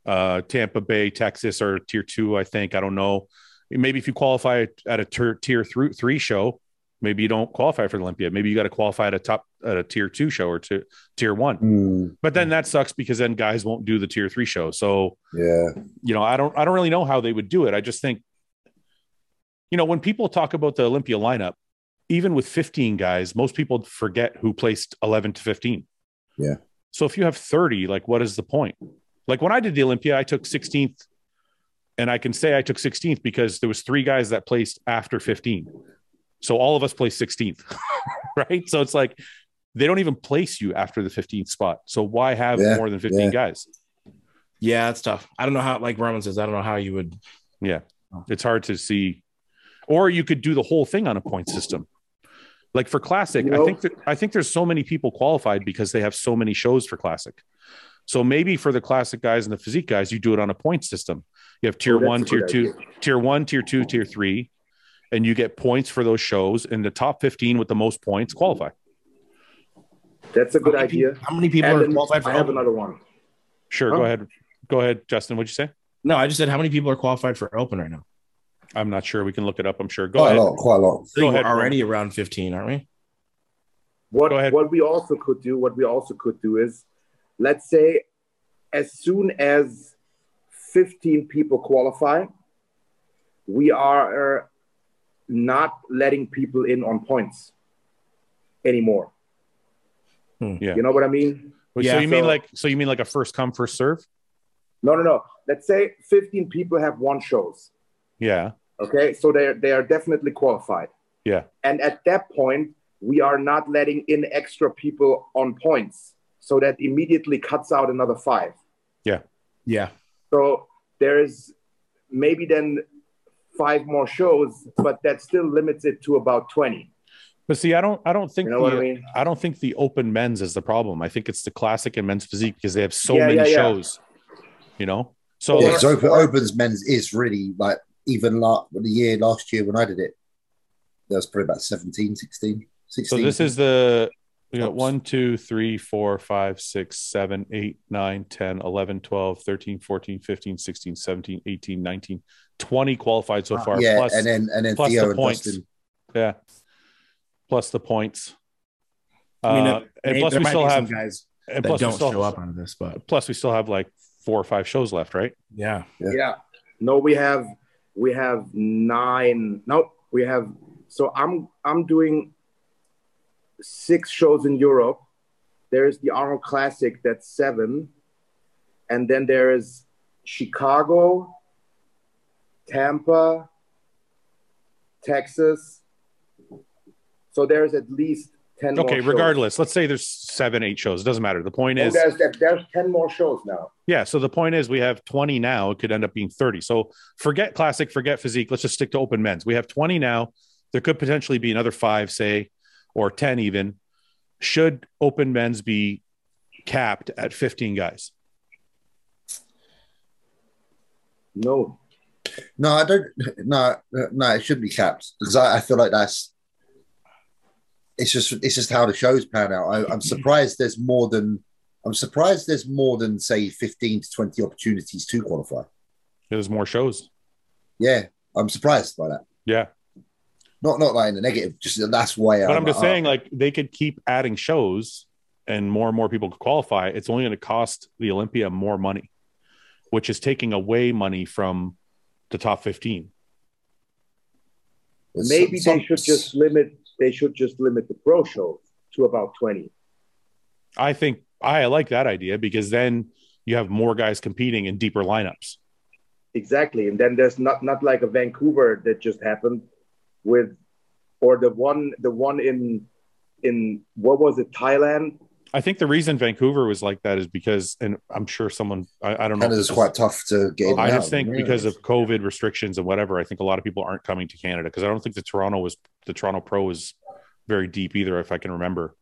Speaker 1: uh, Tampa Bay, Texas are tier two, I think. I don't know. Maybe if you qualify at a tier, tier three, three show, maybe you don't qualify for Olympia. Maybe you got to qualify at a top, at a tier two show or to tier one.
Speaker 2: Hmm,
Speaker 1: But then that sucks because then guys won't do the tier three show. So,
Speaker 2: Yeah.
Speaker 1: you know, I don't I don't really know how they would do it. I just think, you know, when people talk about the Olympia lineup, even with 15 guys, most people forget who placed 11 to 15.
Speaker 2: Yeah.
Speaker 1: So if you have 30, like, what is the point? Like when I did the Olympia, I took 16th, and I can say I took 16th because there was three guys that placed after 15. So all of us placed 16th, right? So it's like they don't even place you after the 15th spot. So why have
Speaker 2: Yeah,
Speaker 1: more than 15
Speaker 2: yeah.
Speaker 1: guys?
Speaker 4: Yeah, that's tough. I don't know how, like Roman says, I don't know how you would.
Speaker 1: it's hard to see or you could do the whole thing on a point system like for classic
Speaker 3: You
Speaker 1: i
Speaker 3: know-
Speaker 1: think that, i think there's so many people qualified because they have so many shows for classic so maybe for the classic guys and the physique guys you do it on a point system you have tier
Speaker 3: Oh, that's
Speaker 1: one,
Speaker 3: a
Speaker 1: tier
Speaker 3: good
Speaker 1: two tier one tier two tier three and you get points for those shows and the top 15 with the most points qualify
Speaker 3: That's a good
Speaker 4: how many
Speaker 3: idea.
Speaker 4: peop- How many people
Speaker 3: And
Speaker 4: are
Speaker 3: then
Speaker 4: qualified for
Speaker 3: I have
Speaker 4: Open?
Speaker 3: another one.
Speaker 1: sure
Speaker 3: Huh?
Speaker 1: go ahead go ahead justin what'd you say
Speaker 4: No, I just said how many people are qualified for Open right now.
Speaker 1: i'm not sure we can look it up i'm sure go
Speaker 2: Quite
Speaker 1: ahead
Speaker 2: a lot. Quite a lot.
Speaker 4: I think
Speaker 1: ahead,
Speaker 4: we're already around 15, aren't we?
Speaker 3: What
Speaker 1: Go ahead.
Speaker 3: what we also could do, what we also could do is, let's say, as soon as fifteen people qualify, we are uh, not letting people in on points anymore.
Speaker 4: Hmm.
Speaker 1: Yeah.
Speaker 3: You know what I mean?
Speaker 1: Wait, so
Speaker 4: Yeah,
Speaker 1: you mean
Speaker 3: so-
Speaker 1: like so you mean like a first come first serve
Speaker 3: No, no, no. Let's say fifteen people have one shows.
Speaker 1: yeah
Speaker 3: Okay, so they are, they are definitely qualified.
Speaker 1: Yeah.
Speaker 3: And at that point, we are not letting in extra people on points, so that immediately cuts out another five.
Speaker 4: Yeah.
Speaker 3: So there is maybe then five more shows, but that still limits it to about twenty.
Speaker 1: but see i don't i don't think
Speaker 3: You know
Speaker 1: the-
Speaker 3: what I mean?
Speaker 1: I don't think the open men's is the problem. I think it's the classic and men's physique because they have so
Speaker 3: Yeah,
Speaker 1: many
Speaker 3: yeah, yeah.
Speaker 1: shows. You know, so
Speaker 2: yeah,
Speaker 1: like,
Speaker 2: so open, opens men's is really like even like the year last year when I did it, there was probably about 17, 16, 16.
Speaker 1: so this is the we got
Speaker 2: Oops.
Speaker 1: 1, 2, 3, 4, 5, 6, 7, 8, 9, 10, 11, 12, 13, 14, 15, 16, 17, 18, 19, 20 qualified so far.
Speaker 2: yeah,
Speaker 1: plus,
Speaker 2: and then and then
Speaker 1: plus
Speaker 2: Theo
Speaker 1: the
Speaker 2: and
Speaker 1: points.
Speaker 2: Dustin.
Speaker 1: yeah, plus the points. Uh,
Speaker 4: I mean,
Speaker 1: and
Speaker 4: may-
Speaker 1: plus
Speaker 4: there
Speaker 1: we
Speaker 4: might
Speaker 1: still
Speaker 4: be some
Speaker 1: have
Speaker 4: guys
Speaker 1: and
Speaker 4: that
Speaker 1: plus we
Speaker 4: don't
Speaker 1: still,
Speaker 4: show up on this, but
Speaker 1: plus we still have like four or five shows left, right?
Speaker 4: yeah.
Speaker 2: Yeah.
Speaker 3: Yeah. No, we have we have nine. No, we have. So I'm I'm doing six shows in Europe. There is the Arnold Classic. That's seven, and then there is Chicago, Tampa, Texas. So there's at least ten. more
Speaker 1: Okay,
Speaker 3: shows.
Speaker 1: regardless, let's say there's seven, eight shows. It doesn't matter. The point
Speaker 3: Oh,
Speaker 1: is
Speaker 3: there's there's ten more shows now.
Speaker 1: Yeah. So the point is, we have 20 now. It could end up being 30. So forget classic, forget physique. Let's just stick to open men's. We have 20 now. There could potentially be another five, say, or 10 even. Should open men's be capped at 15 guys?
Speaker 3: No,
Speaker 2: No, I don't. No, no, it should be capped because I, I feel like that's. It's just it's just how the shows pan out. I, I'm surprised there's more than I'm surprised there's more than say 15 to 20 opportunities to qualify.
Speaker 1: There's more shows.
Speaker 2: Yeah, I'm surprised by that.
Speaker 1: Yeah.
Speaker 2: Not not like in the negative. Just that that's why.
Speaker 1: But I'm just
Speaker 2: uh,
Speaker 1: saying, like, they could keep adding shows and more and more people could qualify. It's only going to cost the Olympia more money, which is taking away money from the top 15.
Speaker 2: there's
Speaker 3: maybe
Speaker 2: oh, some-
Speaker 3: they should
Speaker 2: some-
Speaker 3: just limit. They should just limit the pro shows to about twenty.
Speaker 1: I think I like that idea because then you have more guys competing in deeper lineups.
Speaker 3: Exactly, and then there's not not like a Vancouver that just happened with, or the one the one in in what was it Thailand?
Speaker 1: I think the reason Vancouver was like that is because, and I'm sure someone, I, I don't know.
Speaker 2: Canada's quite tough to get. in
Speaker 1: I
Speaker 2: and
Speaker 1: just
Speaker 2: out,
Speaker 1: think
Speaker 2: yeah.
Speaker 1: because of COVID restrictions and whatever, I think a lot of people aren't coming to Canada because I don't think the Toronto was, the Toronto Pro was very deep either, if I can remember.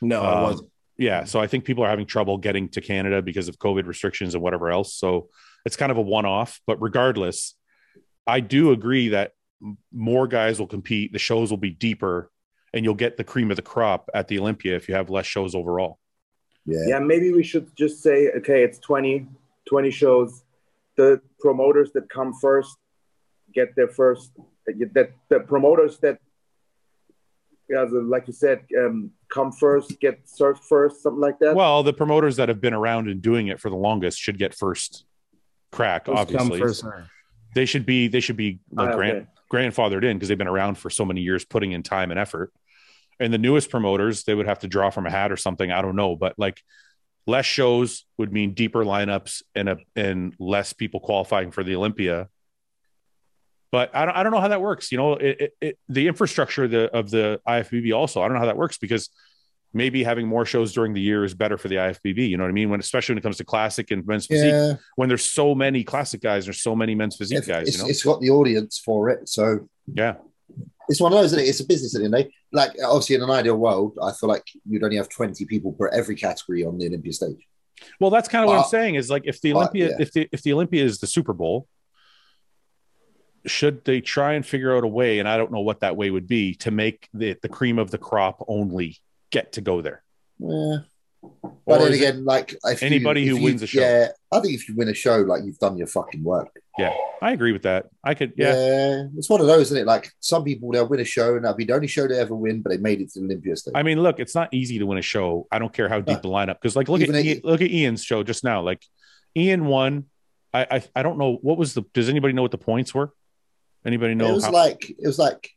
Speaker 4: No,
Speaker 1: Um,
Speaker 4: it wasn't.
Speaker 1: Yeah. So I think people are having trouble getting to Canada because of COVID restrictions and whatever else. So it's kind of a one off. But regardless, I do agree that m- more guys will compete. The shows will be deeper, and you'll get the cream of the crop at the Olympia if you have less shows overall.
Speaker 2: Yeah.
Speaker 3: yeah maybe we should just say okay it's 20 20 shows the promoters that come first get their first that the promoters that yeah, the- like you said um, come first get served first something like that
Speaker 1: Well, the promoters that have been around and doing it for the longest should get first crack.
Speaker 4: First come,
Speaker 1: obviously,
Speaker 4: first serve.
Speaker 1: they should be they should be like
Speaker 3: Ah,
Speaker 1: grand,
Speaker 3: okay.
Speaker 1: grandfathered in because they've been around for so many years putting in time and effort and the newest promoters they would have to draw from a hat or something i don't know but like less shows would mean deeper lineups and a and less people qualifying for the olympia but i don't, I don't know how that works you know it, it, it, the infrastructure of the, of the ifbb also i don't know how that works because maybe having more shows during the year is better for the ifbb you know what i mean when especially when it comes to classic and men's physique
Speaker 2: Yeah.
Speaker 1: when there's so many classic guys there's so many men's physique
Speaker 2: It's,
Speaker 1: guys you
Speaker 2: it's,
Speaker 1: know
Speaker 2: it's got the audience for it. So
Speaker 1: yeah.
Speaker 2: it's one of those, isn't it? It's a business at the end of the day. Like, obviously, in an ideal world, I feel like you'd only have 20 people per every category on the Olympia stage.
Speaker 1: Well, that's kind of what I'm
Speaker 2: But-
Speaker 1: saying is like if the
Speaker 2: but,
Speaker 1: Olympia
Speaker 2: yeah.
Speaker 1: if the if the Olympia is the Super Bowl, should they try and figure out a way, and I don't know what that way would be, to make the, the cream of the crop only get to go there.
Speaker 2: Yeah. But
Speaker 1: Or
Speaker 2: then
Speaker 1: is it-
Speaker 2: again, like, if you-
Speaker 1: anybody who
Speaker 2: if you-
Speaker 1: wins a show.
Speaker 2: Yeah. I think if you win a show, like, you've done your fucking work.
Speaker 1: I agree with that. I could
Speaker 2: Yeah.
Speaker 1: yeah.
Speaker 2: It's one of those, isn't it? Like, some people, they'll win a show and that'll be the only show they ever win, but they made it to the Olympia stage.
Speaker 1: I mean, look, it's not easy to win a show. I don't care how deep
Speaker 2: No.
Speaker 1: the lineup because like look
Speaker 2: Uh, Even
Speaker 1: at
Speaker 2: at-
Speaker 1: Ian, look at Ian's show just now. Like Ian won. I, I I don't know what was the does anybody know what the points were? Anybody know
Speaker 2: it was
Speaker 1: how-
Speaker 2: like, it was like,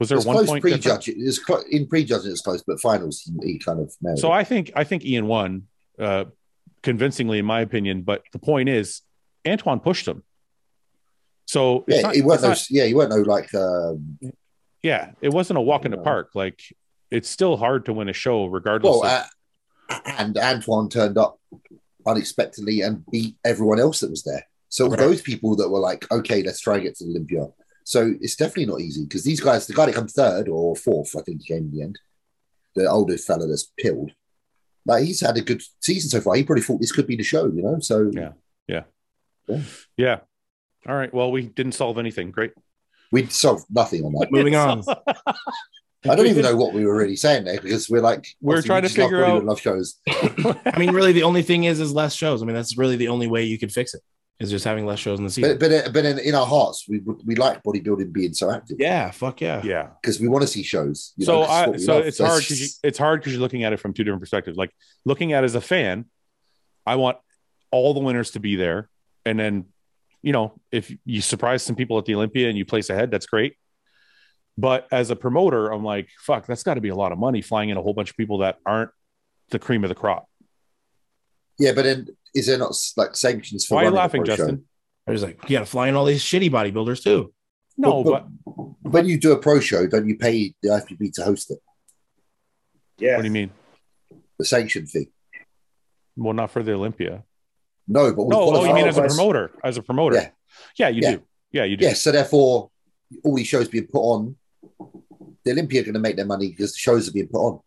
Speaker 1: was
Speaker 2: it
Speaker 1: there
Speaker 2: was
Speaker 1: one
Speaker 2: close
Speaker 1: point difference?
Speaker 2: prejudging. It was clo- in prejudging, it's close, but finals, he- he kind of nailed
Speaker 1: So
Speaker 2: it.
Speaker 1: I think I think Ian won uh, convincingly, in my opinion. But the point is, Antoine pushed him. So it's
Speaker 2: yeah,
Speaker 1: not-
Speaker 2: it weren't
Speaker 1: it's not-
Speaker 2: no, yeah, he weren't no like um,
Speaker 1: yeah, it wasn't a walk in the
Speaker 2: No.
Speaker 1: park. Like it's still hard to win a show, regardless.
Speaker 2: Well,
Speaker 1: of,
Speaker 2: uh, and Antoine turned up unexpectedly and beat everyone else that was there. So it was
Speaker 1: Right.
Speaker 2: those people that were like, okay, let's try and get to the Olympia. So it's definitely not easy because these guys, the guy that come third or fourth, I think he came in the end, the older fella that's pilled, like he's had a good season so far. He probably thought this could be the show, you know? So
Speaker 1: Yeah. yeah. All right. Well, we didn't solve anything. Great.
Speaker 2: we'd solved nothing on that.
Speaker 4: Moving on.
Speaker 2: I don't even know what we were really saying there because we're like,
Speaker 1: We're
Speaker 2: obviously,
Speaker 1: trying
Speaker 2: we
Speaker 1: to
Speaker 2: just love
Speaker 1: figure
Speaker 2: Hollywood
Speaker 1: out-
Speaker 2: love shows.
Speaker 4: I mean, really, the only thing is is less shows. I mean, that's really the only way you could fix it is just having less shows in the season.
Speaker 2: But, uh, but, but in, in our hearts, we, we like bodybuilding being so active.
Speaker 4: yeah, fuck yeah.
Speaker 1: yeah.
Speaker 2: because we want to see shows. you
Speaker 1: so
Speaker 2: know, 'cause it's
Speaker 1: I,
Speaker 2: what we
Speaker 1: so
Speaker 2: love.
Speaker 1: it's
Speaker 2: That's-
Speaker 1: hard because it's hard because you're looking at it from two different perspectives. Like looking at it as a fan, I want all the winners to be there, and then you know if you surprise some people at the Olympia and you place ahead, that's great. But as a promoter, I'm like, fuck, that's got to be a lot of money flying in a whole bunch of people that aren't the cream of the crop.
Speaker 2: yeah, but then is there not like sanctions for?
Speaker 1: Why are you
Speaker 2: running a
Speaker 1: laughing,
Speaker 2: pro show?
Speaker 1: Justin?
Speaker 4: There's like you got to fly in all these shitty bodybuilders too.
Speaker 1: No, but,
Speaker 2: But- When you do a pro show, don't you pay the IFBB to host it?
Speaker 3: yeah
Speaker 1: what do you mean?
Speaker 2: The sanction fee.
Speaker 1: Well, not for the Olympia.
Speaker 2: No, but we
Speaker 1: No, oh, you
Speaker 2: qualify.
Speaker 1: mean as a
Speaker 3: Otherwise-
Speaker 1: promoter? As a promoter? Yeah,
Speaker 2: Yeah.
Speaker 1: you
Speaker 2: Yeah.
Speaker 1: do. Yeah, you do.
Speaker 2: yeah. So therefore, all these shows being put on, the Olympia are going to make their money because the shows are being put on.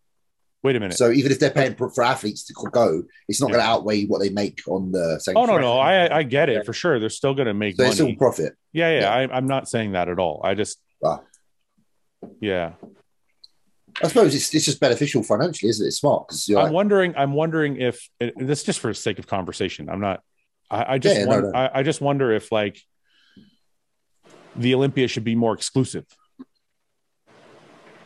Speaker 1: Wait a minute.
Speaker 2: So even if they're paying for for athletes to go, it's not
Speaker 1: Yeah.
Speaker 2: going to outweigh what they make on the sanction.
Speaker 1: oh no, no, I I get it
Speaker 2: Yeah.
Speaker 1: for sure. They're still going to make
Speaker 2: So
Speaker 1: money.
Speaker 2: it's still profit.
Speaker 1: Yeah, yeah.
Speaker 2: Yeah.
Speaker 1: I, I'm not saying that at all. I just,
Speaker 2: Ah.
Speaker 1: yeah.
Speaker 2: I suppose it's, it's just beneficial financially, isn't it? It's smart because you're
Speaker 1: I'm
Speaker 2: like,
Speaker 1: wondering. I'm wondering if and this is just for the sake of conversation. I'm not. I, I just.
Speaker 2: Yeah, no,
Speaker 1: wonder,
Speaker 2: no.
Speaker 1: I, I just wonder if like the Olympia should be more exclusive.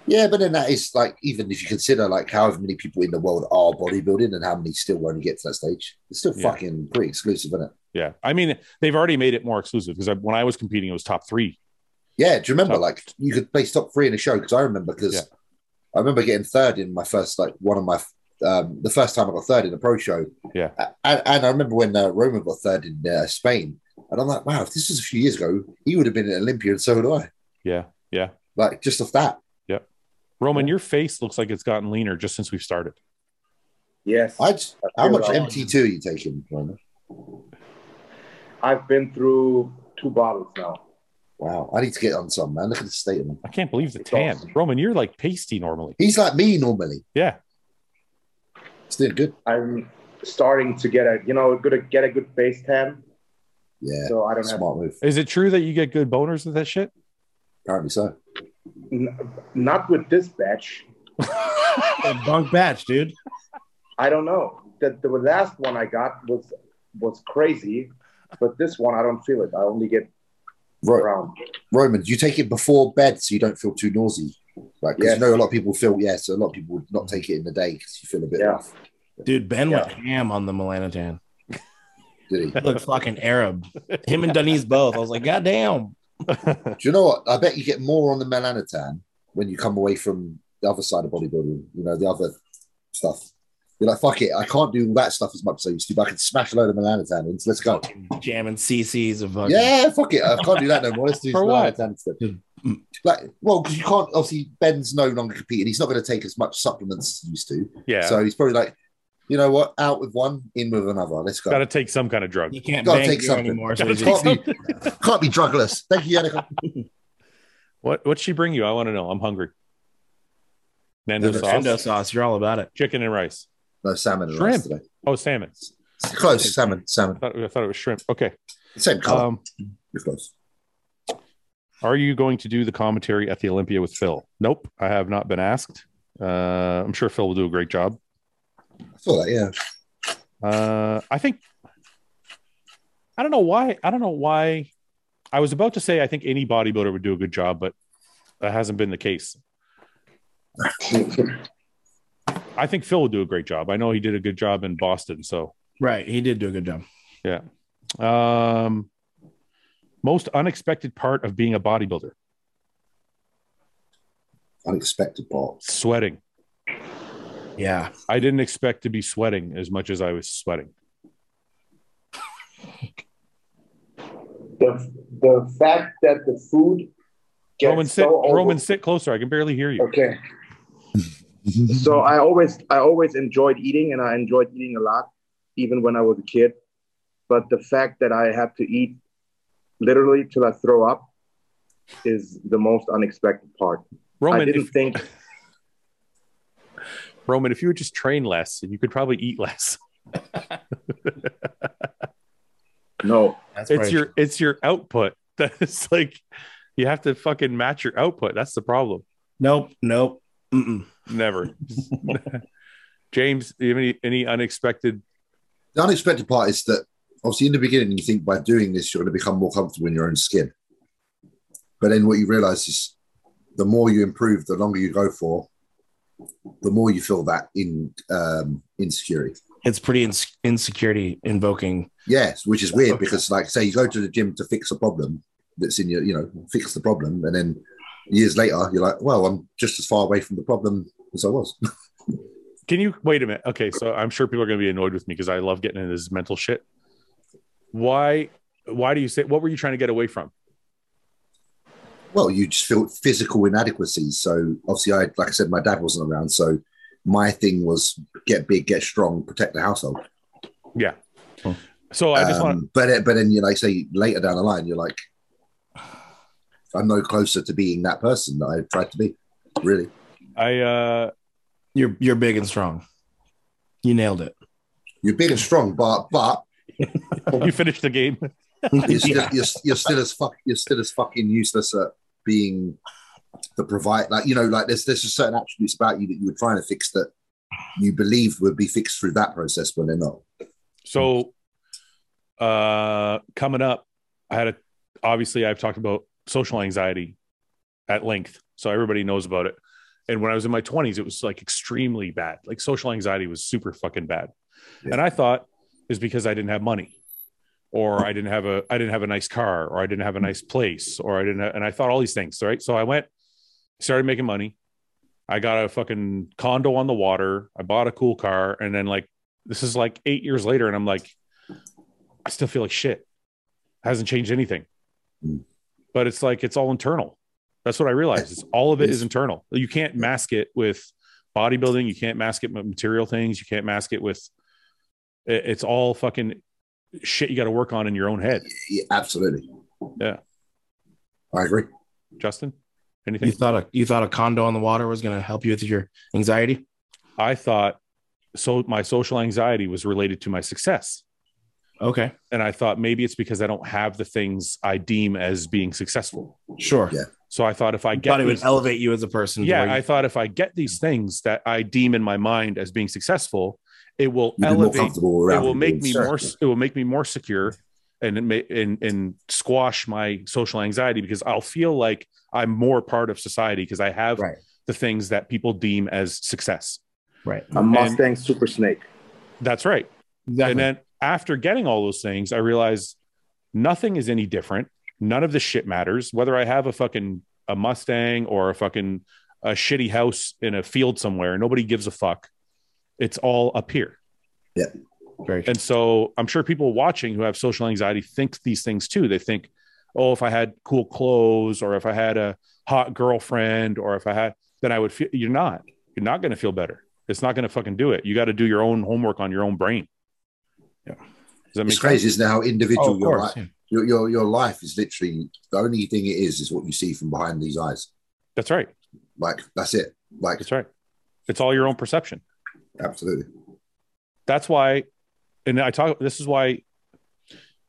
Speaker 2: Yeah, but then that is like even if you consider like however many people in the world are bodybuilding and how many still only get to that stage, it's still
Speaker 1: Yeah.
Speaker 2: fucking pretty exclusive, isn't it?
Speaker 1: Yeah, I mean they've already made it more exclusive because I, when I was competing, it was top three.
Speaker 2: Yeah, do you remember
Speaker 1: Top-
Speaker 2: like you could place top three in a show? Because I remember because
Speaker 1: Yeah.
Speaker 2: I remember getting third in my first like one of my um, the first time I got third in a pro show.
Speaker 1: Yeah.
Speaker 2: A- and, and I remember when uh, Roman got third in uh, Spain, and I'm like, wow, if this was a few years ago, he would have been an Olympian. So would I.
Speaker 1: Yeah, yeah.
Speaker 2: Like just off that,
Speaker 1: Roman, your face looks like it's gotten leaner just since we've started.
Speaker 3: yes
Speaker 2: I just, how
Speaker 3: You're
Speaker 2: much
Speaker 3: wrong.
Speaker 2: MT two are you taking? Roman?
Speaker 3: i've been through two bottles now
Speaker 2: Wow, I need to get on some man. Look at the state of him.
Speaker 1: I can't believe the
Speaker 3: It's
Speaker 1: tan.
Speaker 3: awesome.
Speaker 1: Roman, you're like pasty normally.
Speaker 2: He's like me normally.
Speaker 1: Yeah,
Speaker 2: It's doing good.
Speaker 3: i'm starting to get a you know gonna get a good base tan
Speaker 2: Yeah,
Speaker 3: so i don't have
Speaker 2: smart move.
Speaker 1: is it true that you get good boners with that shit?
Speaker 2: Apparently so.
Speaker 3: N- not with this batch.
Speaker 4: Bunk batch, dude.
Speaker 3: I don't know. That the last one I got was was crazy, but this one I don't feel it. I only get
Speaker 2: Ro-
Speaker 3: brown.
Speaker 2: Roman, do you take it before bed so you don't feel too nauseous? Like, 'cause
Speaker 3: Yes.
Speaker 2: you know a lot of people feel, yeah, so a lot of people would not take it in the day because you feel a bit
Speaker 3: Yeah.
Speaker 2: rough,
Speaker 4: Dude, Ben went
Speaker 3: Yeah.
Speaker 4: ham on the melanotan.
Speaker 2: did he?
Speaker 4: He looked fucking Arab. Him and Denise both. I was like, God damn.
Speaker 2: Do you know what? I bet you get more on the melanotan when you come away from the other side of bodybuilding, you know, the other stuff. You're like, fuck it, I can't do all that stuff as much as I used to, but I can smash a load of melanotan in. So let's go.
Speaker 4: Jamming CCs of fucking
Speaker 2: Yeah, fuck it. I can't do that no more. Let's do
Speaker 1: For what?
Speaker 2: melanotan instead.
Speaker 4: Mm.
Speaker 2: Like, well, because you can't, obviously, Ben's no longer competing. He's not going to take as much supplements as he used to.
Speaker 1: yeah.
Speaker 2: So he's probably like, you know what? Out with one, in with another. Let's go.
Speaker 1: Got to take some kind of drug.
Speaker 4: You can't
Speaker 2: Gotta
Speaker 4: bang
Speaker 2: take
Speaker 4: beer
Speaker 2: something.
Speaker 4: anymore. So
Speaker 1: Gotta
Speaker 4: you just-
Speaker 1: take-
Speaker 2: can't, be, can't be drugless. Thank you, Yannick.
Speaker 1: What What'd she bring you? I want to know. I'm hungry. Nando
Speaker 2: Nando
Speaker 1: sauce,
Speaker 4: Nintendo sauce. You're all about it.
Speaker 1: chicken and rice.
Speaker 2: No, salmon and rice today.
Speaker 1: Oh, salmon.
Speaker 2: Close, salmon, salmon.
Speaker 1: I thought, I thought it was shrimp. Okay.
Speaker 2: Same color.
Speaker 1: Um,
Speaker 2: You're close.
Speaker 1: are you going to do the commentary at the Olympia with Phil? Nope, I have not been asked. Uh, I'm sure Phil will do a great job.
Speaker 2: I saw that, yeah.
Speaker 1: Uh, I think I don't know why. I don't know why. I was about to say I think any bodybuilder would do a good job, but that hasn't been the case. I think Phil will do a great job. I know he did a good job in Boston. So,
Speaker 4: Right. He did do a good job.
Speaker 1: um, most unexpected part of being a bodybuilder:
Speaker 2: Unexpected part.
Speaker 1: sweating.
Speaker 4: Yeah.
Speaker 1: I didn't expect to be sweating as much as I was sweating.
Speaker 3: The the fact that the food gets
Speaker 1: Roman, sit.
Speaker 3: so over-
Speaker 1: Roman, sit closer. I can barely hear you.
Speaker 3: Okay. so I always I always enjoyed eating and I enjoyed eating a lot even when I was a kid but the fact that I had to eat literally till I throw up is the most unexpected part I
Speaker 1: Roman,
Speaker 3: didn't
Speaker 1: if,
Speaker 3: think
Speaker 1: Roman, if you would just train less, you could probably eat less.
Speaker 3: no
Speaker 4: That's
Speaker 1: it's your it's your output that's like you have to fucking match your output that's the problem
Speaker 4: nope. Nope. Mm-mm.
Speaker 1: never james do you have any any unexpected
Speaker 2: The unexpected part is that obviously in the beginning you think by doing this you're going to become more comfortable in your own skin, but then what you realise is the more you improve, the longer you go for, the more you feel that in um, insecurity.
Speaker 4: It's pretty ins- insecurity invoking.
Speaker 2: Yes, which is weird because like say you go to the gym to fix a problem that's in your you know fix the problem, and then years later you're like, well, I'm just as far away from the problem as I was.
Speaker 1: can you wait a minute okay so i'm sure people are going to be annoyed with me because i love getting into this mental shit why why do you say what were you trying to get away from
Speaker 2: Well, you just feel physical inadequacies. So obviously, I like I said, my dad wasn't around, so my thing was get big, get strong, protect the household.
Speaker 1: so i just
Speaker 2: um,
Speaker 1: want
Speaker 2: But it- but then you like say later down the line, you're like, I'm no closer to being that person that I tried to be. Really,
Speaker 1: i uh
Speaker 4: You're you're big and strong. You nailed it.
Speaker 2: you're big and strong, but but
Speaker 1: you finished the game
Speaker 2: you're still, you're, you're still as fuck you're still as fucking useless at being the provide like you know like there's there's just certain attributes about you that you were trying to fix that you believed would be fixed through that process, but they're not.
Speaker 1: So, uh, coming up, I had a obviously I've talked about social anxiety at length, so everybody knows about it. And when I was in my 20s, it was like extremely bad. Like social anxiety was super fucking bad.
Speaker 2: Yeah.
Speaker 1: And I thought is because I didn't have money or I didn't have a I didn't have a nice car or I didn't have a nice place or I didn't have, and I thought all these things, right? So I went started making money. I got a fucking condo on the water. I bought a cool car and then like this is like eight years later, and I'm like, I still feel like shit. Hasn't changed anything.
Speaker 2: Mm.
Speaker 1: But it's like it's all internal. That's what I realized. It's all of it is
Speaker 2: Yes.
Speaker 1: internal. You can't mask it with bodybuilding. You can't mask it with material things. You can't mask it with. it- It's all fucking shit you got to work on in your own head.
Speaker 2: Yeah, absolutely.
Speaker 1: Yeah.
Speaker 2: I agree.
Speaker 1: Justin,
Speaker 4: You
Speaker 1: anything?
Speaker 4: thought a you thought a condo on the water was gonna help you with your anxiety?
Speaker 1: I thought so. My social anxiety was related to my success.
Speaker 4: Okay.
Speaker 1: And I thought maybe it's because I don't have the things I deem as being successful.
Speaker 4: Sure.
Speaker 2: Yeah.
Speaker 1: So I thought if I get
Speaker 4: thought it would
Speaker 1: these-
Speaker 4: elevate you as a person. to
Speaker 1: yeah,
Speaker 4: where you-
Speaker 1: I thought if I get these things that I deem in my mind as being successful, it will
Speaker 2: You'd be more
Speaker 1: elevate
Speaker 2: comfortable
Speaker 1: it
Speaker 2: around
Speaker 1: will
Speaker 2: people
Speaker 1: make
Speaker 2: and
Speaker 1: me
Speaker 2: stuff.
Speaker 1: more it will make me more secure and it may and and squash my social anxiety because i'll feel like i'm more part of society because i have
Speaker 2: Right.
Speaker 1: the things that people deem as success
Speaker 4: right.
Speaker 3: A Mustang Super Snake.
Speaker 1: that's right
Speaker 4: Exactly.
Speaker 1: and then after getting all those things i realized nothing is any different none of this shit matters whether i have a fucking a mustang or a fucking a shitty house in a field somewhere nobody gives a fuck it's all up here
Speaker 4: Very true.
Speaker 1: And so I'm sure people watching who have social anxiety think these things too. They think, oh, if I had cool clothes or if I had a hot girlfriend or if I had, then I would feel you're not, you're not going to feel better. It's not going to fucking do it. You got to do your own homework on your own brain.
Speaker 4: Yeah.
Speaker 1: Does that make
Speaker 2: It's
Speaker 1: sense?
Speaker 2: crazy, isn't it? How individual
Speaker 4: Oh, of
Speaker 2: your,
Speaker 4: course.
Speaker 2: life, your, your your life is. Literally, the only thing it is is what you see from behind these eyes.
Speaker 1: That's right.
Speaker 2: Like that's it. Like
Speaker 1: That's right. It's all your own perception.
Speaker 2: absolutely.
Speaker 1: that's why and i talk this is why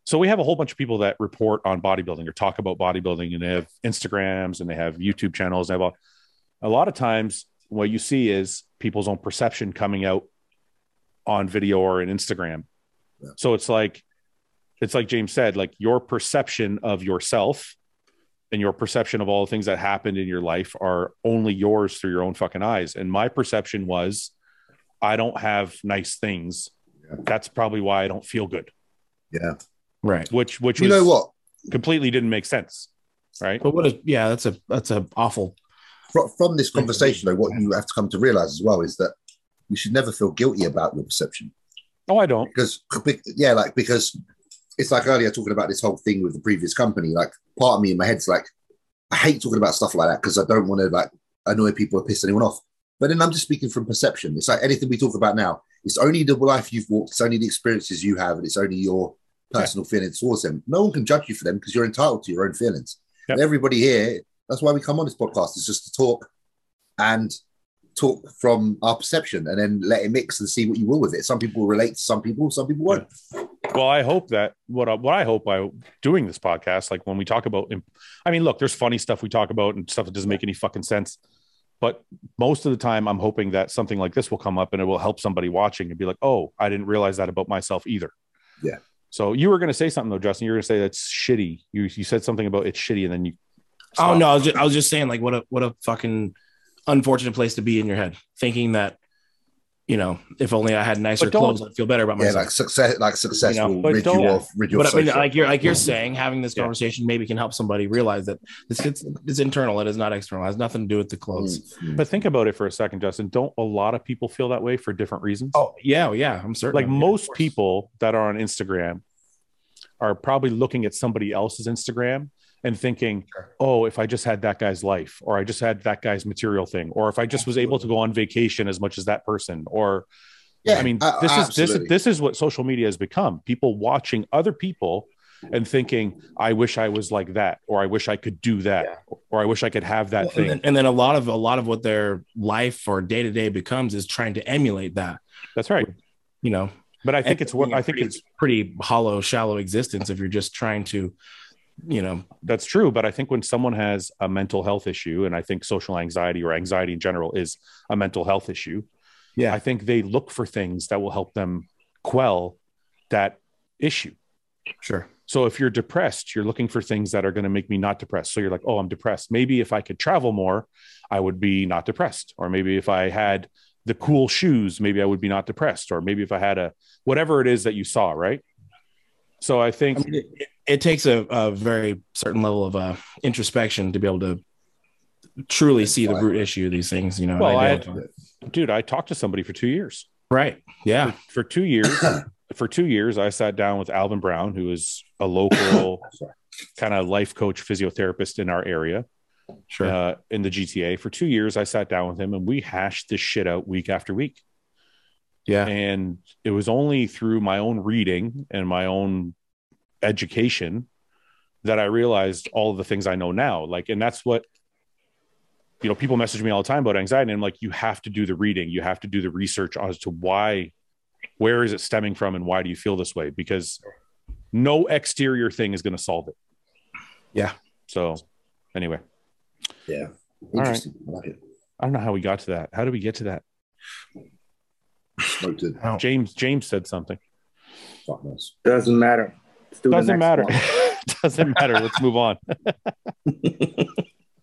Speaker 1: so we have a whole bunch of people that report on bodybuilding or talk about bodybuilding and they have instagrams and they have youtube channels and they have all, a lot of times what you see is people's own perception coming out on video or in instagram
Speaker 2: Yeah.
Speaker 1: so it's like it's like james said like your perception of yourself and your perception of all the things that happened in your life are only yours through your own fucking eyes and my perception was I don't have nice things.
Speaker 2: Yeah.
Speaker 1: That's probably why I don't feel good.
Speaker 2: Yeah.
Speaker 4: Right.
Speaker 1: Which which
Speaker 2: you
Speaker 1: was
Speaker 2: know what?
Speaker 1: completely didn't make sense. Right.
Speaker 4: But what a yeah, that's a that's a awful
Speaker 2: Fro- From this conversation, though, what you have to come to realize as well is that you should never feel guilty about your perception.
Speaker 1: Oh, I don't.
Speaker 2: because be- yeah, like because it's like earlier talking about this whole thing with the previous company. Like part of me in my head's like, I hate talking about stuff like that because I don't want to like annoy people or piss anyone off. But then I'm just speaking from perception. It's like anything we talk about now. It's only the life you've walked. It's only the experiences you have, and it's only your personal feelings towards them. No one can judge you for them because you're entitled to your own feelings.
Speaker 1: Yep.
Speaker 2: And everybody here. That's why we come on this podcast. It's just to talk and talk from our perception and then let it mix and see what you will with it. Some people relate to some people, some people won't.
Speaker 1: Well, I hope that what I, what I hope by doing this podcast, like when we talk about, I mean, look, there's funny stuff we talk about and stuff that doesn't make any fucking sense. But most of the time, I'm hoping that something like this will come up and it will help somebody watching and be like, oh, I didn't realize that about myself either.
Speaker 2: Yeah.
Speaker 1: So you were going to say something though, Justin. You were going to say that's shitty. You you said something about it's shitty, and then you.
Speaker 4: Oh
Speaker 1: stopped.
Speaker 4: no, I was just, I was just saying like what a what a fucking unfortunate place to be in your head, thinking that you know if only I had nicer
Speaker 1: But don't-
Speaker 4: clothes, I'd feel better about
Speaker 2: Yeah,
Speaker 4: myself.
Speaker 2: like success, like successful
Speaker 1: but
Speaker 2: rid
Speaker 1: don't-
Speaker 2: you of rid you of
Speaker 4: but I mean,
Speaker 2: social.
Speaker 4: like you're like you're saying, having this
Speaker 1: Yeah.
Speaker 4: conversation maybe can help somebody realize that this it's, it's internal. It is not external. It has nothing to do with the clothes.
Speaker 2: Mm, mm.
Speaker 1: But think about it for a second, Justin. Don't a lot of people feel that way for different reasons?
Speaker 4: Oh yeah, oh, yeah. I'm certain.
Speaker 1: like
Speaker 4: of it, of
Speaker 1: most
Speaker 4: course.
Speaker 1: people that are on Instagram are probably looking at somebody else's Instagram and thinking,
Speaker 4: Sure.
Speaker 1: "Oh, if I just had that guy's life, or I just had that guy's material thing, or if I just was able to go on vacation as much as that person, or I mean,
Speaker 4: uh,
Speaker 2: a-
Speaker 1: this is this
Speaker 2: absolutely.
Speaker 1: this is what social media has become. People watching other people and thinking, "I wish I was like that," or "I wish I could do that," or "I wish I could have that
Speaker 4: Well,
Speaker 1: thing."
Speaker 4: And then, and then a lot of a lot of what their life or day to day becomes is trying to emulate that.
Speaker 1: That's right.
Speaker 4: You know,
Speaker 1: But I think it's what I think
Speaker 4: pretty-
Speaker 1: it's
Speaker 4: pretty hollow, shallow existence if you're just trying to, you know,
Speaker 1: That's true. But I think when someone has a mental health issue, and I think social anxiety or anxiety in general is a mental health issue,
Speaker 4: Yeah.
Speaker 1: I think they look for things that will help them quell that issue.
Speaker 4: sure.
Speaker 1: So if you're depressed, you're looking for things that are going to make me not depressed. So you're like, oh, I'm depressed. Maybe if I could travel more, I would be not depressed. Or maybe if I had the cool shoes, maybe I would be not depressed. Or maybe if I had a whatever it is that you saw, right? So I think
Speaker 4: I mean, it, it takes a, a very certain level of uh, introspection to be able to truly see the root issue of these things. You know, and
Speaker 1: Well, I-
Speaker 4: identify it.
Speaker 1: dude, I talked to somebody for two years.
Speaker 4: right? Yeah,
Speaker 1: for two years for two years i sat down with alvin brown who is a local kind of life coach physiotherapist in our area
Speaker 4: sure.
Speaker 1: uh, in the gta for two years i sat down with him and we hashed this shit out week after week
Speaker 4: yeah,
Speaker 1: and it was only through my own reading and my own education that i realized all the things i know now like and that's what you know people message me all the time about anxiety and i'm like you have to do the reading you have to do the research as to why where is it stemming from and why do you feel this way because no exterior thing is going to solve it
Speaker 4: Yeah.
Speaker 1: so anyway
Speaker 2: Yeah.
Speaker 1: right.
Speaker 2: Interesting. I like it.
Speaker 1: I don't know how we got to that. How did we get to that?
Speaker 2: Smoked it.
Speaker 4: Oh.
Speaker 1: James James said something.
Speaker 2: Fuck knows.
Speaker 3: Doesn't matter. Let's do the
Speaker 1: Doesn't
Speaker 3: next
Speaker 1: matter.
Speaker 3: one.
Speaker 1: Doesn't matter. Let's move on.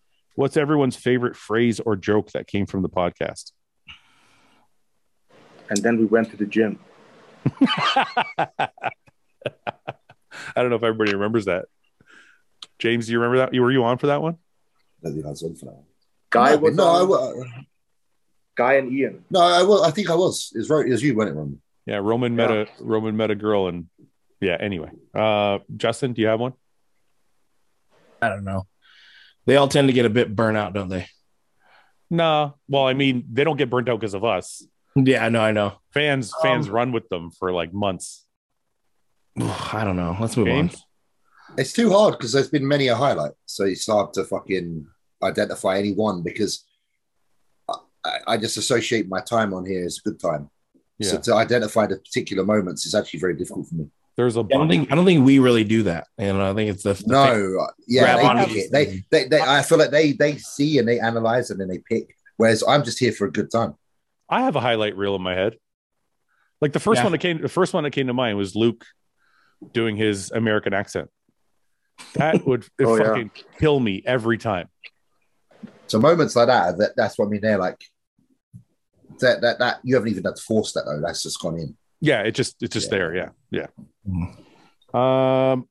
Speaker 1: What's everyone's favorite phrase or joke that came from the podcast?
Speaker 3: And then we went to the gym.
Speaker 1: I don't know if everybody remembers that. James, do you remember that? You were you on for that one?
Speaker 2: I think I was on for that. one.
Speaker 3: Guy um,
Speaker 2: Might be.
Speaker 3: was
Speaker 2: no, I,
Speaker 3: on,
Speaker 2: wa-
Speaker 3: Guy and Ian.
Speaker 2: no, I, wa- I think I was. It was right. It was you, wasn't it, Ron?
Speaker 1: Yeah, Roman met a Roman met a girl and yeah, anyway. Uh Justin, do you have one?
Speaker 4: I don't know. They all tend to get a bit burnt out, don't they?
Speaker 1: No. Well, I mean, they don't get burnt out because of us.
Speaker 4: Yeah, I know, I know.
Speaker 1: Fans
Speaker 3: Um,
Speaker 1: fans run with them for like months.
Speaker 4: I don't know. Let's move on.
Speaker 1: James?
Speaker 2: It's too hard because there's been many a highlight, so it's hard to fucking identify any one because I- I, I just associate my time on here as a good time.
Speaker 1: Yeah.
Speaker 2: So to identify the particular moments is actually very difficult for me.
Speaker 1: There's a
Speaker 4: I don't
Speaker 1: bunch.
Speaker 4: think I don't think we really do that. You know, I think it's the, the
Speaker 2: No,
Speaker 4: thing-
Speaker 2: uh, yeah,
Speaker 4: Grab
Speaker 2: they,
Speaker 4: on
Speaker 2: pick
Speaker 4: to
Speaker 2: it.
Speaker 4: it.
Speaker 2: They, they, they, I feel like they, they see and they analyze and then they pick. Whereas I'm just here for a good time.
Speaker 1: I have a highlight reel in my head. Like the first
Speaker 4: Yeah.
Speaker 1: one that came, the first one that came to mind was Luke doing his American accent. That would
Speaker 3: Oh, yeah.
Speaker 1: fucking kill me every time.
Speaker 2: So moments like that, that that's what I mean. They're like that, that, that you haven't even had to force that though. That's just gone in.
Speaker 1: Yeah, it just it's just
Speaker 2: Yeah.
Speaker 1: there. Yeah, yeah. Um,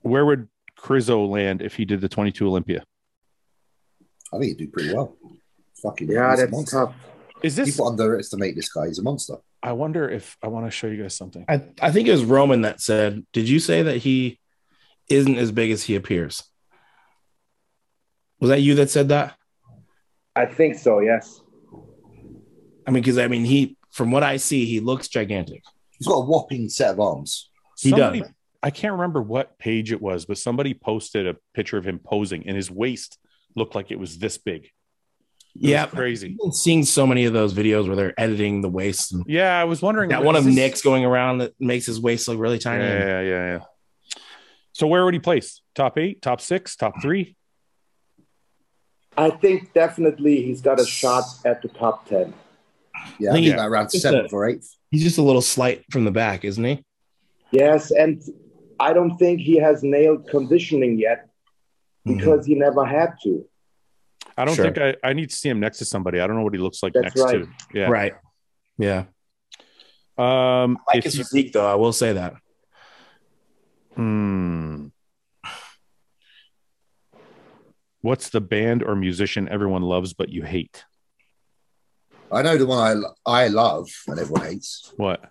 Speaker 1: where would Crizzo land if he did the 22 Olympia?
Speaker 2: I think you do pretty well. Fucking
Speaker 3: Yeah,
Speaker 2: he's a
Speaker 3: that's
Speaker 2: monster.
Speaker 3: tough.
Speaker 1: Is this?
Speaker 2: People underestimate this guy. He's a monster.
Speaker 1: I wonder if I want to show you guys something.
Speaker 4: I, I think it was Roman that said, Did you say that he isn't as big as he appears? Was that you that said that?
Speaker 3: I think so, yes.
Speaker 4: I mean, because I mean, he, from what I see, he looks gigantic.
Speaker 2: He's got a whopping set of arms.
Speaker 4: He
Speaker 1: Somebody-
Speaker 4: does.
Speaker 1: I can't remember what page it was, but somebody posted a picture of him posing, and his waist looked like it was this big. It was
Speaker 4: Yeah.
Speaker 1: crazy.
Speaker 4: I've been seeing so many of those videos where they're editing the waist. And
Speaker 1: Yeah, I was wondering
Speaker 4: that
Speaker 1: like,
Speaker 4: one
Speaker 1: is
Speaker 4: of
Speaker 1: this-
Speaker 4: Nick's going around that makes his waist look really tiny.
Speaker 1: Yeah, yeah, yeah, yeah. So where would he place? Top eight, top six, top three?
Speaker 3: I think definitely he's got a shot at the top
Speaker 2: Yeah,
Speaker 3: 10.
Speaker 2: I
Speaker 4: I think
Speaker 2: think
Speaker 4: he-
Speaker 2: about around
Speaker 4: it's
Speaker 2: seventh
Speaker 4: a-
Speaker 2: or eighth.
Speaker 4: He's just a little slight from the back, isn't he?
Speaker 3: Yes, and I don't think he has nailed conditioning yet
Speaker 1: Mm-hmm.
Speaker 4: Mm-hmm.
Speaker 3: because he never had to.
Speaker 1: I don't
Speaker 4: Sure.
Speaker 1: think I, I need to see him next to somebody. I don't know what he looks like
Speaker 3: That's
Speaker 1: next
Speaker 3: right.
Speaker 1: to. Yeah.
Speaker 4: Right. Yeah.
Speaker 1: Um
Speaker 4: I like
Speaker 1: if
Speaker 4: his
Speaker 1: you-
Speaker 4: physique, though. I will say that.
Speaker 1: Hmm. What's the band or musician everyone loves but you hate?
Speaker 2: I know the one I lo- I love and everyone hates
Speaker 1: What?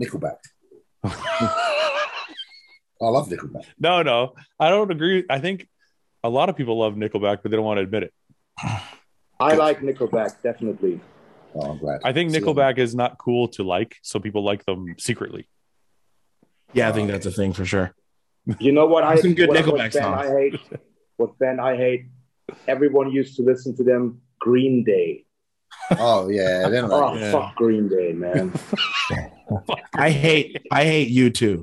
Speaker 2: Nickelback. I love Nickelback.
Speaker 1: No, no. I don't agree. I think a lot of people love Nickelback, but they don't want to admit it.
Speaker 3: I like Nickelback, definitely.
Speaker 2: Oh, I'm glad.
Speaker 1: I think
Speaker 2: See,
Speaker 1: Nickelback is not cool to like, so people like them secretly.
Speaker 4: Yeah, I think that's a thing for sure.
Speaker 3: You know what I
Speaker 4: Some good
Speaker 3: what,
Speaker 4: Nickelback
Speaker 3: what band
Speaker 4: songs.
Speaker 3: I hate? What band I hate? Everyone used to listen to them. Green Day.
Speaker 2: Oh yeah, they're not
Speaker 3: Oh
Speaker 2: that
Speaker 1: Yeah.
Speaker 3: fuck Green Day, man.
Speaker 4: I hate, I hate you too.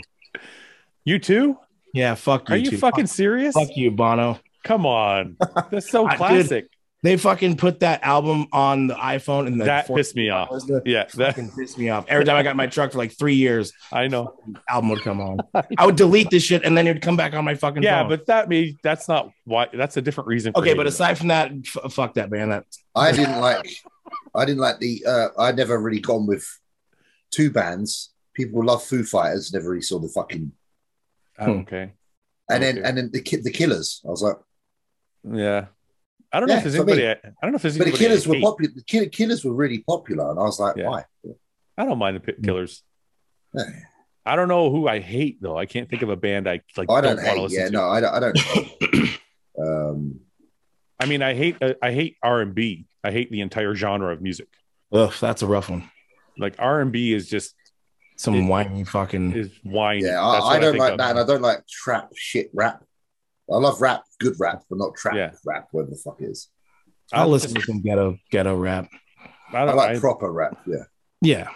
Speaker 1: You too?
Speaker 4: Yeah, fuck you.
Speaker 1: Are you
Speaker 4: too.
Speaker 1: fucking serious?
Speaker 4: Fuck, fuck you, Bono?
Speaker 1: Come on. That's so
Speaker 4: I did.
Speaker 1: classic.
Speaker 4: They fucking put that album on the iPhone and the
Speaker 1: that
Speaker 4: four-
Speaker 1: pissed me off.
Speaker 4: Listener
Speaker 1: Yeah, that
Speaker 4: fucking pissed me off. Every time I got in my truck for like three years,
Speaker 1: I know.
Speaker 4: album would come on. I would delete this shit and then it would come back on my fucking
Speaker 1: Yeah,
Speaker 4: phone.
Speaker 1: but that me that's not why that's a different reason for
Speaker 4: okay,
Speaker 1: hating
Speaker 4: but
Speaker 1: them.
Speaker 4: aside from that, f- fuck that band. That
Speaker 2: I didn't like. I didn't like the. Uh, I'd never really gone with two bands. People love Foo Fighters. Never really saw the fucking.
Speaker 1: Oh,
Speaker 4: Hmm.
Speaker 1: okay.
Speaker 2: And then
Speaker 1: Okay.
Speaker 2: and then the ki- the Killers. I was like,
Speaker 1: Yeah. I don't know
Speaker 2: Yeah,
Speaker 1: if there's
Speaker 2: for me.
Speaker 1: anybody I, I don't know if there's
Speaker 2: but the
Speaker 1: anybody I
Speaker 2: Killers were
Speaker 1: hate.
Speaker 2: popular. The Kill- Killers were really popular, and I was like,
Speaker 1: Yeah.
Speaker 2: why?
Speaker 1: I don't mind the
Speaker 2: Hmm.
Speaker 1: pit killers.
Speaker 2: Yeah.
Speaker 1: I don't know who I hate though. I can't think of a band I like.
Speaker 2: Oh, I don't,
Speaker 1: want to
Speaker 2: hate.
Speaker 1: listen
Speaker 2: Yeah,
Speaker 1: to.
Speaker 2: no, I don't. I don't. um,
Speaker 1: I mean, I hate uh, I hate R and B. I hate the entire genre of music.
Speaker 4: ugh, that's a rough one.
Speaker 1: Like R and B is just
Speaker 4: Some
Speaker 1: It-
Speaker 4: whiny fucking.
Speaker 1: is wine.
Speaker 2: Yeah, I, I don't like that, and I don't like trap shit rap. I love rap, good rap, but not trap
Speaker 1: Yeah.
Speaker 2: rap, whatever the fuck it is.
Speaker 4: I'll listen to some ghetto ghetto rap.
Speaker 1: I
Speaker 2: I
Speaker 1: don't,
Speaker 2: like
Speaker 1: I-
Speaker 2: proper rap. Yeah,
Speaker 4: Yeah,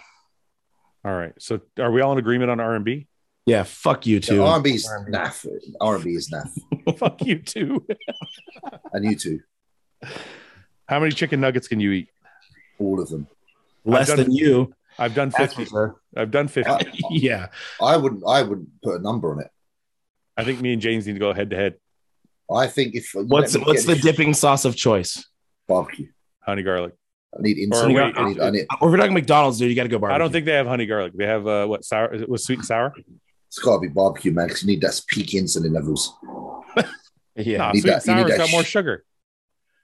Speaker 1: all right. So are we all in agreement on R and B?
Speaker 4: yeah. Fuck you too.
Speaker 2: R and B's
Speaker 4: R&B.
Speaker 2: naff. R and B is naff,
Speaker 1: Fuck you too.
Speaker 2: and you too.
Speaker 1: How many chicken nuggets can you eat?
Speaker 2: all of them.
Speaker 4: Less
Speaker 1: done-
Speaker 4: than you.
Speaker 1: I've done
Speaker 4: That's
Speaker 1: fifty. I've done fifty.
Speaker 4: yeah.
Speaker 2: I wouldn't. I wouldn't put a number on it.
Speaker 1: I think me and James need to go head to head.
Speaker 2: I think if you
Speaker 4: What's
Speaker 2: let me
Speaker 4: what's
Speaker 2: get
Speaker 4: the
Speaker 2: this
Speaker 4: dipping sauce of choice?
Speaker 2: barbecue?
Speaker 1: Honey garlic.
Speaker 2: I need
Speaker 1: Or
Speaker 2: instant.
Speaker 1: wait,
Speaker 2: I need. I need
Speaker 4: Or if we're talking McDonald's, dude, you got to go barbecue.
Speaker 1: I don't think they have honey garlic. They have uh, what sour? Is it was sweet and sour?
Speaker 2: it's got to be barbecue, man. 'cause you need that peak insulin levels.
Speaker 4: Yeah.
Speaker 1: Nah,
Speaker 2: You
Speaker 1: sweet and
Speaker 2: got- you need
Speaker 1: sour's
Speaker 2: that
Speaker 1: got more
Speaker 2: sh-
Speaker 1: sugar.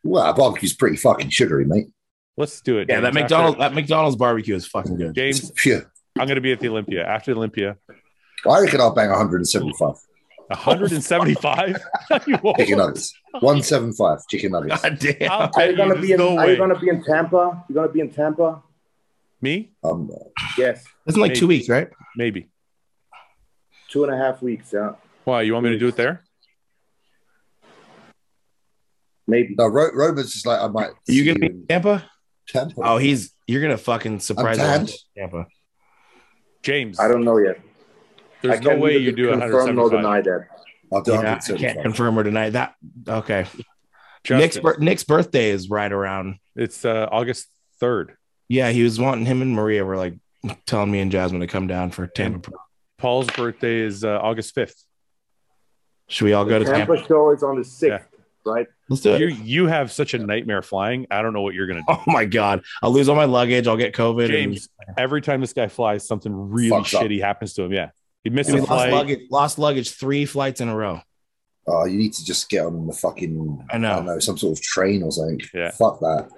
Speaker 2: Well, barbecue's pretty fucking sugary, mate.
Speaker 1: Let's do it.
Speaker 4: Yeah, that
Speaker 1: James.
Speaker 4: McDonald's that McDonald's barbecue is fucking good.
Speaker 1: After- James,
Speaker 2: It's pure.
Speaker 1: I'm going to be at the Olympia after the Olympia.
Speaker 2: I reckon I'll bang 175
Speaker 1: 175.
Speaker 2: chicken
Speaker 4: Oh,
Speaker 2: nuggets. 175 chicken nuggets.
Speaker 4: God damn.
Speaker 1: I'll
Speaker 3: Are
Speaker 1: bet
Speaker 3: you gonna
Speaker 1: there's
Speaker 3: be in?
Speaker 1: no
Speaker 3: are you
Speaker 1: way.
Speaker 3: gonna be in Tampa? You gonna be in Tampa?
Speaker 1: Me?
Speaker 2: Um,
Speaker 3: Yes,
Speaker 4: That's in like two weeks, right?
Speaker 1: Maybe.
Speaker 3: two and a half weeks. Yeah,
Speaker 1: Why? You want me to do it there?
Speaker 3: maybe.
Speaker 2: no, Ro- Roman's just like I might.
Speaker 4: you
Speaker 2: see
Speaker 4: gonna be in
Speaker 2: in
Speaker 4: Tampa?
Speaker 2: Tampa.
Speaker 4: Oh, he's you're gonna fucking surprise
Speaker 2: I'm
Speaker 4: him.
Speaker 2: tanned.
Speaker 4: Tampa.
Speaker 1: James,
Speaker 3: I don't know yet. I
Speaker 1: there's no
Speaker 3: can
Speaker 1: way
Speaker 3: neither
Speaker 1: you do
Speaker 3: confirm nor
Speaker 1: 175.
Speaker 3: deny that.
Speaker 2: I'll do
Speaker 4: Yeah, I can't
Speaker 2: 175.
Speaker 4: confirm or deny that. Okay. Nick's
Speaker 1: Justin,
Speaker 4: bir- Nick's birthday is right around.
Speaker 1: it's uh, August 3rd.
Speaker 4: Yeah, he was wanting him and Maria were like telling me and Jasmine to come down for Tampa. Pro.
Speaker 1: Paul's birthday is uh, August 5th.
Speaker 4: Should we all go to
Speaker 3: Tampa,
Speaker 4: Tampa?
Speaker 3: show is on the sixth, right?
Speaker 4: Let's do it.
Speaker 1: You you have such a nightmare flying. I don't know what you're going to
Speaker 4: Oh my god, I'll lose all my luggage. I'll get COVID.
Speaker 1: do. James, every time this guy flies, something really
Speaker 2: Fucks up.
Speaker 1: shitty happens to him. Yeah. He missed
Speaker 4: and we
Speaker 1: a
Speaker 4: lost
Speaker 1: flight.
Speaker 4: luggage. Lost luggage three flights in a row.
Speaker 2: Oh, you need to just get on the fucking.
Speaker 4: I know.
Speaker 2: I don't know some sort of train or something.
Speaker 1: Yeah.
Speaker 2: Fuck that.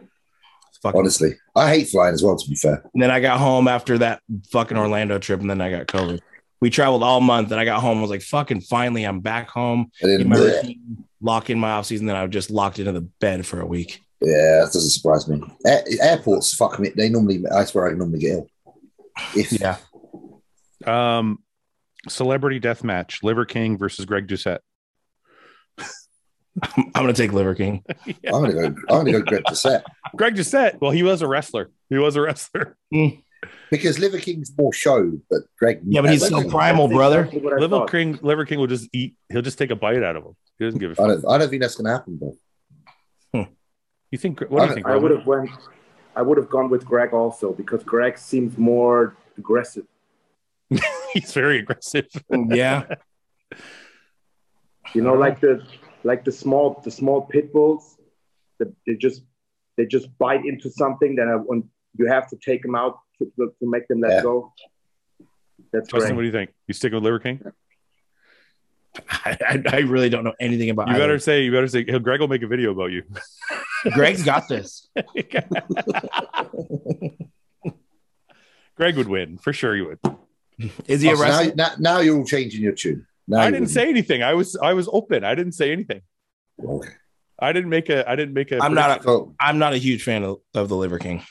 Speaker 4: It's Fucking.
Speaker 2: Honestly, I hate flying as well. To be fair,
Speaker 4: And then I got home after that fucking Orlando trip, and then I got COVID. We traveled all month, and I got home. I was like, "Fucking finally, I'm back home."
Speaker 2: and
Speaker 4: In
Speaker 2: then,
Speaker 4: my
Speaker 2: yeah,
Speaker 4: routine, lock in my off season. Then I just locked into the bed for a week.
Speaker 2: that doesn't surprise me. Air- airports, fuck me. They normally, I swear, I normally get ill. If
Speaker 4: Yeah,
Speaker 1: Um, celebrity death match: Liver King versus Greg Doucette.
Speaker 4: I'm gonna take Liver King.
Speaker 2: I'm gonna go, I'm gonna go grab the set
Speaker 1: Greg Doucette. Well, he was a wrestler. He was a wrestler.
Speaker 2: because Liver King's more show, but Greg.
Speaker 4: Yeah, but he's
Speaker 2: I
Speaker 4: still
Speaker 2: don't-
Speaker 4: primal,
Speaker 3: That's
Speaker 4: brother.
Speaker 3: exactly what I
Speaker 1: Liver
Speaker 3: thought.
Speaker 1: King. Liver King will just eat. He'll just take a bite out of him. He doesn't give a.
Speaker 2: I
Speaker 1: Fuck.
Speaker 2: don't, I don't think that's gonna happen, bro.
Speaker 1: You think? What do you
Speaker 2: I-
Speaker 1: think?
Speaker 3: I would
Speaker 1: Roman?
Speaker 3: have went. I would have gone with Greg also because Greg seems more aggressive.
Speaker 1: He's very aggressive.
Speaker 4: Yeah,
Speaker 3: You know, like
Speaker 1: Uh-huh.
Speaker 3: the like the small the small pit bulls. That they just they just bite into something that I want, you have to take them out to, to, to make them let
Speaker 2: Yeah.
Speaker 3: go. That's
Speaker 1: Justin, what do you
Speaker 3: Greg.
Speaker 1: think? You sticking with Liver King?
Speaker 4: I, I, I really don't know anything about.
Speaker 1: You
Speaker 4: either.
Speaker 1: better say. You better say. He'll, Greg will make a video about you.
Speaker 4: Greg's got this.
Speaker 1: Greg would win for sure. He would.
Speaker 4: Is he a
Speaker 2: Oh, so now,
Speaker 4: wrestler?
Speaker 2: now, now you're all changing your tune. Now
Speaker 1: I
Speaker 2: you
Speaker 1: didn't
Speaker 2: wouldn't.
Speaker 1: say anything. I was. I was open. I didn't say anything.
Speaker 2: Okay.
Speaker 1: I didn't make a. I didn't make a.
Speaker 4: I'm not. A,
Speaker 2: So,
Speaker 4: I'm not a huge fan of, of the Liver King.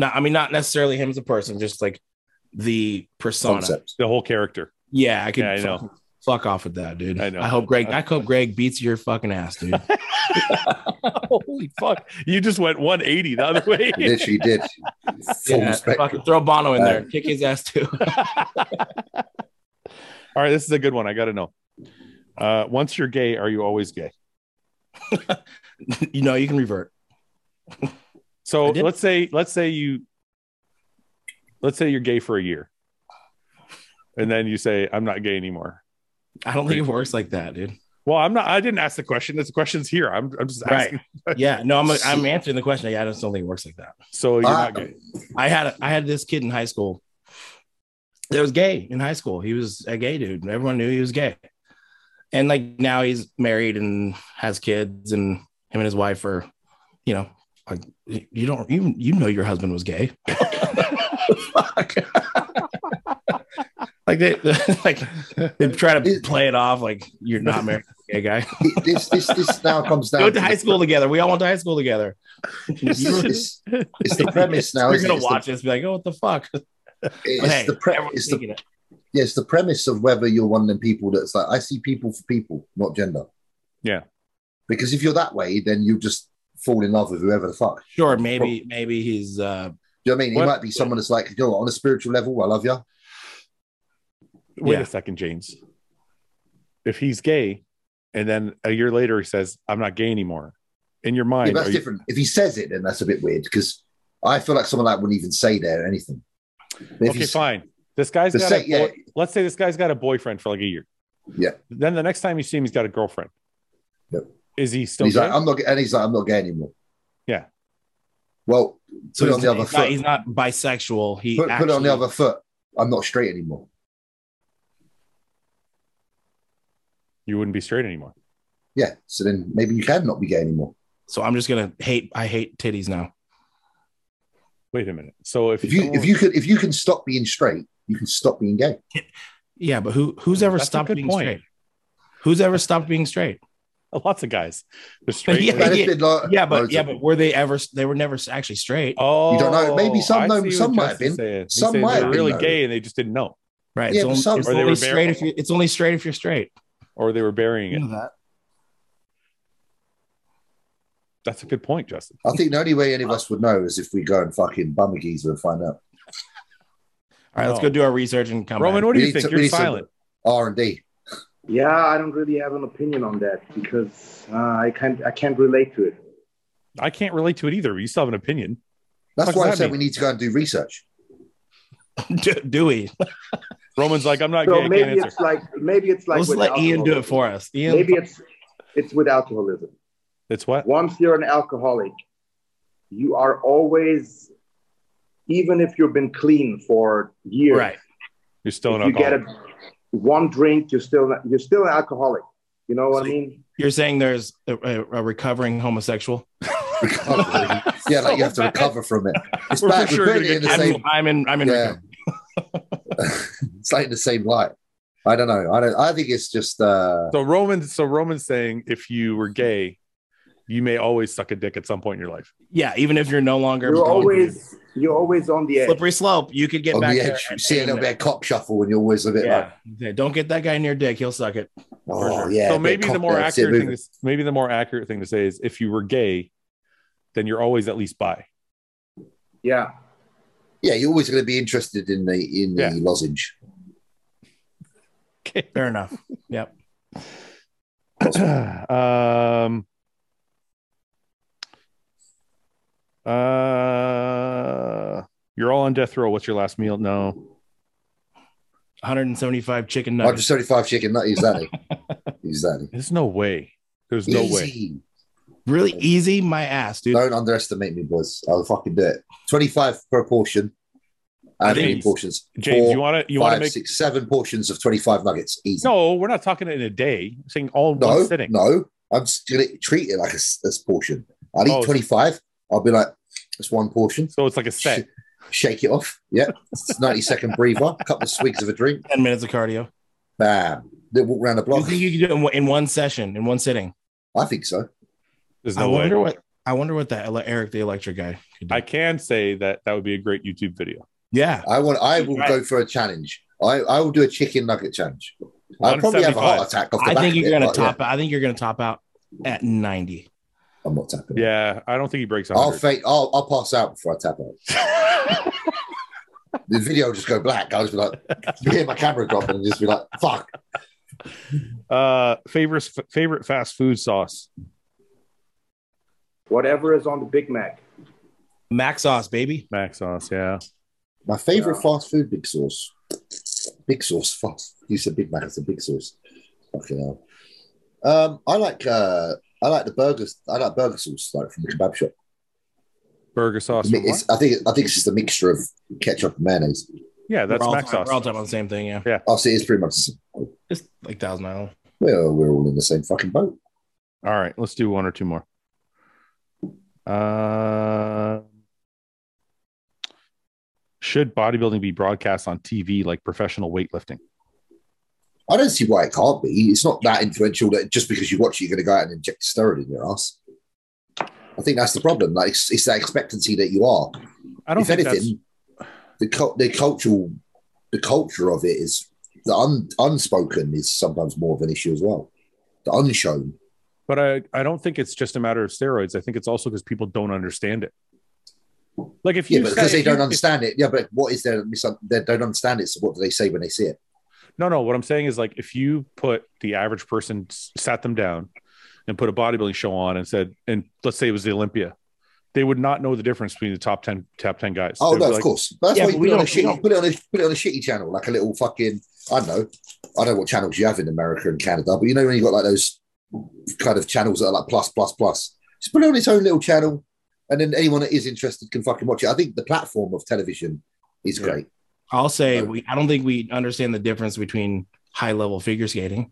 Speaker 4: No, I mean not necessarily him as a person, just like the persona.
Speaker 2: concept.
Speaker 1: the whole character.
Speaker 4: Yeah, I could
Speaker 1: Yeah, I know.
Speaker 4: fucking fuck off with that, dude.
Speaker 1: I know.
Speaker 4: I hope Greg. I hope Greg beats your fucking ass, dude.
Speaker 1: Holy fuck! You just went 180 the other way.
Speaker 2: You literally did. Full
Speaker 4: yeah,
Speaker 2: respect.
Speaker 4: fucking throw Bono in there, and kick his ass too.
Speaker 1: All right, this is a good one. I got to know. Uh, once you're gay, are you always gay?
Speaker 4: you know, you can revert.
Speaker 1: So
Speaker 4: I did-
Speaker 1: let's say let's say you let's say you're gay for a year, and then you say I'm not gay anymore.
Speaker 4: I don't think it works like that, dude.
Speaker 1: Well, I'm not. I didn't ask the question. This question's here. I'm, I'm just asking.
Speaker 4: Yeah, no, I'm I'm answering the question. Yeah, I just don't think it works like that.
Speaker 1: So you're
Speaker 4: Uh,
Speaker 2: Ah.
Speaker 1: not gay.
Speaker 4: I had a, I had this kid in high school that was gay in high school. He was a gay dude. Everyone knew he was gay. And like now he's married and has kids, and him and his wife are, you know, like you don't you you know your husband was gay. Fuck. like they like they try to play it off like you're not married to a gay guy.
Speaker 2: this, this, this now comes down
Speaker 4: We went to high school together. We all went to high school together.
Speaker 2: It's, it's- it's the premise now.
Speaker 4: You're
Speaker 2: isn't
Speaker 4: gonna
Speaker 2: it? It's the-
Speaker 4: watch this, be like, oh, what the fuck?
Speaker 2: It's
Speaker 4: But hey,
Speaker 2: the pre-
Speaker 4: everyone's
Speaker 2: it's the
Speaker 4: thinking it.
Speaker 2: yeah, it's the premise of whether you're one of them people that's like I see people for people, not gender.
Speaker 1: Yeah.
Speaker 2: Because if you're that way, then you just fall in love with whoever the fuck.
Speaker 4: Sure, maybe maybe he's uh
Speaker 2: Do you know what I mean?
Speaker 1: What-
Speaker 2: He might be someone that's like, you know, what, on a spiritual level, I love you.
Speaker 1: Wait
Speaker 4: Yeah.
Speaker 1: a second, James. If he's gay, and then a year later he says I'm not gay anymore, in your
Speaker 2: Yeah,
Speaker 1: mind.
Speaker 2: that's
Speaker 1: are you-
Speaker 2: different. If he says it, then that's a bit weird because I feel like someone like wouldn't even say there anything. But if
Speaker 1: okay,
Speaker 2: he's-
Speaker 1: fine. This guy's
Speaker 2: The
Speaker 1: got
Speaker 2: sec-
Speaker 1: a boy,
Speaker 2: yeah.
Speaker 1: let's say this guy's got a boyfriend for like a year.
Speaker 2: Yeah.
Speaker 1: Then the next time you see him, he's got a girlfriend.
Speaker 2: Yep.
Speaker 1: Is he still
Speaker 2: He's
Speaker 1: gay?
Speaker 2: like, I'm not, and he's like, I'm not gay anymore.
Speaker 1: Yeah.
Speaker 2: Well, put
Speaker 4: So
Speaker 2: it
Speaker 4: he's,
Speaker 2: on the other
Speaker 4: he's not,
Speaker 2: foot.
Speaker 4: he's not bisexual. He
Speaker 2: put, put it on the
Speaker 4: actually-
Speaker 2: other foot. I'm not straight anymore.
Speaker 1: you wouldn't be straight anymore.
Speaker 2: Yeah. So then maybe you can not be gay anymore.
Speaker 4: So I'm just gonna hate. I hate titties now.
Speaker 1: Wait a minute. So if,
Speaker 2: If you
Speaker 1: someone-
Speaker 2: if you could if you can stop being straight, you can stop being gay.
Speaker 4: Yeah, but who who's ever
Speaker 1: That's a
Speaker 4: stopped
Speaker 1: good
Speaker 4: being
Speaker 1: point.
Speaker 4: straight? Who's ever stopped being straight?
Speaker 1: lots of guys, they're straight.
Speaker 4: Yeah,
Speaker 1: they're-
Speaker 2: But
Speaker 4: yeah.
Speaker 2: it's been like-
Speaker 4: Yeah, but
Speaker 2: Uh, loads
Speaker 4: yeah,
Speaker 2: of-
Speaker 4: but were they ever? They were never actually straight,
Speaker 1: Oh,
Speaker 2: don't know. Maybe some
Speaker 1: I
Speaker 2: know-
Speaker 1: see what
Speaker 2: some might have
Speaker 1: Justin's
Speaker 2: been.
Speaker 1: saying. He's
Speaker 2: Some
Speaker 1: saying
Speaker 2: might
Speaker 1: they
Speaker 2: have
Speaker 1: were
Speaker 2: been,
Speaker 1: really
Speaker 2: though.
Speaker 1: gay and they just didn't know,
Speaker 4: right?
Speaker 2: Yeah,
Speaker 4: it's
Speaker 2: but
Speaker 4: only,
Speaker 2: some-
Speaker 4: it's
Speaker 1: Or they were
Speaker 4: only
Speaker 1: bare-
Speaker 4: straight if you. It's only straight if you're straight.
Speaker 1: or they were burying
Speaker 4: You
Speaker 1: it.
Speaker 4: know that.
Speaker 1: That's a good point, Justin.
Speaker 2: I think the only way any of us would know is if we go and fucking bum a geezer and find out.
Speaker 4: All right, let's
Speaker 1: No.
Speaker 4: go do our research and come.
Speaker 1: Roman,
Speaker 4: back.
Speaker 1: what do
Speaker 2: We
Speaker 1: you
Speaker 2: need
Speaker 1: think?
Speaker 2: to- we
Speaker 1: You're
Speaker 2: need to-
Speaker 1: silent.
Speaker 2: R and D.
Speaker 3: Yeah, I don't really have an opinion on that because uh, I can't I can't relate to it.
Speaker 1: I can't relate to it either. but You still have an opinion.
Speaker 2: That's
Speaker 1: Fuck
Speaker 2: why I
Speaker 1: does that
Speaker 2: said we need to go and do research.
Speaker 4: do, do we?
Speaker 1: Roman's like, I'm not
Speaker 3: So
Speaker 1: gay. I can't
Speaker 3: maybe
Speaker 1: answer.
Speaker 3: it's like maybe it's like
Speaker 4: let's
Speaker 3: with
Speaker 4: let Ian do it
Speaker 3: alcoholism.
Speaker 4: for us. Ian,
Speaker 3: Maybe it's it's with alcoholism.
Speaker 1: It's what?
Speaker 3: Once you're an alcoholic, you are always, even if you've been clean for years,
Speaker 4: right?
Speaker 1: You're still
Speaker 3: If
Speaker 1: an
Speaker 3: you get
Speaker 1: alcoholic.
Speaker 3: a, one drink, you're still you're still an alcoholic. You know what I
Speaker 4: So-
Speaker 3: mean?
Speaker 4: You're saying there's a, a, a recovering homosexual.
Speaker 2: yeah, like you have to
Speaker 1: bad.
Speaker 2: recover from it. It's
Speaker 1: We're
Speaker 2: bad.
Speaker 1: for
Speaker 2: We're
Speaker 1: sure
Speaker 2: putting it in the
Speaker 1: gonna
Speaker 4: I'm,
Speaker 2: same
Speaker 4: I'm in. I'm in.
Speaker 2: yeah.
Speaker 4: recovery.
Speaker 2: it's like in the same light. I don't know. I don't. I think it's just. uh
Speaker 1: So Roman, so Roman's saying if you were gay, you may always suck a dick at some point in your life.
Speaker 4: Yeah, even if you're no longer
Speaker 3: You're
Speaker 4: going
Speaker 3: always you're always on the
Speaker 4: through
Speaker 3: edge.
Speaker 4: the slippery slope, you could get
Speaker 2: On
Speaker 4: back
Speaker 2: the
Speaker 4: there
Speaker 2: edge, you
Speaker 4: and-
Speaker 2: see a
Speaker 4: and-
Speaker 2: little bit of cock shuffle, and you're always a bit
Speaker 4: Yeah.
Speaker 2: like,
Speaker 4: Yeah, don't get that guy near dick. He'll suck it.
Speaker 1: For
Speaker 2: "Oh
Speaker 1: sure.
Speaker 2: yeah." a
Speaker 1: So
Speaker 2: bit
Speaker 1: maybe
Speaker 2: of cock
Speaker 1: the more
Speaker 2: there, see it
Speaker 1: accurate thing
Speaker 2: moving.
Speaker 1: to, maybe the more accurate thing to say is if you were gay, then you're always at least bi.
Speaker 3: Yeah,
Speaker 2: yeah, you're always going to be interested in the in the
Speaker 1: Yeah.
Speaker 2: lozenge.
Speaker 1: Okay.
Speaker 4: Fair enough. Yep.
Speaker 1: um uh you're all on death row. What's your last meal? No.
Speaker 4: 175 chicken nuggets.
Speaker 2: 175 chicken nut. Exactly. exactly.
Speaker 1: There's no way. There's no way.
Speaker 2: Easy.
Speaker 4: Really easy, my ass, dude.
Speaker 2: Don't underestimate me, boys. I'll fucking do it. 25 per portion. How many
Speaker 1: James,
Speaker 2: portions?
Speaker 1: James,
Speaker 2: Four,
Speaker 1: you wanna you wanna
Speaker 2: five,
Speaker 1: make
Speaker 2: six, seven portions of 25 nuggets. Easy.
Speaker 1: no, we're not talking in a day. I'm saying all in
Speaker 2: No,
Speaker 1: one sitting.
Speaker 2: no. I'm just gonna treat it like a, s- a portion. I'll eat
Speaker 1: Oh.
Speaker 2: 25. I'll be like, it's one portion.
Speaker 1: So it's like a set.
Speaker 2: Shake it off. Yeah. It's 90 second breather, a couple of swigs of a drink.
Speaker 4: 10 minutes of cardio.
Speaker 2: Bam. Then walk around the
Speaker 4: You
Speaker 2: block.
Speaker 4: think you can do it in one- in one session, in one sitting?
Speaker 2: I think so.
Speaker 1: There's
Speaker 4: I
Speaker 1: no way.
Speaker 4: wonder what I wonder what that ele- Eric the Electric guy could do.
Speaker 1: I can say that that would be a great YouTube video.
Speaker 4: yeah.
Speaker 2: I want I will
Speaker 4: Right.
Speaker 2: go for a challenge. I, I will do a chicken nugget challenge. I'll probably have a
Speaker 1: 175.
Speaker 2: heart attack off the
Speaker 4: I
Speaker 2: back
Speaker 4: think
Speaker 2: of
Speaker 4: you're
Speaker 2: it,
Speaker 4: gonna
Speaker 2: but yeah,
Speaker 4: top I think you're gonna top out at 90.
Speaker 2: I'm not tapping. it.
Speaker 1: Yeah, I don't think he breaks
Speaker 2: I'll
Speaker 1: 100.
Speaker 2: faint. I'll, I'll pass out before I tap out. the video will just go black. I'll just be like, you hear my camera drop and just be like, fuck.
Speaker 1: uh, favorite favorite fast food sauce.
Speaker 3: whatever is on the Big Mac.
Speaker 4: Mac sauce, baby.
Speaker 1: Mac sauce, yeah.
Speaker 2: My favorite
Speaker 3: Yeah.
Speaker 2: fast food, Big Sauce. Big Sauce, fast. You said Big Mac, I said Big Sauce. Fucking hell. Um, I like uh, I like the burgers. I like burger sauce, like from the kebab shop.
Speaker 1: Burger sauce. from
Speaker 2: It's, I think I think it's just a mixture of ketchup and mayonnaise.
Speaker 1: what? Yeah, that's
Speaker 4: we're all,
Speaker 1: mac sauce.
Speaker 4: We're all talking about the same thing, yeah.
Speaker 2: Obviously, it's pretty much.
Speaker 4: Just like Thousand Island.
Speaker 2: Well, we're all in the same fucking boat.
Speaker 1: All right, let's do one or two more. Uh, should bodybuilding be broadcast on TV like professional weightlifting?
Speaker 2: I don't see why it can't be. It's not that influential that just because you watch it, you're going to go out and inject a steroid in your ass. I think that's the problem. Like it's, it's that expectancy that you are.
Speaker 1: I don't
Speaker 2: if
Speaker 1: think
Speaker 2: anything, the cul the cultural the culture of it is the un- unspoken is sometimes more of an issue as well. The unshown.
Speaker 1: that's, but I, I don't think it's just a matter of steroids. I think it's also because people don't understand it. Like if
Speaker 2: Yeah,
Speaker 1: you
Speaker 2: but
Speaker 1: say-
Speaker 2: because they
Speaker 1: if you-
Speaker 2: don't understand it. Yeah, but what is their mis- they don't understand it? So what do they say when they see it?
Speaker 1: No, no. What I'm saying is like if you put the average person s- sat them down and put a bodybuilding show on and said, and let's say it was the Olympia, they would not know the difference between the top 10 top 10 guys.
Speaker 2: Oh
Speaker 1: They'd be
Speaker 2: no, of
Speaker 1: like,
Speaker 2: course. That's
Speaker 4: Yeah,
Speaker 2: why you
Speaker 4: but
Speaker 2: put
Speaker 4: we
Speaker 2: it on a
Speaker 4: don't-
Speaker 2: shitty,
Speaker 4: we don't-
Speaker 2: put it on a put it on a shitty channel, like a little fucking I don't know. I don't know what channels you have in America and Canada, but you know when you got like those kind of channels that are like plus plus plus. Just put it on its own little channel, and then anyone that is interested can fucking watch it. I think the platform of television is
Speaker 1: Yeah.
Speaker 2: great.
Speaker 4: I'll say
Speaker 2: Okay.
Speaker 4: we, I don't think we understand the difference between high level figure skating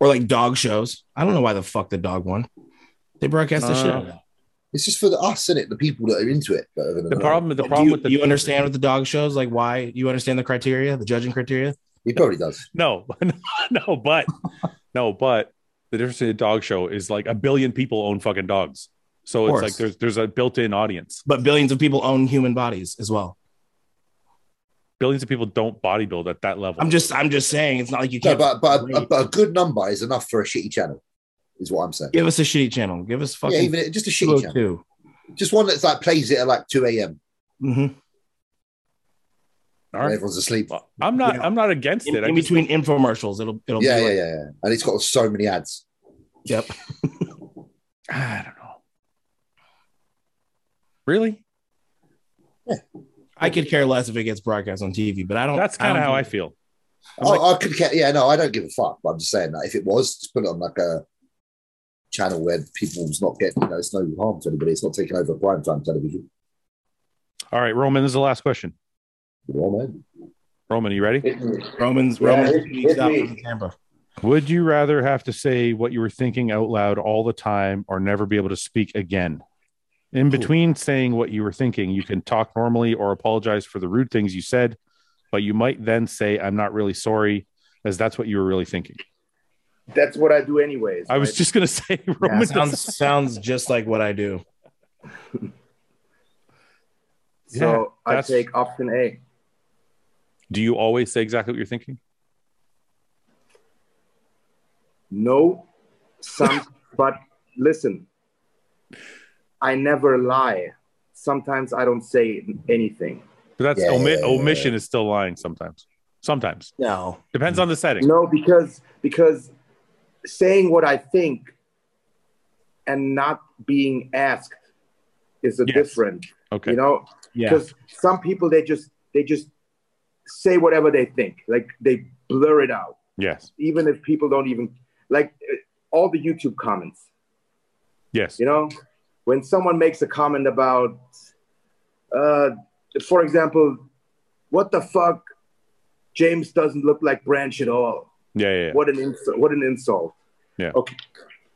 Speaker 4: or like dog shows. I don't know why the fuck the dog won. They broadcast the shit.
Speaker 1: Uh,
Speaker 4: out of that.
Speaker 2: It's just for the us and it, the people that are into it. rather than
Speaker 1: The problem, the
Speaker 4: uh, Do
Speaker 1: problem
Speaker 4: you,
Speaker 1: with the
Speaker 4: you understand with the dog shows, like why you understand the criteria, the judging criteria.
Speaker 2: He probably does.
Speaker 1: No, no, but no, but the difference in a dog show is like a billion people own fucking dogs. So
Speaker 4: Of
Speaker 1: it's
Speaker 4: course.
Speaker 1: like there's there's a built-in audience.
Speaker 4: But billions of people own human bodies as well.
Speaker 1: Billions of people don't bodybuild at that level.
Speaker 4: I'm just, I'm just saying, it's not like you
Speaker 2: No,
Speaker 4: can't.
Speaker 2: but but a,
Speaker 4: Wait.
Speaker 2: but a good number is enough for a shitty channel, is what I'm saying.
Speaker 4: give us a shitty channel. Give us
Speaker 2: yeah,
Speaker 4: fucking
Speaker 2: even just a shitty channel,
Speaker 4: 202.
Speaker 2: just one that's like plays it at like two a.m.
Speaker 4: Mhm.
Speaker 1: All
Speaker 2: and
Speaker 1: right.
Speaker 2: everyone's asleep.
Speaker 1: I'm not
Speaker 4: Yeah.
Speaker 1: I'm not against
Speaker 4: In,
Speaker 1: it.
Speaker 4: in
Speaker 1: I just,
Speaker 4: between infomercials, it'll, it'll.
Speaker 2: Yeah,
Speaker 4: be
Speaker 2: yeah,
Speaker 4: like-
Speaker 2: yeah, yeah. And it's got so many ads.
Speaker 4: Yep.
Speaker 1: I don't know. Really?
Speaker 4: I could care less if it gets broadcast on TV, but I don't.
Speaker 1: That's kind of
Speaker 4: don't
Speaker 1: how I
Speaker 4: think-
Speaker 1: feel.
Speaker 4: I'm
Speaker 2: Oh, I could care. Yeah, no, I don't give a fuck. But I'm just saying that if it was, just put it on like a channel where people's not getting, you know, it's no harm to anybody. It's not taking over prime time television.
Speaker 1: All right, Roman, this is the last question.
Speaker 2: Well, man.
Speaker 1: Roman, you ready?
Speaker 4: Romans,
Speaker 3: Yeah,
Speaker 4: Romans,
Speaker 3: it's-
Speaker 4: sneaks
Speaker 3: it's
Speaker 4: out
Speaker 3: me.
Speaker 4: from Tampa.
Speaker 1: Would you rather have to say what you were thinking out loud all the time or never be able to speak again? In between saying what you were thinking, you can talk normally or apologize for the rude things you said, but you might then say, I'm not really sorry, as that's what you were really thinking.
Speaker 3: That's what I do anyways.
Speaker 1: I was
Speaker 3: right?
Speaker 1: just going to say, Roman,
Speaker 4: Yeah, sounds sounds just like what I do.
Speaker 1: Yeah,
Speaker 3: so I
Speaker 1: that's-
Speaker 3: take option A.
Speaker 1: do you always say exactly what you're thinking?
Speaker 3: No, some, but listen, I never lie. Sometimes I don't say anything.
Speaker 1: But that's
Speaker 2: Yeah,
Speaker 1: omi-
Speaker 2: yeah, yeah,
Speaker 1: omission is still lying sometimes. Sometimes
Speaker 4: No,
Speaker 1: depends on the setting.
Speaker 3: No, because because saying what I think and not being asked is a
Speaker 1: Yes.
Speaker 3: different.
Speaker 1: Okay,
Speaker 3: You know,
Speaker 4: yeah,
Speaker 3: because some people they just they just say whatever they think, like they blur it out.
Speaker 1: yes,
Speaker 3: even if people don't even like uh, all the YouTube comments.
Speaker 1: yes,
Speaker 3: You know, when someone makes a comment about, uh, for example, what the fuck, James doesn't look like Branch at all.
Speaker 1: yeah, yeah, yeah.
Speaker 3: What an insult! What an insult!
Speaker 1: Yeah.
Speaker 3: Okay,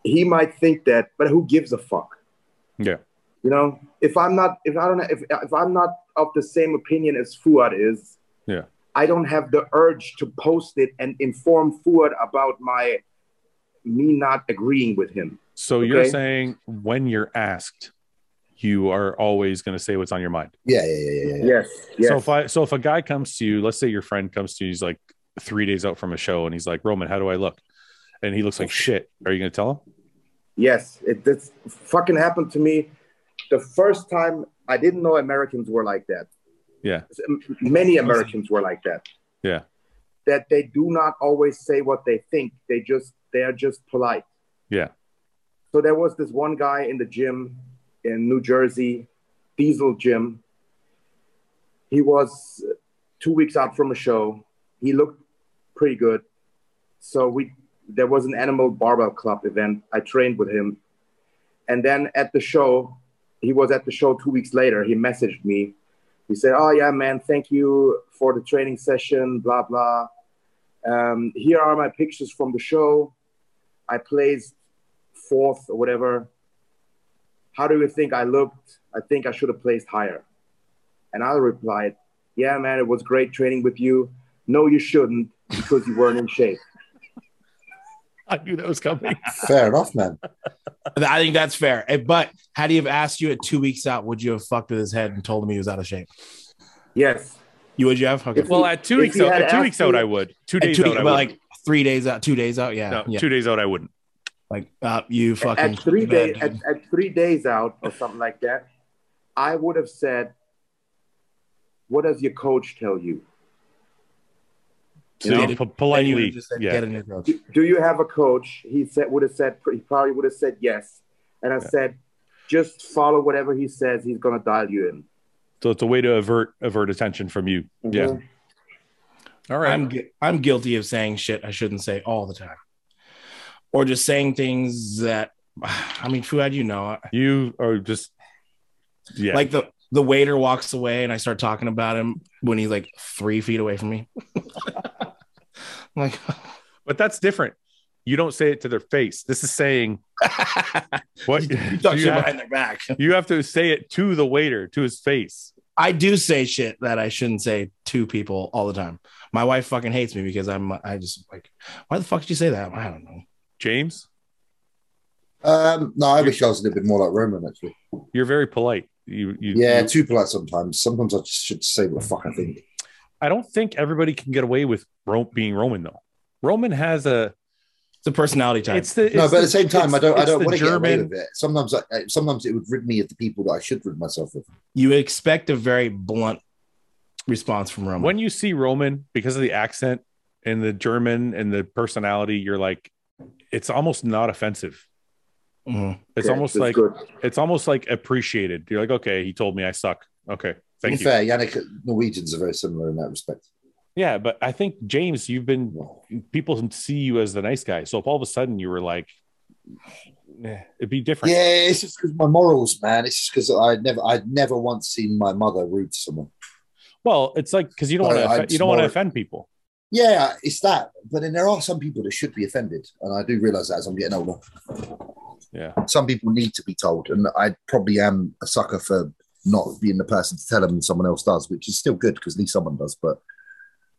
Speaker 3: he might think that, but who gives a fuck?
Speaker 1: Yeah.
Speaker 3: You know, if I'm not, if I don't, if if I'm not of the same opinion as Fuad is,
Speaker 1: Yeah.
Speaker 3: I don't have the urge to post it and inform Fuad about my me not agreeing with him.
Speaker 1: So you're
Speaker 3: Okay.
Speaker 1: saying when you're asked, you are always going to say what's on your mind.
Speaker 2: Yeah, yeah, yeah, yeah, yeah.
Speaker 3: Yes. Yes.
Speaker 1: So if I so if a guy comes to you, let's say your friend comes to you, he's like three days out from a show, and he's like, Roman, how do I look? And he looks like shit. Are you going to tell him?
Speaker 3: Yes, it this fucking happened to me the first time. I didn't know Americans were like that.
Speaker 1: Yeah.
Speaker 3: M- Many Americans were like that.
Speaker 1: Yeah.
Speaker 3: That they do not always say what they think. They just they are just polite.
Speaker 1: Yeah.
Speaker 3: So there was this one guy in the gym in New Jersey, Diesel Gym. He was uh, 2 weeks out from a show. He looked pretty good. So we there was an animal barbell club event. I trained with him. And then at the show, he was at the show two weeks later. He messaged me. He said, Oh, yeah, man, thank you for the training session, blah, blah. Um, here are my pictures from the show. I placed fourth or whatever. How do you think I looked? I think I should have placed higher. And I replied, Yeah, man, it was great training with you. No, you shouldn't because you weren't in shape.
Speaker 1: I knew that was coming.
Speaker 2: Fair enough, man.
Speaker 4: I think that's fair. Eh, But had he have asked you at two weeks out, would you have fucked with his head and told him he was out of shape?
Speaker 3: Yes.
Speaker 4: You would you have? Okay.
Speaker 3: If
Speaker 1: well, at two
Speaker 3: If
Speaker 1: weeks
Speaker 3: he
Speaker 1: out,
Speaker 3: had
Speaker 1: at two
Speaker 3: asked
Speaker 1: weeks out,
Speaker 3: me-
Speaker 1: I would. Two
Speaker 4: At
Speaker 1: days
Speaker 4: two
Speaker 1: out,
Speaker 4: weeks,
Speaker 1: I
Speaker 4: but
Speaker 1: would.
Speaker 4: like three days out, two days out, yeah,
Speaker 1: no,
Speaker 4: yeah.
Speaker 1: two days out, I wouldn't.
Speaker 4: like uh, you fucking
Speaker 3: at three
Speaker 4: bad,
Speaker 3: days at,
Speaker 4: dude.
Speaker 3: at three days out or something like that i would have said what does your coach tell you
Speaker 1: You know,
Speaker 4: Then
Speaker 1: po-
Speaker 4: you would've
Speaker 1: politely.
Speaker 4: just said,
Speaker 1: yeah.
Speaker 4: get a new coach.
Speaker 3: do, do you have a coach? He said would have said he probably would have said yes. And I said, just follow whatever he says. He's gonna dial you in.
Speaker 1: So it's a way to avert avert attention from you. Yeah.
Speaker 3: Mhm.
Speaker 1: All right.
Speaker 4: I'm gu- I'm guilty of saying shit I shouldn't say all the time, or just saying things that I mean, Fuad, you know, I-
Speaker 1: you are just yeah.
Speaker 4: like the the waiter walks away and I start talking about him when he's like three feet away from me. I'm like,
Speaker 1: but that's different. You don't say it to their face. This is saying what
Speaker 4: you talk
Speaker 1: you,
Speaker 4: shit
Speaker 1: have,
Speaker 4: behind their back.
Speaker 1: you have to say it to the waiter, to his face.
Speaker 4: I do say shit that I shouldn't say to people all the time. My wife fucking hates me because I'm I just like, why the fuck did you say that? I don't know.
Speaker 1: James,
Speaker 2: Um, no, I wish I was a little bit more like Roman, actually.
Speaker 1: you're very polite. You, you
Speaker 2: Yeah,
Speaker 1: you-
Speaker 2: too polite sometimes. Sometimes I just should say what the fuck I think.
Speaker 1: I don't think everybody can get away with Ro- being Roman though. Roman has a
Speaker 4: It's a personality type.
Speaker 1: it's the
Speaker 2: no,
Speaker 1: it's
Speaker 2: but at
Speaker 1: the-
Speaker 2: the same time, I
Speaker 1: it's-
Speaker 2: don't. I
Speaker 1: it's
Speaker 2: don't
Speaker 1: the
Speaker 2: want to get away
Speaker 1: German-
Speaker 2: with it. Sometimes, I, I- sometimes it would rid me of the people that I should rid myself of.
Speaker 4: you expect a very blunt response from Roman.
Speaker 1: when you see Roman because of the accent and the German and the personality, you're like, it's almost not offensive.
Speaker 4: Mhm.
Speaker 1: It's
Speaker 3: Yeah,
Speaker 1: almost
Speaker 3: that's
Speaker 1: like
Speaker 3: good.
Speaker 1: it's almost like appreciated. You're like, okay, he told me I suck. Okay,
Speaker 2: To be
Speaker 1: thank you.
Speaker 2: fair, Yannick, Norwegians are very similar in that respect.
Speaker 1: Yeah, but I think James, you've been people see you as the nice guy. So if all of a sudden you were like, eh, it'd be different.
Speaker 2: Yeah, it's just because my morals, man. It's just because I never, I'd never once seen my mother rude to someone.
Speaker 1: Well, it's like because you don't
Speaker 2: Well,
Speaker 1: want
Speaker 2: I'm
Speaker 1: to you don't want to
Speaker 2: smart.
Speaker 1: offend people.
Speaker 2: Yeah, it's that. But then there are some people that should be offended, and I do realize that as I'm getting older.
Speaker 1: Yeah.
Speaker 2: Some people need to be told, and I probably am a sucker for not being the person to tell them someone else does, which is still good because at least someone does. But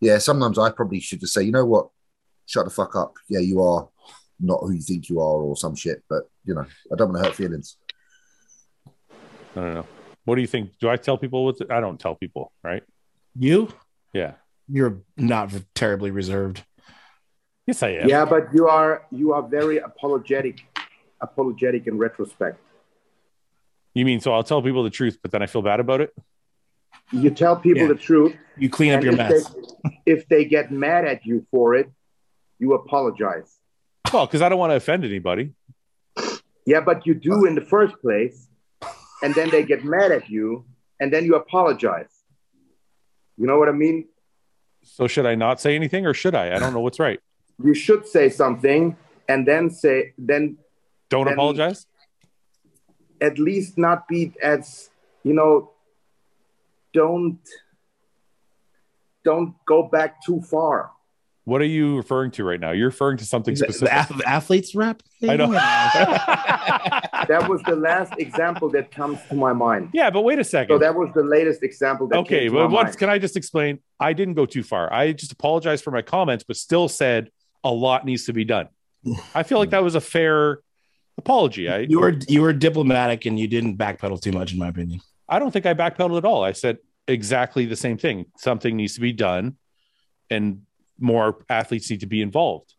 Speaker 2: yeah, sometimes I probably should just say, you know what, shut the fuck up. Yeah, you are not who you think you are, or some shit. But you know, I don't want to hurt feelings.
Speaker 1: I don't know. What do you think? Do I tell people what? To, I don't tell people, right?
Speaker 4: you
Speaker 1: Yeah.
Speaker 4: you're not terribly reserved.
Speaker 1: Yes, I am.
Speaker 3: Yeah, but you are you are very apologetic, apologetic in retrospect.
Speaker 1: You mean so I'll tell people the truth, but then I feel bad about it?
Speaker 3: You tell people
Speaker 4: Yeah.
Speaker 3: the truth,
Speaker 4: You clean up
Speaker 3: and
Speaker 4: your
Speaker 3: if
Speaker 4: mess.
Speaker 3: They, if they get mad at you for it, you apologize.
Speaker 1: Well, because I don't want to offend anybody.
Speaker 3: Yeah, but you do in the first place, and then they get mad at you, and then you apologize. You know what I mean?
Speaker 1: So should I not say anything or should I? I don't know what's right.
Speaker 3: You should say something, and then say then
Speaker 1: Don't
Speaker 3: Then-
Speaker 1: apologize.
Speaker 3: at least not be as you know. Don't don't go back too far.
Speaker 1: What are you referring to right now? You're referring to something
Speaker 4: Is that
Speaker 1: specific.
Speaker 4: the, ath- athletes rep.
Speaker 1: I know.
Speaker 3: That was the last example that comes to my mind.
Speaker 1: yeah, but wait a
Speaker 3: So
Speaker 1: second.
Speaker 3: that was the latest example. That
Speaker 1: okay,
Speaker 3: came to
Speaker 1: but
Speaker 3: my
Speaker 1: once
Speaker 3: mind.
Speaker 1: can I just explain? I didn't go too far. I just apologized for my comments, but still said a lot needs to be done. I feel like that was a fair apology. I
Speaker 4: You were you were diplomatic and you didn't backpedal too much, in my opinion.
Speaker 1: I don't think I backpedaled at all. I said exactly the same thing. Something needs to be done, and more athletes need to be involved.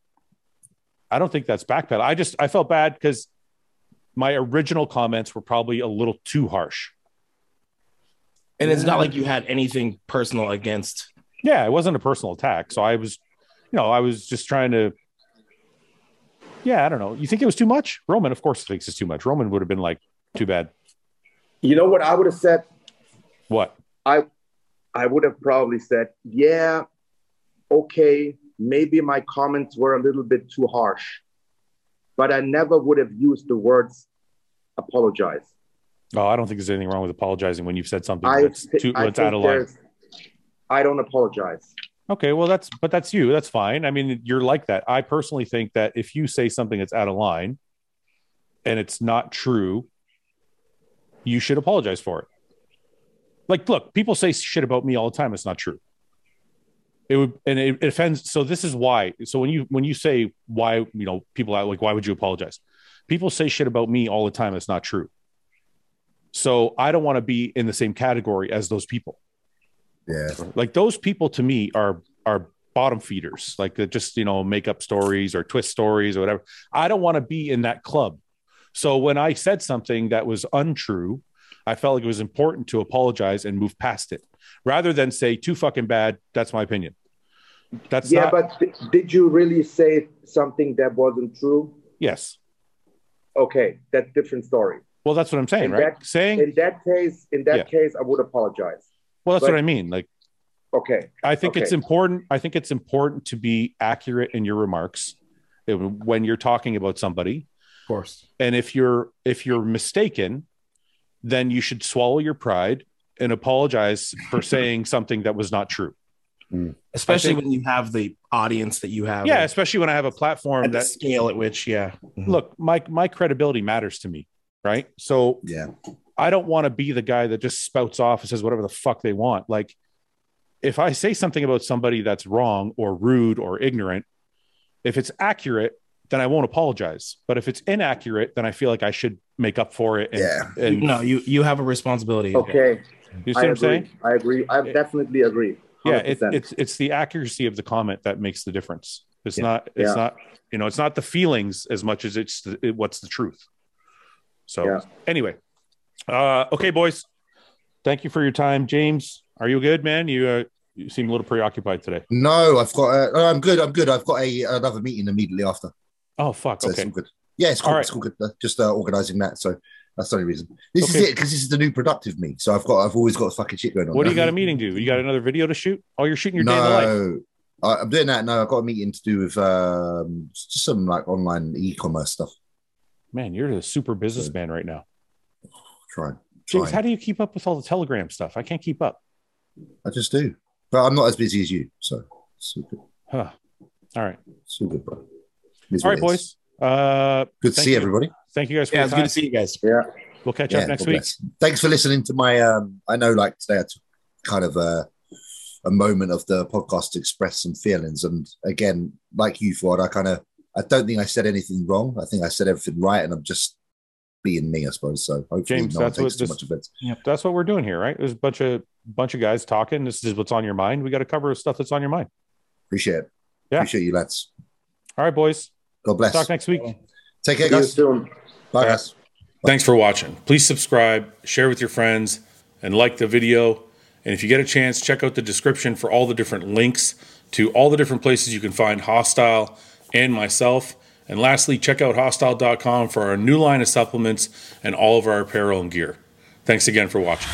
Speaker 1: I don't think that's backpedal. I just I felt bad because my original comments were probably a little too harsh.
Speaker 4: And it's not like you had anything personal against.
Speaker 1: Yeah, it wasn't a personal attack. So I was, you know, I was just trying to. Yeah, I don't know. You think it was too much? Roman, of course, thinks it's too much. Roman would have been like, "Too bad."
Speaker 3: You know what I would have said?
Speaker 1: What?
Speaker 3: I would have probably said, yeah, okay, maybe my comments were a little bit too harsh, but I never would have used the words apologize.
Speaker 1: Oh, I don't think there's anything wrong with apologizing when you've said something
Speaker 3: I,
Speaker 1: that's
Speaker 3: thi-
Speaker 1: too
Speaker 3: I
Speaker 1: that's
Speaker 3: think
Speaker 1: out of line.
Speaker 3: there's- I don't apologize.
Speaker 1: Okay, well, that's but that's you. That's fine. I mean, you're like that. I personally think that if you say something that's out of line and it's not true, you should apologize for it. Like, look, people say shit about me all the time. It's not true. It would and it, it offends. So this is why. So when you when you say why, you know, people out like why would you apologize? People say shit about me all the time. It's not true. So I don't want to be in the same category as those people
Speaker 2: Yeah,
Speaker 1: like those people to me are are bottom feeders like they just you know make up stories or twist stories or whatever i don't want to be in that club so when i said something that was untrue i felt like it was important to apologize and move past it rather than say too fucking bad that's my opinion That's
Speaker 3: yeah,
Speaker 1: not
Speaker 3: but th- did you really say something that wasn't true?
Speaker 1: yes.
Speaker 3: Okay, that's different story.
Speaker 1: Well, that's what I'm saying,
Speaker 3: And
Speaker 1: right?
Speaker 3: that-
Speaker 1: saying
Speaker 3: In that case, in that
Speaker 1: Yeah.
Speaker 3: case, I would apologize.
Speaker 1: well, that's
Speaker 3: but-
Speaker 1: what I mean. Like
Speaker 3: Okay,
Speaker 1: I think it's
Speaker 3: Okay.
Speaker 1: important. I think it's important to be accurate in your remarks eh, when you're talking about somebody.
Speaker 4: Of course.
Speaker 1: and if you're if you're mistaken then you should swallow your pride and apologize for saying something that was not true
Speaker 4: Especially
Speaker 1: I think-
Speaker 4: when you have the audience that you have.
Speaker 1: yeah
Speaker 4: and-
Speaker 1: especially when i have a platform
Speaker 4: At the
Speaker 1: that
Speaker 4: scale at which, yeah. Mhm.
Speaker 1: look my my credibility matters to me right so
Speaker 2: Yeah.
Speaker 1: i don't want to be the guy that just spouts off and says whatever the fuck they want like if i say something about somebody that's wrong or rude or ignorant if it's accurate then i won't apologize but if it's inaccurate then i feel like i should make up for it and,
Speaker 2: Yeah.
Speaker 1: and
Speaker 4: no, you you have a responsibility.
Speaker 3: okay.
Speaker 1: you see what i'm saying
Speaker 3: I agree. I
Speaker 1: Yeah.
Speaker 3: definitely agree.
Speaker 1: yeah it,
Speaker 3: 100%.
Speaker 1: it's it's the accuracy of the comment that makes the difference it's
Speaker 2: Yeah.
Speaker 1: not it's
Speaker 3: Yeah.
Speaker 1: not you know it's not the feelings as much as it's the, it, what's the truth so
Speaker 3: Yeah.
Speaker 1: anyway uh okay boys thank you for your time james are you good man you uh you seem a little preoccupied today
Speaker 2: No, I've got. Uh, I'm good. I'm good. I've got a another meeting immediately after,
Speaker 1: oh fuck
Speaker 2: so it's all
Speaker 1: okay
Speaker 2: good. Yeah, it's cool.
Speaker 1: All right.
Speaker 2: It's all good. Uh, Just uh, organising that. So that's the only reason. This
Speaker 1: Okay.
Speaker 2: is it because this is the new productive me. So I've got. I've always got fucking shit going on.
Speaker 1: what do you got a meeting to you got another video to shoot oh you're shooting your day in the life
Speaker 2: no, I, I'm doing that now. I've got a meeting to do with um, just some like online e-commerce stuff.
Speaker 1: man you're a super businessman right now
Speaker 2: Trying.
Speaker 1: james
Speaker 2: Fine.
Speaker 1: how do you keep up with all the telegram stuff i can't keep up
Speaker 2: I just do, but I'm not as busy as you. So it's all good.
Speaker 1: huh all right
Speaker 2: It's all good, bro. It is
Speaker 1: all
Speaker 2: what
Speaker 1: right
Speaker 2: it is.
Speaker 1: boys uh
Speaker 2: Good to
Speaker 1: Thank
Speaker 2: see
Speaker 1: you.
Speaker 2: everybody.
Speaker 1: thank you guys for
Speaker 4: Yeah,
Speaker 1: your
Speaker 4: it's
Speaker 1: time.
Speaker 4: good to see you guys.
Speaker 3: yeah.
Speaker 1: We'll catch
Speaker 2: Yeah,
Speaker 1: up next
Speaker 2: God
Speaker 1: week.
Speaker 2: bless. Thanks for listening to my. Um, I know, like today, I took kind of a, a moment of the podcast to express some feelings, and again, like you, Ford, I kind of, I don't think I said anything wrong. I think I said everything right, and I'm just being me, I suppose. So hopefully,
Speaker 1: James,
Speaker 2: no one
Speaker 1: that's what
Speaker 2: takes too
Speaker 1: this-
Speaker 2: much offense.
Speaker 1: That's what we're doing here, right? There's a bunch of bunch of guys talking. This is what's on your mind. We got to cover stuff that's on your mind.
Speaker 2: Appreciate it.
Speaker 1: Yeah.
Speaker 2: Appreciate you, lads.
Speaker 1: All right, boys.
Speaker 2: God bless.
Speaker 1: Talk next week.
Speaker 2: Take care,
Speaker 3: See you
Speaker 2: guys.
Speaker 3: soon.
Speaker 2: Bye, guys.
Speaker 1: Thanks for watching. Please subscribe, share with your friends, and like the video. And if you get a chance, check out the description for all the different links to all the different places you can find Hostile and myself. And lastly, check out hostile.com for our new line of supplements and all of our apparel and gear. Thanks again for watching.